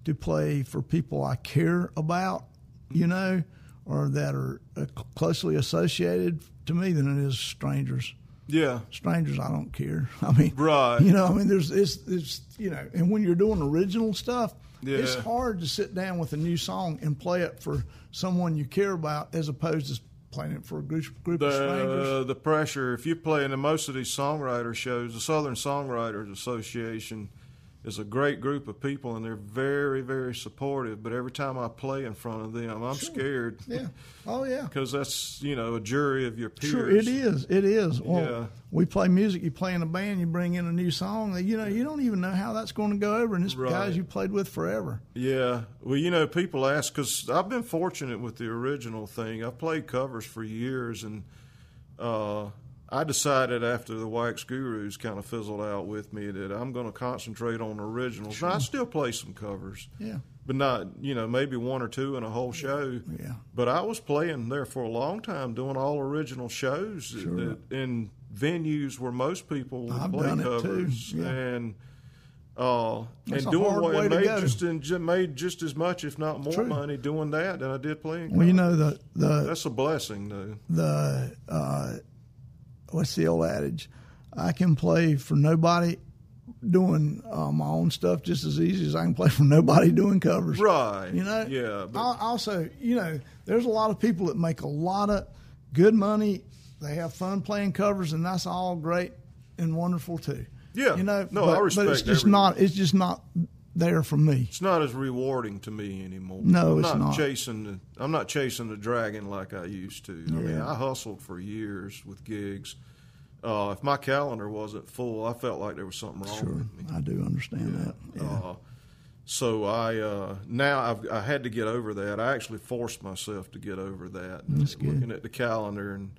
B: to play for people I care about, you know, or that are uh, closely associated to me than it is strangers.
A: Yeah,
B: Strangers, I don't care. I mean,
A: Right.
B: You know, I mean, there's it's it's you know, and when you're doing original stuff, it's
A: Yeah.
B: hard to sit down with a new song and play it for someone you care about as opposed to playing it for a group group of strangers.
A: the the pressure. If you're playing in most of these songwriter shows, the Southern Songwriters Association is a great group of people, and they're very, very supportive. But every time I play in front of them, I'm scared
B: Yeah. Oh yeah.
A: because that's you know a jury of your peers.
B: Sure, it is. It is. Well,
A: Yeah.
B: we play music. You play in a band. You bring in a new song. that, You know, you don't even know how that's going to go over, and it's
A: Right.
B: guys you played with forever.
A: Yeah. Well, you know, people ask because I've been fortunate with the original thing. I've played covers for years, and uh, I decided after the Wax Gurus kind of fizzled out with me that I'm going to concentrate on originals. Now, I still play some covers,
B: Yeah.
A: but not, you know, maybe one or two in a whole show.
B: Yeah.
A: But I was playing there for a long time doing all original shows that, in venues where most people would
B: I've
A: play
B: done it too,
A: covers.
B: yeah.
A: And uh,
B: That's
A: and
B: a
A: doing
B: hard
A: what
B: way
A: it
B: to
A: made
B: go.
A: just and ju- made just as much, if not more,
B: True.
A: money doing that than I did playing.
B: Well, you
A: golf.
B: know the the
A: that's a blessing, though.
B: the uh, what's the old adage? I can play for nobody doing uh, my own stuff just as easy as I can play for nobody doing covers.
A: Right?
B: You know.
A: Yeah. But,
B: Al- also, you know, there's a lot of people that make a lot of good money. They have fun playing covers, and that's all great and wonderful too.
A: Yeah.
B: You know.
A: No, I
B: but,
A: respect
B: But it's just
A: every-
B: not. It's just not there for me.
A: it's not as rewarding to me anymore.
B: No,
A: I'm
B: it's
A: not,
B: not.
A: chasing. The, I'm not chasing the dragon like I used to. I mean, I hustled for years with gigs. Uh, if my calendar wasn't full, I felt like there was something wrong with me.
B: I do understand that. Yeah.
A: Uh, so I uh, now I've, I had to get over that. I actually forced myself to get over that.
B: good.
A: Looking at the calendar and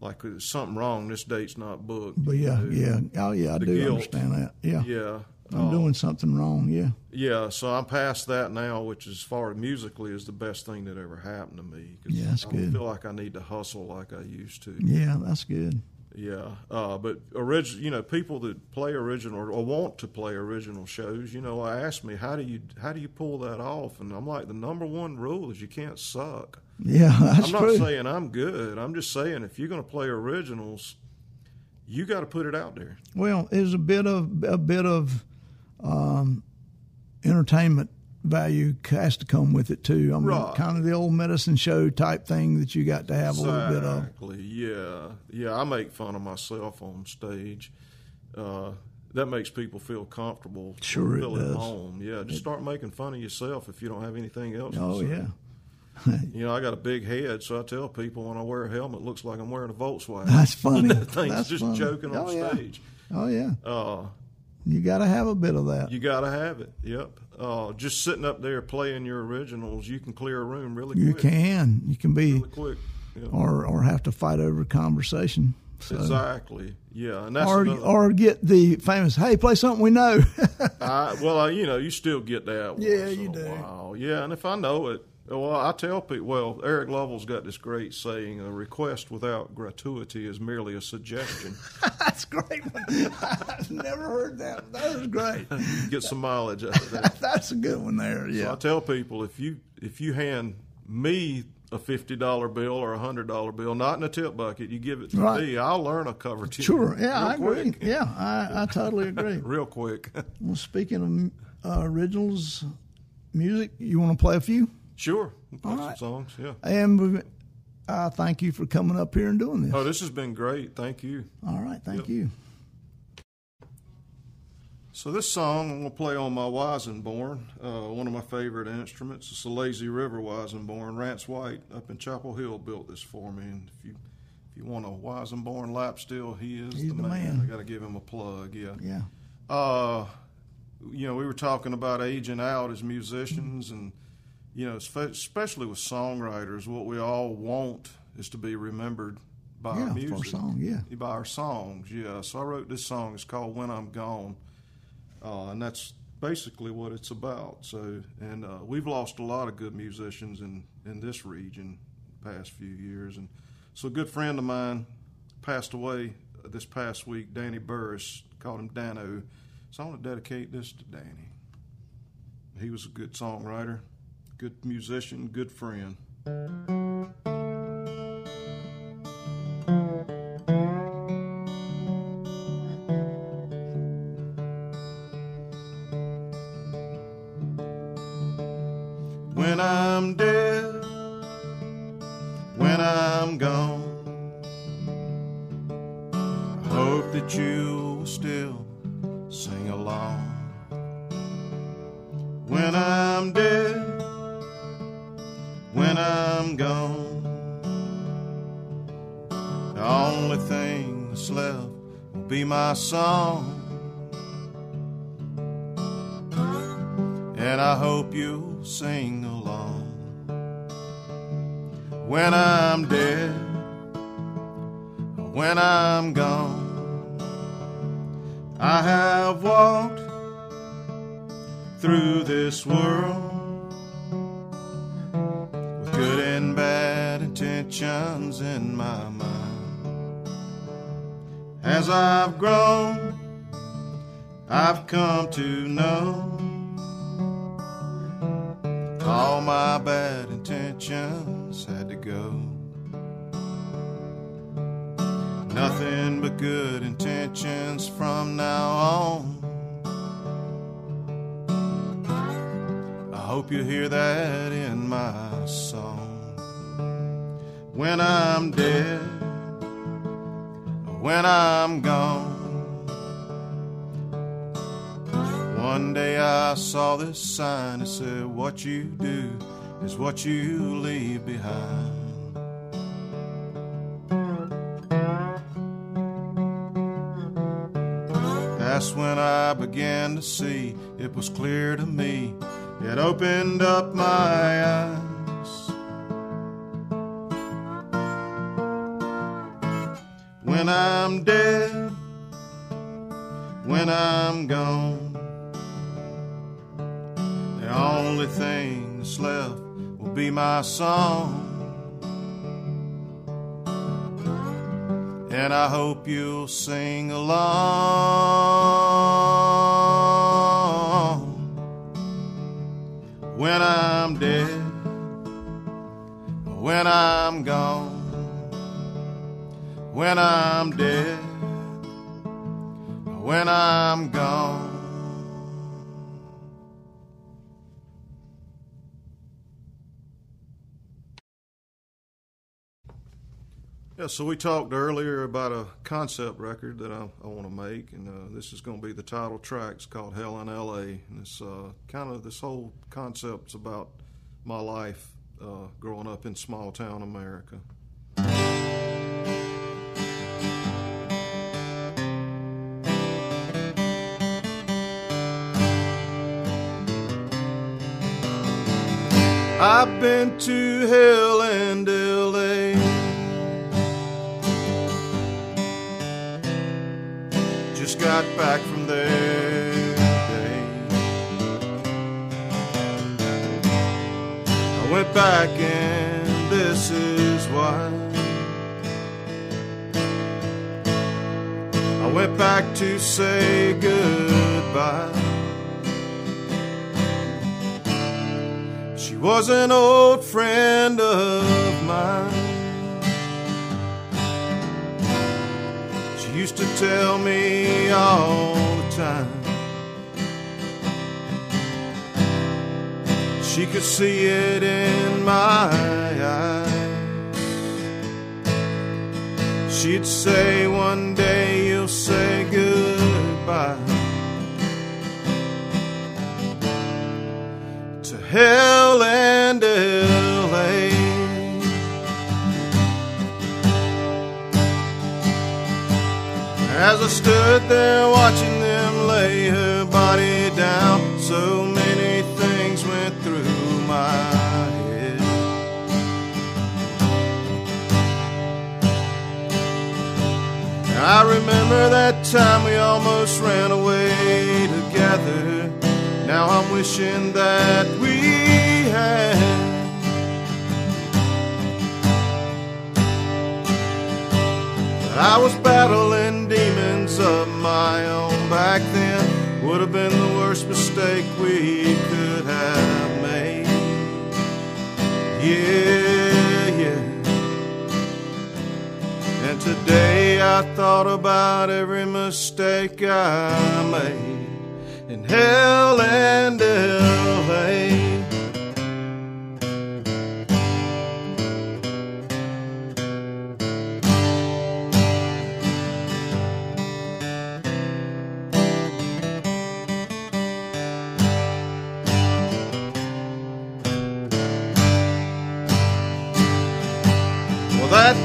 A: like there's something wrong. This date's not booked.
B: But yeah, yeah, oh yeah, I do
A: guilt.
B: understand that. Yeah,
A: yeah, Oh.
B: I'm doing something wrong. Yeah,
A: yeah. So I'm past that now, which as far as musically is the best thing that ever happened to me. 'cause
B: Yeah, that's
A: I don't
B: good.
A: feel like I need to hustle like I used to.
B: yeah, that's good.
A: Yeah, uh, but original, you know, people that play original or want to play original shows, you know, ask me how do you how do you pull that off, and I'm like, the number one rule is you can't suck.
B: Yeah, that's
A: I'm not
B: true.
A: saying I'm good. I'm just saying if you're going to play originals, you got to put it out there.
B: Well, there's a bit of a bit of um, entertainment value has to come with it too. I mean,
A: Right.
B: kind of the old medicine show type thing that you got to have a little bit uh, of.
A: Exactly. Yeah, yeah. I make fun of myself on stage. Uh, that makes people feel comfortable.
B: Sure it
A: feel
B: does.
A: At home. Yeah, just start making fun of yourself if you don't have anything else. to
B: Oh
A: say.
B: yeah,
A: You know, I got a big head, so I tell people when I wear a helmet, it looks like I'm wearing a Volkswagen.
B: that's funny.
A: that thing's
B: that's
A: just
B: funny.
A: joking on
B: oh, yeah.
A: stage.
B: Oh yeah,
A: Uh,
B: you got to have a bit of that.
A: you got to have it. Yep. Uh, just sitting up there playing your originals, you can clear a room really
B: You
A: quick.
B: can, you can be,
A: Really quick. Yeah.
B: or or have to fight over conversation. So.
A: Exactly. Yeah, and that's
B: or
A: another-
B: or get the famous hey play something we know
A: I, well, I, you know, you still get that. Once
B: Yeah,
A: in
B: you
A: a
B: do.
A: While. Yeah, and if I know it, well, I tell people. Well, Eric Lovell's got this great saying: "A request without gratuity is merely a suggestion."
B: that's a great one. i've never heard that that was great
A: get some mileage out of that.
B: that's a good one there
A: So I
B: yeah
A: tell people if you if you hand me a fifty dollar bill or a hundred dollar bill, not in a tip bucket, you give it to
B: Right.
A: me, I'll learn a cover tune.
B: sure yeah i
A: real
B: agree
A: quick.
B: yeah I, I totally agree
A: Real quick.
B: well speaking of uh, originals music you want to play a few
A: sure. We'll play
B: right.
A: some songs. Yeah.
B: and we- i thank you for coming up here and doing this
A: Oh, this has been great. Thank you.
B: all right thank you
A: So this song I'm gonna play on my Wisenborn, uh, one of my favorite instruments. It's a Lazy River Wisenborn. Rance White up in Chapel Hill built this for me. And if you if you want a Wisenborn lap steel, he is
B: He's
A: the,
B: the
A: man.
B: man.
A: I gotta give him a plug. Yeah.
B: yeah
A: Uh, you know, we were talking about aging out as musicians, and you know, spe- especially with songwriters, what we all want is to be remembered by
B: yeah
A: our
B: for a
A: music
B: song yeah
A: by our songs. Yeah, so I wrote this song. It's called "When I'm Gone," uh, and that's basically what it's about. So, and uh, we've lost a lot of good musicians in in this region the past few years. And so, a good friend of mine passed away uh, this past week. Danny Burris called him Dano. So I want to dedicate this to Danny. He was a good songwriter, good musician, good friend. when I'm dead, when I'm gone. I hope that you will still sing along. I'm gone. The only thing that's left will be my song. And I hope you'll sing along. When I'm dead, when I'm gone, I have walked through this world with good and bad intentions in my mind. As I've grown, I've come to know all my bad intentions had to go. Nothing but good intentions from now on. I hope you hear that in my song. When I'm dead, when I'm gone, one day I saw this sign. It said, What you do is what you leave behind. That's when I began to see it was clear to me. It opened up my eyes. When I'm dead, when I'm gone, the only thing that's left will be my song. And I hope you'll sing along when I'm dead, when I'm gone, when I'm dead, when I'm gone. Yeah, so we talked earlier about a concept record that I, I want to make, and uh, this is going to be the title track. It's called Hell in L.A., and it's uh, kind of this whole concept's about my life uh, growing up in small town America. I've been to hell and L.A. just got back from there. I went back and this is why. I went back to say goodbye. She was an old friend of mine. She used to tell me all the time. She could see it in my eyes. She'd say, One day you'll say goodbye to hell and LA. As I stood there watching them lay her body down, so many things went through my head. I remember that time we almost ran away together. Now I'm wishing that we had. I was battling demons of my own back then. Would have been the worst mistake we could have made. Yeah, yeah. And today I thought about every mistake I made in hell and LA.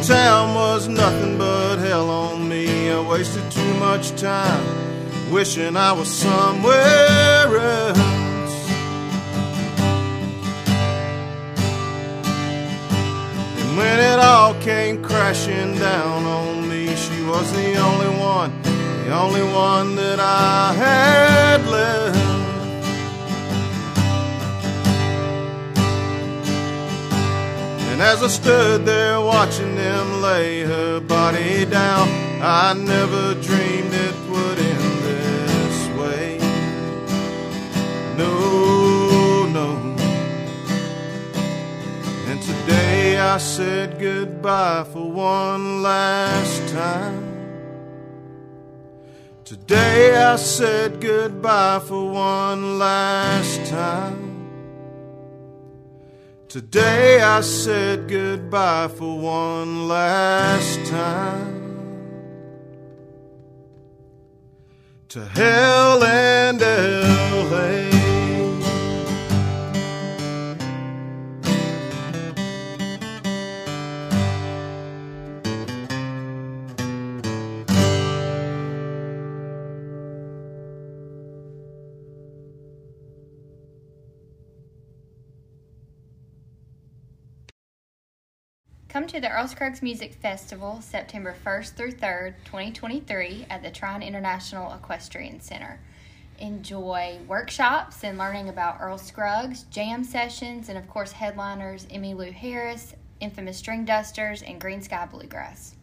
A: town was nothing but hell on me. I wasted too much time wishing I was somewhere else. And when it all came crashing down on me, she was the only one, the only one that I had left. And as I stood there watching them lay her body down, I never dreamed it would end this way. No, no. And today I said goodbye for one last time. Today I said goodbye for one last time. Today I said goodbye for one last time. To hell and LA.
E: Come to the Earls Scruggs Music Festival September 1st through 3rd, 2023, at the Trine International Equestrian Center. Enjoy workshops and learning about Earl Scruggs, jam sessions, and of course, headliners Emmy Lou Harris, Infamous String Dusters, and Green Sky Bluegrass.